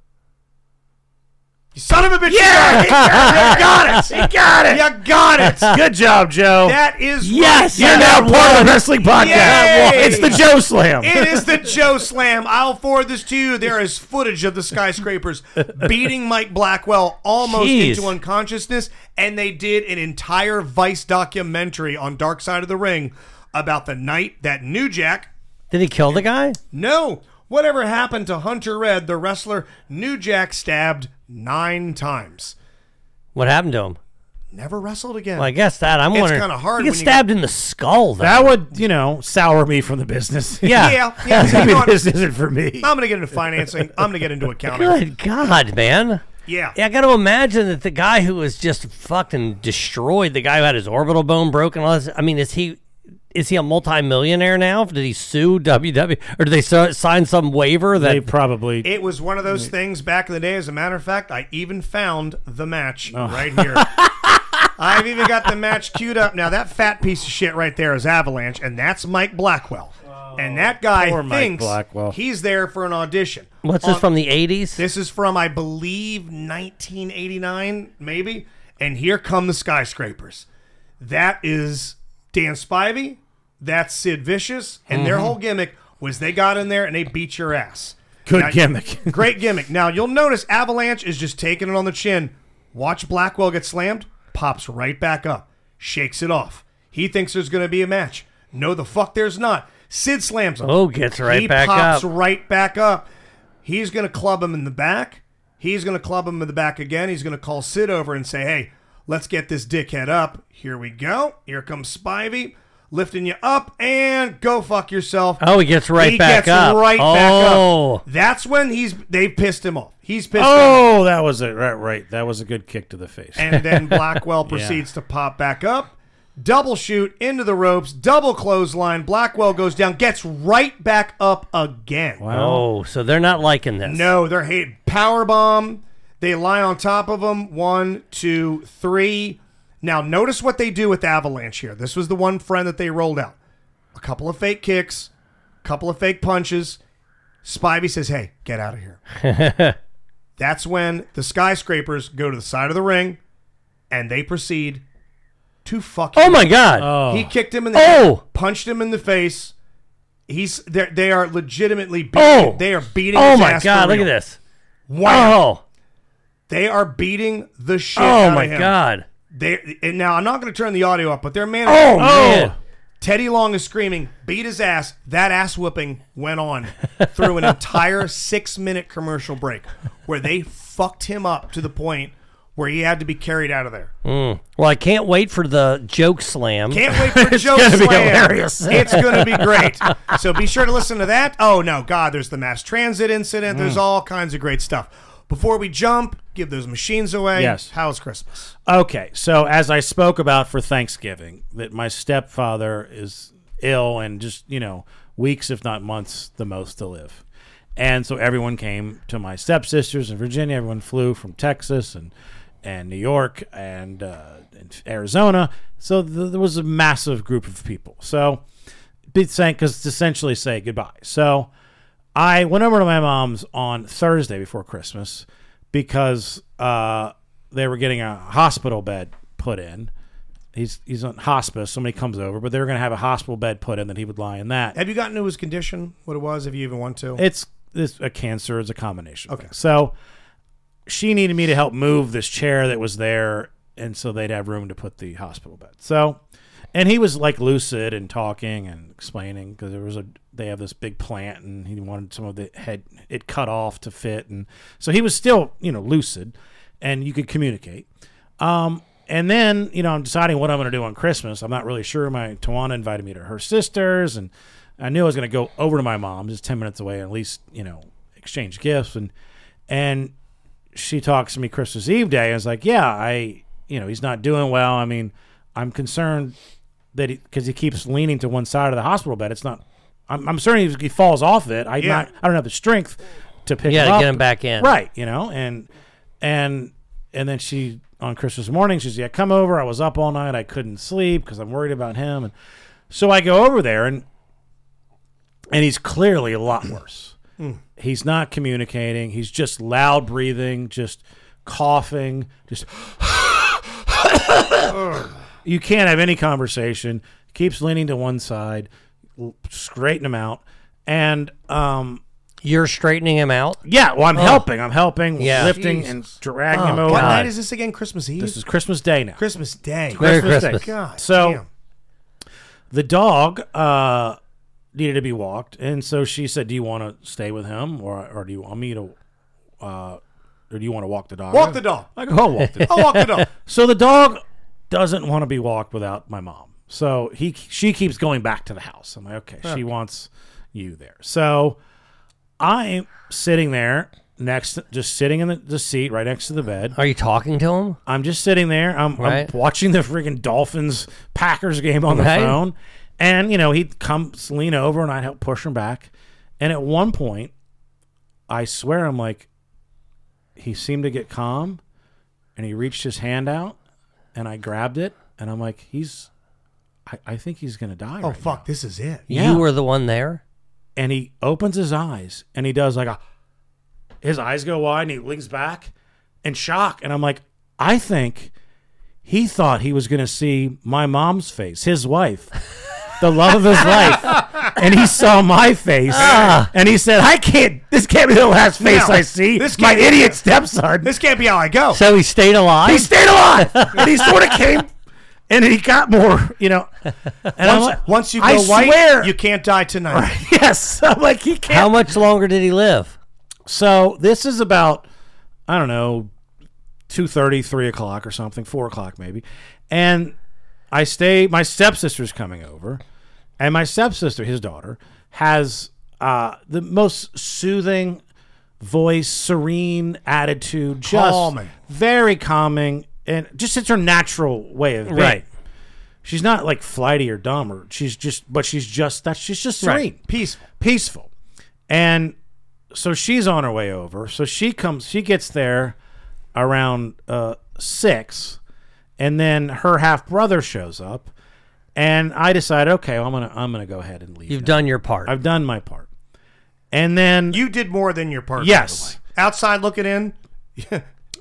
S10: You son of a bitch!
S5: Yeah,
S10: you got it!
S5: he got it.
S10: You got it!
S14: Good job, Joe.
S10: That is
S14: Yes,
S10: right.
S14: you're now part of the wrestling podcast.
S10: Yay!
S14: It's the Joe Slam.
S10: It is the Joe Slam. I'll forward this to you. There is footage of the skyscrapers beating Mike Blackwell almost
S12: Jeez.
S10: into unconsciousness, and they did an entire Vice documentary on Dark Side of the Ring about the night that New Jack
S12: Did he kill the guy?
S10: no. Whatever happened to Hunter Red, the wrestler New Jack stabbed nine times.
S12: What happened to him?
S10: Never wrestled again.
S12: Well, I guess that I'm
S10: It's
S12: wondering.
S10: kinda hard
S12: He
S10: when
S12: gets
S10: you-
S12: stabbed in the skull. Though.
S9: That would, you know, sour me from the business.
S12: Yeah.
S10: Yeah, yeah.
S9: Maybe
S10: You know what?
S9: this isn't for me.
S10: I'm gonna get into financing. I'm gonna get into accounting.
S12: Good God, man.
S10: Yeah.
S12: I got to imagine that the guy who was just fucking destroyed, the guy who had his orbital bone broken, all this, I mean, is he is he a multimillionaire now? Did he sue WW or did they so, sign some waiver that
S9: They probably
S10: It was one of those things back in the day. As a matter of fact, I even found the match
S9: Oh.
S10: right here. I've even got the match queued up. Now that fat piece of shit right there is Avalanche, and that's Mike Blackwell. and that guy
S9: Oh. poor Mike
S10: thinks
S9: Blackwell.
S10: he's there for an audition.
S12: What's this
S10: On-
S12: from the 80s?
S10: This is from I believe 1989, maybe. And here come the skyscrapers. That is Dan Spivey. That's Sid Vicious, and their
S9: Mm-hmm.
S10: whole gimmick was they got in there and they beat your ass.
S9: Good
S10: Now-
S9: gimmick.
S10: great gimmick. Now you'll notice Avalanche is just taking it on the chin. Watch Blackwell get slammed, pops right back up, shakes it off. He thinks there's going to be a match. No, the fuck, there's not. Sid slams him.
S12: Oh, gets right
S10: he
S12: back
S10: pops
S12: up.
S10: right back up. He's going to club him in the back. He's going to club him in the back again. He's going to call Sid over and say, hey, let's get this dickhead up. Here we go. Here comes Spivey lifting you up and go fuck yourself.
S12: Oh, he gets right
S10: He
S12: back
S10: gets
S12: up.
S10: right back
S12: Oh.
S10: up. That's when he's they pissed him off. He's pissed off.
S9: Oh, that was it. Right, right. That was a good kick to the face.
S10: And then Blackwell
S9: Yeah.
S10: proceeds to pop back up, double shoot into the ropes, double clothesline. Blackwell goes down, gets right back up again.
S12: Oh, so they're not liking this.
S10: No, they're hating power bomb. They lie on top of him. One, two, three. Now notice what they do with Avalanche here. This was the one friend that they rolled out. A couple of fake kicks, a couple of fake punches. Spivey says, "Hey, get out of here." That's when the skyscrapers go to the side of the ring, and they proceed to fucking.
S12: Oh my God. Oh.
S10: He kicked him in the.
S12: Oh.
S10: head, punched him in the face. He's they're- they are legitimately beating. Oh. They are beating.
S12: Oh
S10: his
S12: my
S10: ass for
S12: God! Look at
S10: real.
S12: this.
S10: Wow. They are beating the shit.
S12: Oh,
S10: out of
S12: my
S10: him.
S12: God.
S10: They and now I'm not going to turn the audio up, but their manager.
S12: Oh, man.
S10: Teddy Long is screaming, beat his ass. That ass whooping went on through an entire six minute commercial break where they fucked him up to the point where he had to be carried out of there.
S12: Mm. Well, I can't wait for the joke slam.
S10: Can't wait for
S12: it's
S10: Joe
S12: gonna be
S10: Slam.
S12: hilarious.
S10: It's going to be great. So be sure to listen to that. Oh, no, God, there's the mass transit incident. There's
S9: Mm.
S10: all kinds of great stuff. Before we jump, give those machines away.
S9: Yes.
S10: How's Christmas?
S9: Okay, so as I spoke about for Thanksgiving, that my stepfather is ill and just, you know, weeks, if not months, the most to live. And so everyone came to my stepsisters in Virginia. Everyone flew from Texas and, and New York and, uh, and Arizona. So th- there was a massive group of people. So, big saying, because essentially say goodbye. So, I went over to my mom's on Thursday before Christmas because uh, they were getting a hospital bed put in. He's he's on hospice. Somebody comes over, but they were going to have a hospital bed put in that he would lie in that.
S10: Have you gotten to his condition? What it was? If you even want to?
S9: It's it's a cancer. It's a combination. Okay. So she needed me to help move this chair that was there, and so they'd have room to put the hospital bed. So, and he was like lucid and talking and explaining because there was a they have this big plant and he wanted some of the head it cut off to fit, and so he was still you know lucid, and you could communicate. Um, and then you know I'm deciding what I'm going to do on Christmas. I'm not really sure. My Tawana invited me to her sister's, and I knew I was going to go over to my mom's, just ten minutes away, and at least you know exchange gifts. And and she talks to me Christmas Eve day. I was like, yeah, I you know he's not doing well. I mean, I'm concerned that because he, keeps leaning to one side of the hospital bed. It's not. I'm, I'm certain he, he falls off it. I
S12: Yeah.
S9: not. I don't have the strength to pick.
S12: Yeah,
S9: him
S12: to
S9: up.
S12: get him back in.
S9: Right. You know, and and and then she on Christmas morning she's yeah come over. I was up all night. I couldn't sleep because I'm worried about him. And so I go over there and and he's clearly a lot worse.
S14: Mm.
S9: He's not communicating. He's just loud breathing, just coughing, just you can't have any conversation. Keeps leaning to one side, l- straighten him out, and um,
S12: you're straightening him out.
S9: Yeah, well, I'm
S12: Ugh.
S9: helping. I'm helping,
S12: Yeah.
S9: lifting
S12: Jesus.
S9: and dragging him
S12: Oh,
S9: over.
S10: What night is this again? Christmas Eve?
S9: This is Christmas Day now.
S10: Christmas Day.
S9: Christmas Day.
S10: God
S9: so
S10: damn.
S9: the dog uh, needed to be walked, and so she said, "Do you want to stay with him, or or do you want me to, uh, or do you want to walk the dog?
S10: Walk the dog.
S9: I go, I'll walk the dog.
S10: I'll walk the dog.
S9: So the dog doesn't want to be walked without my mom. So he she keeps going back to the house. I'm like, okay,
S14: Okay.
S9: she wants you there. So I'm sitting there next, just sitting in the, the seat right next to the bed.
S12: Are you talking to him?
S9: I'm just sitting there. I'm,
S12: Right.
S9: I'm watching the freaking Dolphins Packers game on the
S12: Right.
S9: phone, and you know he'd come lean over and I'd help push him back. And at one point, I swear I'm like, he seemed to get calm, and he reached his hand out, and I grabbed it, and I'm like, he's, I, I think he's gonna die.
S10: Oh
S9: right
S10: fuck, this is it.
S9: Yeah.
S12: You were the one there.
S9: and he opens his eyes and he does like a his eyes go wide and he leans back in shock and i'm like i think he thought he was going to see my mom's face his wife the love of his life and he saw my face and he said i can't this can't be the last face
S10: Ah. No,
S9: i see
S10: this
S9: my
S10: can't be-
S9: idiot stepson
S10: This can't be how I go.
S12: So he stayed alive.
S9: he stayed alive and he sort of came and he got more you know and I'm
S10: once,
S9: like-
S10: once you go
S9: I
S10: white,
S9: swear-
S10: you can't die tonight.
S9: yes i'm like he can't
S12: How much longer did he live?
S9: So this is about I don't know two thirty, three o'clock or something, four o'clock maybe, and I stay. My stepsister's coming over, and my stepsister, his daughter, has uh, the most soothing voice, serene attitude, just
S10: Calming.
S9: very calming, and just it's her natural way of being.
S10: Right.
S9: She's not like flighty or dumb, or she's just, but she's just that she's just serene,
S10: Right. Peaceful.
S9: peaceful. And so she's on her way over. So she comes, she gets there around uh, six, and then her half brother shows up, and I decide, okay, well, I'm gonna I'm gonna go ahead and leave.
S12: You've done your part.
S9: I've done my part, and then
S10: You did more than your part. by the
S9: Yes.
S10: way. Outside looking in,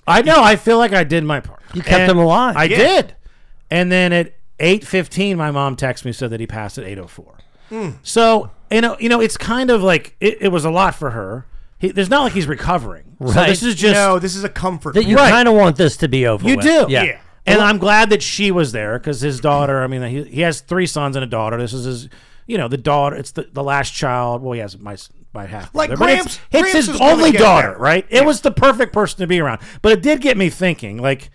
S9: I know. I feel like I did my part.
S12: You kept
S9: And
S12: him alive.
S9: I
S12: Yeah.
S9: did. And then at eight fifteen, my mom texted me said that he passed at eight oh four.
S10: Mm.
S9: So you know, you know, it's kind of like it, it was a lot for her. He, there's not like he's recovering. So this is just
S10: no. This is a comfort.
S12: That you
S9: Right.
S12: kind of want this to be over.
S9: you
S12: with.
S9: do.
S12: Yeah.
S9: And I'm glad that she was there because his daughter. I mean, he, he has three sons and a daughter. This is his, you know, the daughter. It's the, the last child. Well, he has my s- my half
S10: Like
S9: brother, but
S10: Gramps-
S9: It's, it's
S10: Gramps
S9: his
S10: is gonna
S9: only
S10: get
S9: daughter,
S10: there.
S9: right? It was the perfect person to be around. But it did get me thinking. Like,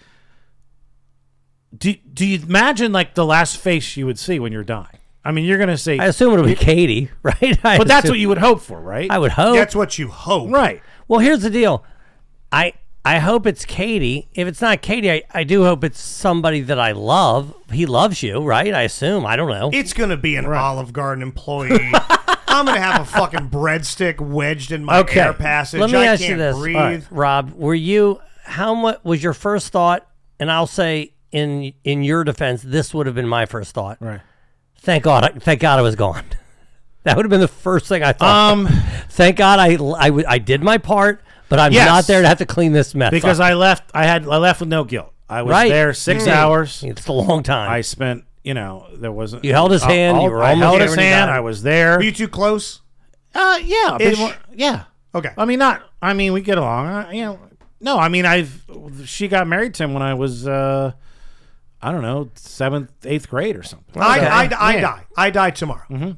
S9: do do you imagine like the last face you would see when you're dying? I mean, you're gonna say.
S12: I assume it'll be Katie, right? I
S9: but that's
S12: assume-
S9: what you would hope for, right?
S12: I would hope.
S10: That's what you hope.
S9: Right.
S12: Well, here's the deal. I I hope it's Katie. If it's not Katie, I, I do hope it's somebody that I love. He loves you, right? I assume. I don't know.
S10: It's gonna be an Olive Garden employee. I'm gonna have a fucking breadstick wedged in my air passage.
S12: Let me
S10: I
S12: ask
S10: can't
S12: you this,
S10: breathe.
S12: All right, Rob. Were you how much was your first thought? And I'll say in in your defense, this would have been my first thought.
S9: Right.
S12: Thank God. Thank God I was gone. That would have been the first thing I thought. Um. Thank God I I, w- I did my part, but I'm
S9: Yes.
S12: not there to have to clean this mess.
S9: because
S12: up.
S9: I left. I had I left with no guilt. I was
S12: Right.
S9: there six
S10: Mm-hmm.
S12: Mm.
S9: hours.
S12: It's a long time.
S9: I spent. You know, there wasn't.
S12: You held his
S9: I'll-
S12: hand,
S9: I'll-
S12: you were
S9: I
S12: almost
S9: held
S12: there
S9: his
S12: when he
S9: hand.
S12: died.
S9: I was there.
S10: Were you too close?
S9: Uh, yeah, a bit
S10: Ish.
S9: more- yeah.
S10: Okay.
S9: I mean, not. I mean, we get along. I, you know, no. I mean, I've. She got married to him when I was. uh I don't know, seventh, eighth grade or something.
S10: I,
S9: So,
S10: I, I
S9: yeah.
S10: die. I die tomorrow.
S12: Mm-hmm.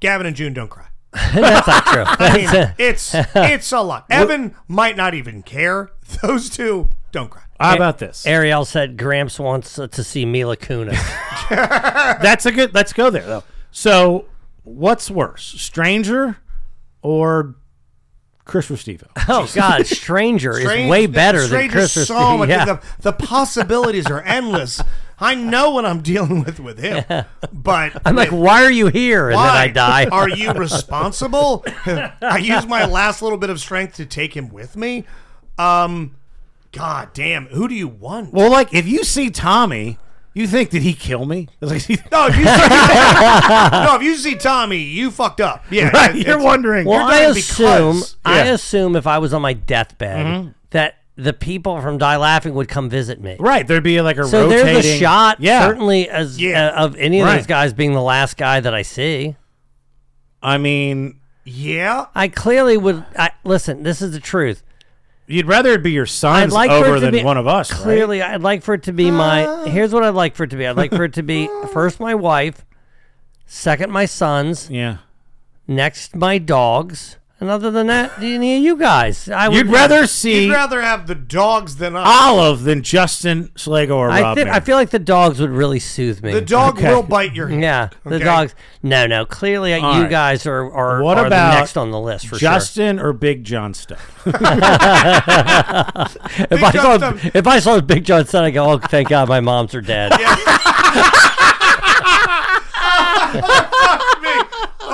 S10: Gavin and June don't cry.
S12: That's not true.
S10: I mean,
S12: That's-
S10: it's it's a lot. Evan might not even care. Those two don't cry.
S9: How about this?
S12: Ariel said Gramps wants uh, to see Mila Kunis.
S9: That's a good. Let's go there though. So, what's worse, stranger or Chris Restivo?
S12: oh God, Stranger is way better than
S10: Stranger's
S12: Christmas.
S10: So much.
S12: yeah.
S10: The, the possibilities are endless. I know what I'm dealing with with him, but
S12: I'm like, why are you here? And then I
S10: why
S12: die.
S10: Are you responsible? I use my last little bit of strength to take him with me. Um, God damn, who do you want?
S9: Well, like if you see Tommy, you think did he kill me? It's like, he-
S10: No, if you see, no, if you see Tommy, you fucked up. Yeah,
S9: Right,
S10: it-
S9: you're
S10: it's-
S9: wondering.
S12: Well,
S10: you're
S12: I
S10: done
S12: assume
S10: because-
S12: I
S10: Yeah.
S12: assume if I was on my deathbed
S9: Mhm.
S12: that the people from Die Laughing would come visit me.
S9: right? There'd be like a
S12: So
S9: rotating.
S12: they're the shot,
S9: Yeah.
S12: certainly as
S10: Yeah.
S12: uh, of any of
S9: Right.
S12: these guys being the last guy that I see.
S9: I mean,
S10: Yeah,
S12: I clearly would. I, listen, this is the truth.
S9: you'd rather it be your
S12: I'd
S9: sons
S12: like for
S9: over
S12: it to
S9: than
S12: be
S9: one of us. right? Ah.
S12: Clearly, I'd like for it to be my. Here's what I'd like for it to be. I'd like for it to be first my wife, second my sons,
S9: Yeah.
S12: next my dogs, and other than that, any of you guys. I would
S9: You'd rather see
S10: You'd rather have the dogs than us.
S9: Olive than Justin Slago or
S12: I
S9: Rob.
S12: think I
S9: Mayer.
S12: feel like the dogs would really soothe me.
S10: The dog
S9: Okay.
S10: will bite your hand.
S12: Yeah, the
S10: Okay.
S12: dogs. No, no. Clearly, uh,
S9: All
S12: you
S9: right.
S12: guys are are,
S9: What
S12: are
S9: about
S12: the next on the list for
S9: Justin or Big John stuff?
S12: sure. If I
S10: John
S12: saw
S10: Stubbs-
S12: if I saw Big John said, I go, oh, thank God, my moms are dead.
S10: Me.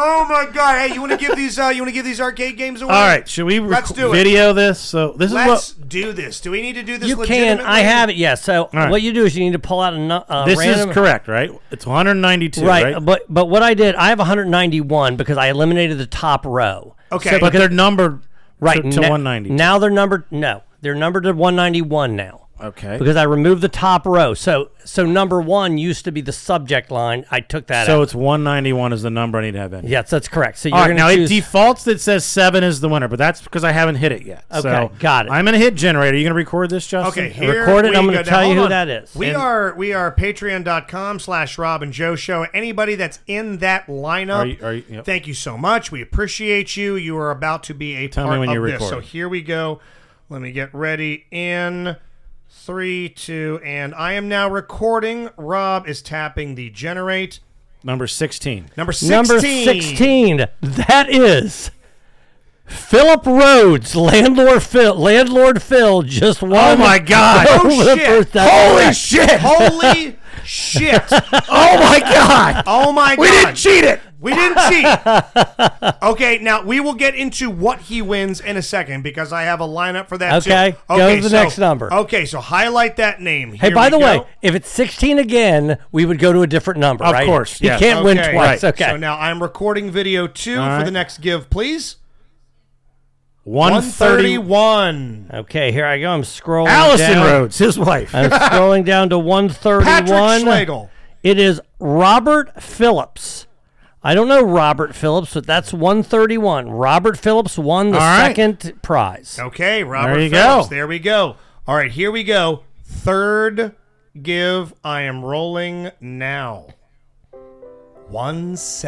S10: Oh my god! Hey, you want to give these? Uh, you want to give these arcade games away?
S9: All right, should we rec-
S10: Let's do it.
S9: video this? So this
S10: Let's
S9: is
S10: do this. Do we need to do this?
S12: You can. I
S10: legitimately?
S12: have it. Yeah. So
S9: right.
S12: what you do is you need to pull out a, nu- a
S10: uh,
S9: what this
S12: random,
S9: is correct, right? It's 192,
S12: Right,
S9: right?
S12: But but what I did, I have 191 because I eliminated the top row.
S10: Okay.
S9: but they're numbered
S12: Right
S9: to, to
S12: na-
S9: 190.
S12: Now they're numbered. No, they're numbered to 191 now.
S9: okay.
S12: Because I removed the top row, so so number one used to be the subject line. I took that
S9: So
S12: out.
S9: it's 191 is the number I need to have in.
S12: Yes, that's correct. So you're
S9: All right,
S12: going
S9: now
S12: to choose.
S9: it defaults that says seven is the winner, but that's because I haven't hit it yet.
S12: Okay,
S9: So
S12: got it.
S9: I'm gonna hit generator. You gonna record this, Justin?
S10: Okay, here
S12: record it,
S10: we
S12: I'm gonna
S10: go. Now,
S12: tell you
S10: hold
S12: who
S10: on.
S12: that is.
S10: We
S12: And-
S10: are we are patreon.com slash Rob and Joe Show. Anybody that's in that lineup,
S9: Are you- are you- yep.
S10: thank you so much. We appreciate you. You are about to be a
S9: Tell me
S10: part
S9: when
S10: of
S9: you're
S10: this. So
S9: recording.
S10: here we go. Let me get ready in three, two, and I am now recording. Rob is tapping the generate.
S9: Number 16.
S10: Number 16.
S12: Number 16. That is Philip Rhodes, landlord Phil. Landlord Phil just won.
S9: Oh my God.
S10: Oh,
S12: the
S10: shit.
S12: first- that's
S9: Holy
S12: correct.
S9: shit!
S10: Holy shit.
S9: Oh my god!
S10: Oh my god.
S9: We didn't cheat it.
S10: We didn't cheat. okay, now we will get into what he wins in a second because I have a lineup for that. too.
S12: Okay, go to the next number.
S10: Okay, so highlight that name.
S12: Hey,
S10: Here
S12: by
S10: we
S12: the way,
S10: go.
S12: if it's 16 again, we would go to a different number,
S9: Of
S12: right?
S9: course,
S12: You
S9: yes.
S12: can't win
S10: Okay,
S12: twice.
S10: right.
S12: Okay.
S10: So now I'm recording video two
S9: All
S10: for
S9: right.
S10: the next give, please. 131.
S12: Okay, here I go. I'm scrolling.
S14: Allison
S12: down.
S14: Rhodes, his wife.
S12: I'm scrolling down to 131.
S10: Patrick Schlegel.
S12: It is Robert Phillips. I don't know Robert Phillips, but that's 131. Robert Phillips won the
S10: All right.
S12: second prize.
S10: Okay, Robert
S12: There you
S10: Phillips.
S12: go.
S10: There we go. All right, here we go. Third give. I am rolling now.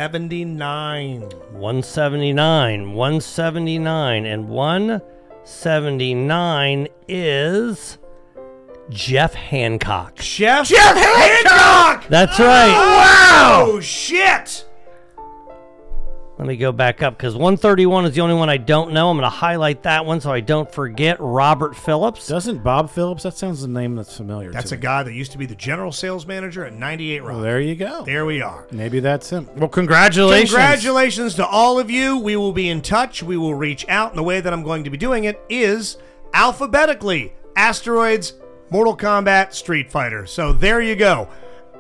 S10: 179.
S12: 179, 179, and 179 is Jeff Hancock.
S10: Jeff, Jeff Hancock!
S12: That's right.
S10: Oh, shit!
S12: Let me go back up because 131 is the only one I don't know. I'm going to highlight that one so I don't forget Robert Phillips.
S9: Doesn't Bob Phillips? That sounds the name that's familiar.
S10: That's
S9: to
S10: a
S9: me.
S10: guy that used to be the general sales manager at 98 Rock.
S9: Well, there you go.
S10: There we are.
S9: Maybe that's him. Well, congratulations.
S10: Congratulations to all of you. We will be in touch. We will reach out. And the way that I'm going to be doing it is alphabetically asteroids, Mortal Kombat, Street Fighter. So there you go.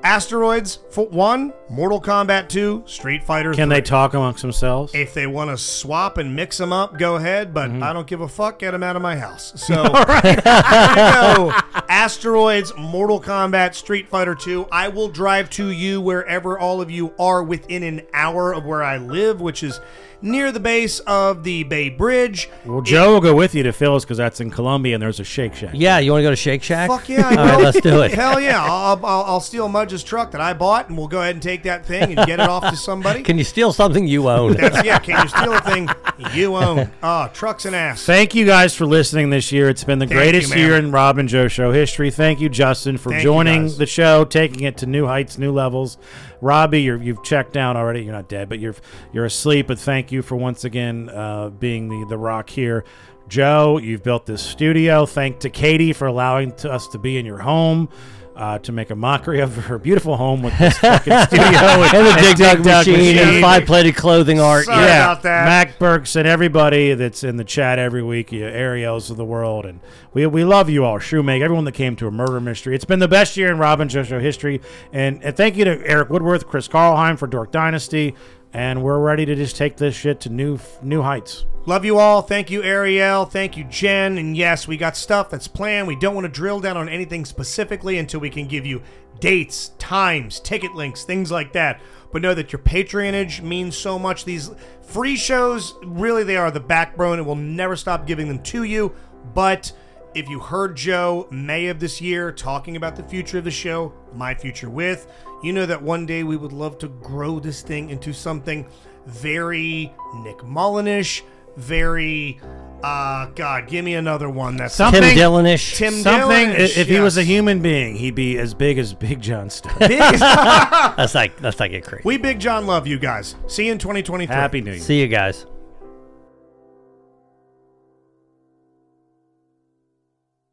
S10: Asteroids for one, Mortal Kombat 2, Street Fighter
S9: Can
S10: 3.
S9: they talk amongst themselves?
S10: If they want to swap and mix them up, go ahead. But
S12: Mm-hmm.
S10: I don't give a fuck. Get them out of my house. So
S9: All
S10: there you go. Asteroids, Mortal Kombat, Street Fighter 2. I will drive to you wherever all of you are within an hour of where I live, which is near the base of the Bay Bridge.
S9: Well, Joe will go with you to Phil's because that's in Columbia and there's a Shake Shack.
S12: Yeah, you want to go to Shake Shack?
S10: Fuck yeah! I
S12: All right,
S10: will.
S12: let's do it.
S10: Hell yeah! I'll, I'll, I'll steal Mudge's truck that I bought, and we'll go ahead and take that thing and get it off to somebody.
S12: Can you steal something you own?
S10: That's, yeah, can you steal a thing you own? Ah, trucks and ass.
S9: Thank you guys for listening this year. It's been the
S10: Thank
S9: greatest
S10: you, man.
S9: year in Rob and Joe show history. Thank you, Justin, for
S10: Thank you,
S9: joining
S10: guys.
S9: the show, taking it to new heights, new levels. Robbie, you're, you've checked out already. You're not dead, but you're you're asleep. But thank you for once again uh, being the the rock here. Joe, you've built this studio. Thank to Katie for allowing to us to be in your home. Uh, to make a mockery of her beautiful home with this fucking studio
S12: and the Dig Dug machine and
S9: machine.
S12: five plated clothing art.
S10: Sorry
S12: yeah.
S10: about that.
S9: Mac Burks and everybody that's in the chat every week, you Ariels of the world, and we, we love you all, Shoemaker, everyone that came to a murder mystery. It's been the best year in Robin Joe Show history, and, and thank you to Eric Woodworth, Chris Carlheim for Dork Dynasty, and we're ready to just take this shit to new new heights.
S10: Love you all. Thank you, Ariel. Thank you, Jen. And yes, we got stuff that's planned. We don't want to drill down on anything specifically until we can give you dates, times, ticket links, things like that. But know that your patronage means so much. These free shows, really, they are the backbone, and we'll never stop giving them to you. But if you heard Joe May of this year talking about the future of the show, my future with, you know that one day we would love to grow this thing into something very Nick Mullinish, very uh God, give me another one that's
S9: Something- Tim
S12: Dillon-ish.
S10: Tim
S9: Something, i-
S10: Dillon-ish,
S9: if he was a
S10: yes.
S9: human being, he'd be as big as Big John Stone.
S12: That's like that's like a crazy.
S10: we Big John love you guys. See you in 2023.
S9: Happy New Year.
S12: See you guys.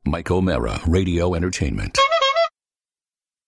S2: Mike O'Mara, Radio Entertainment.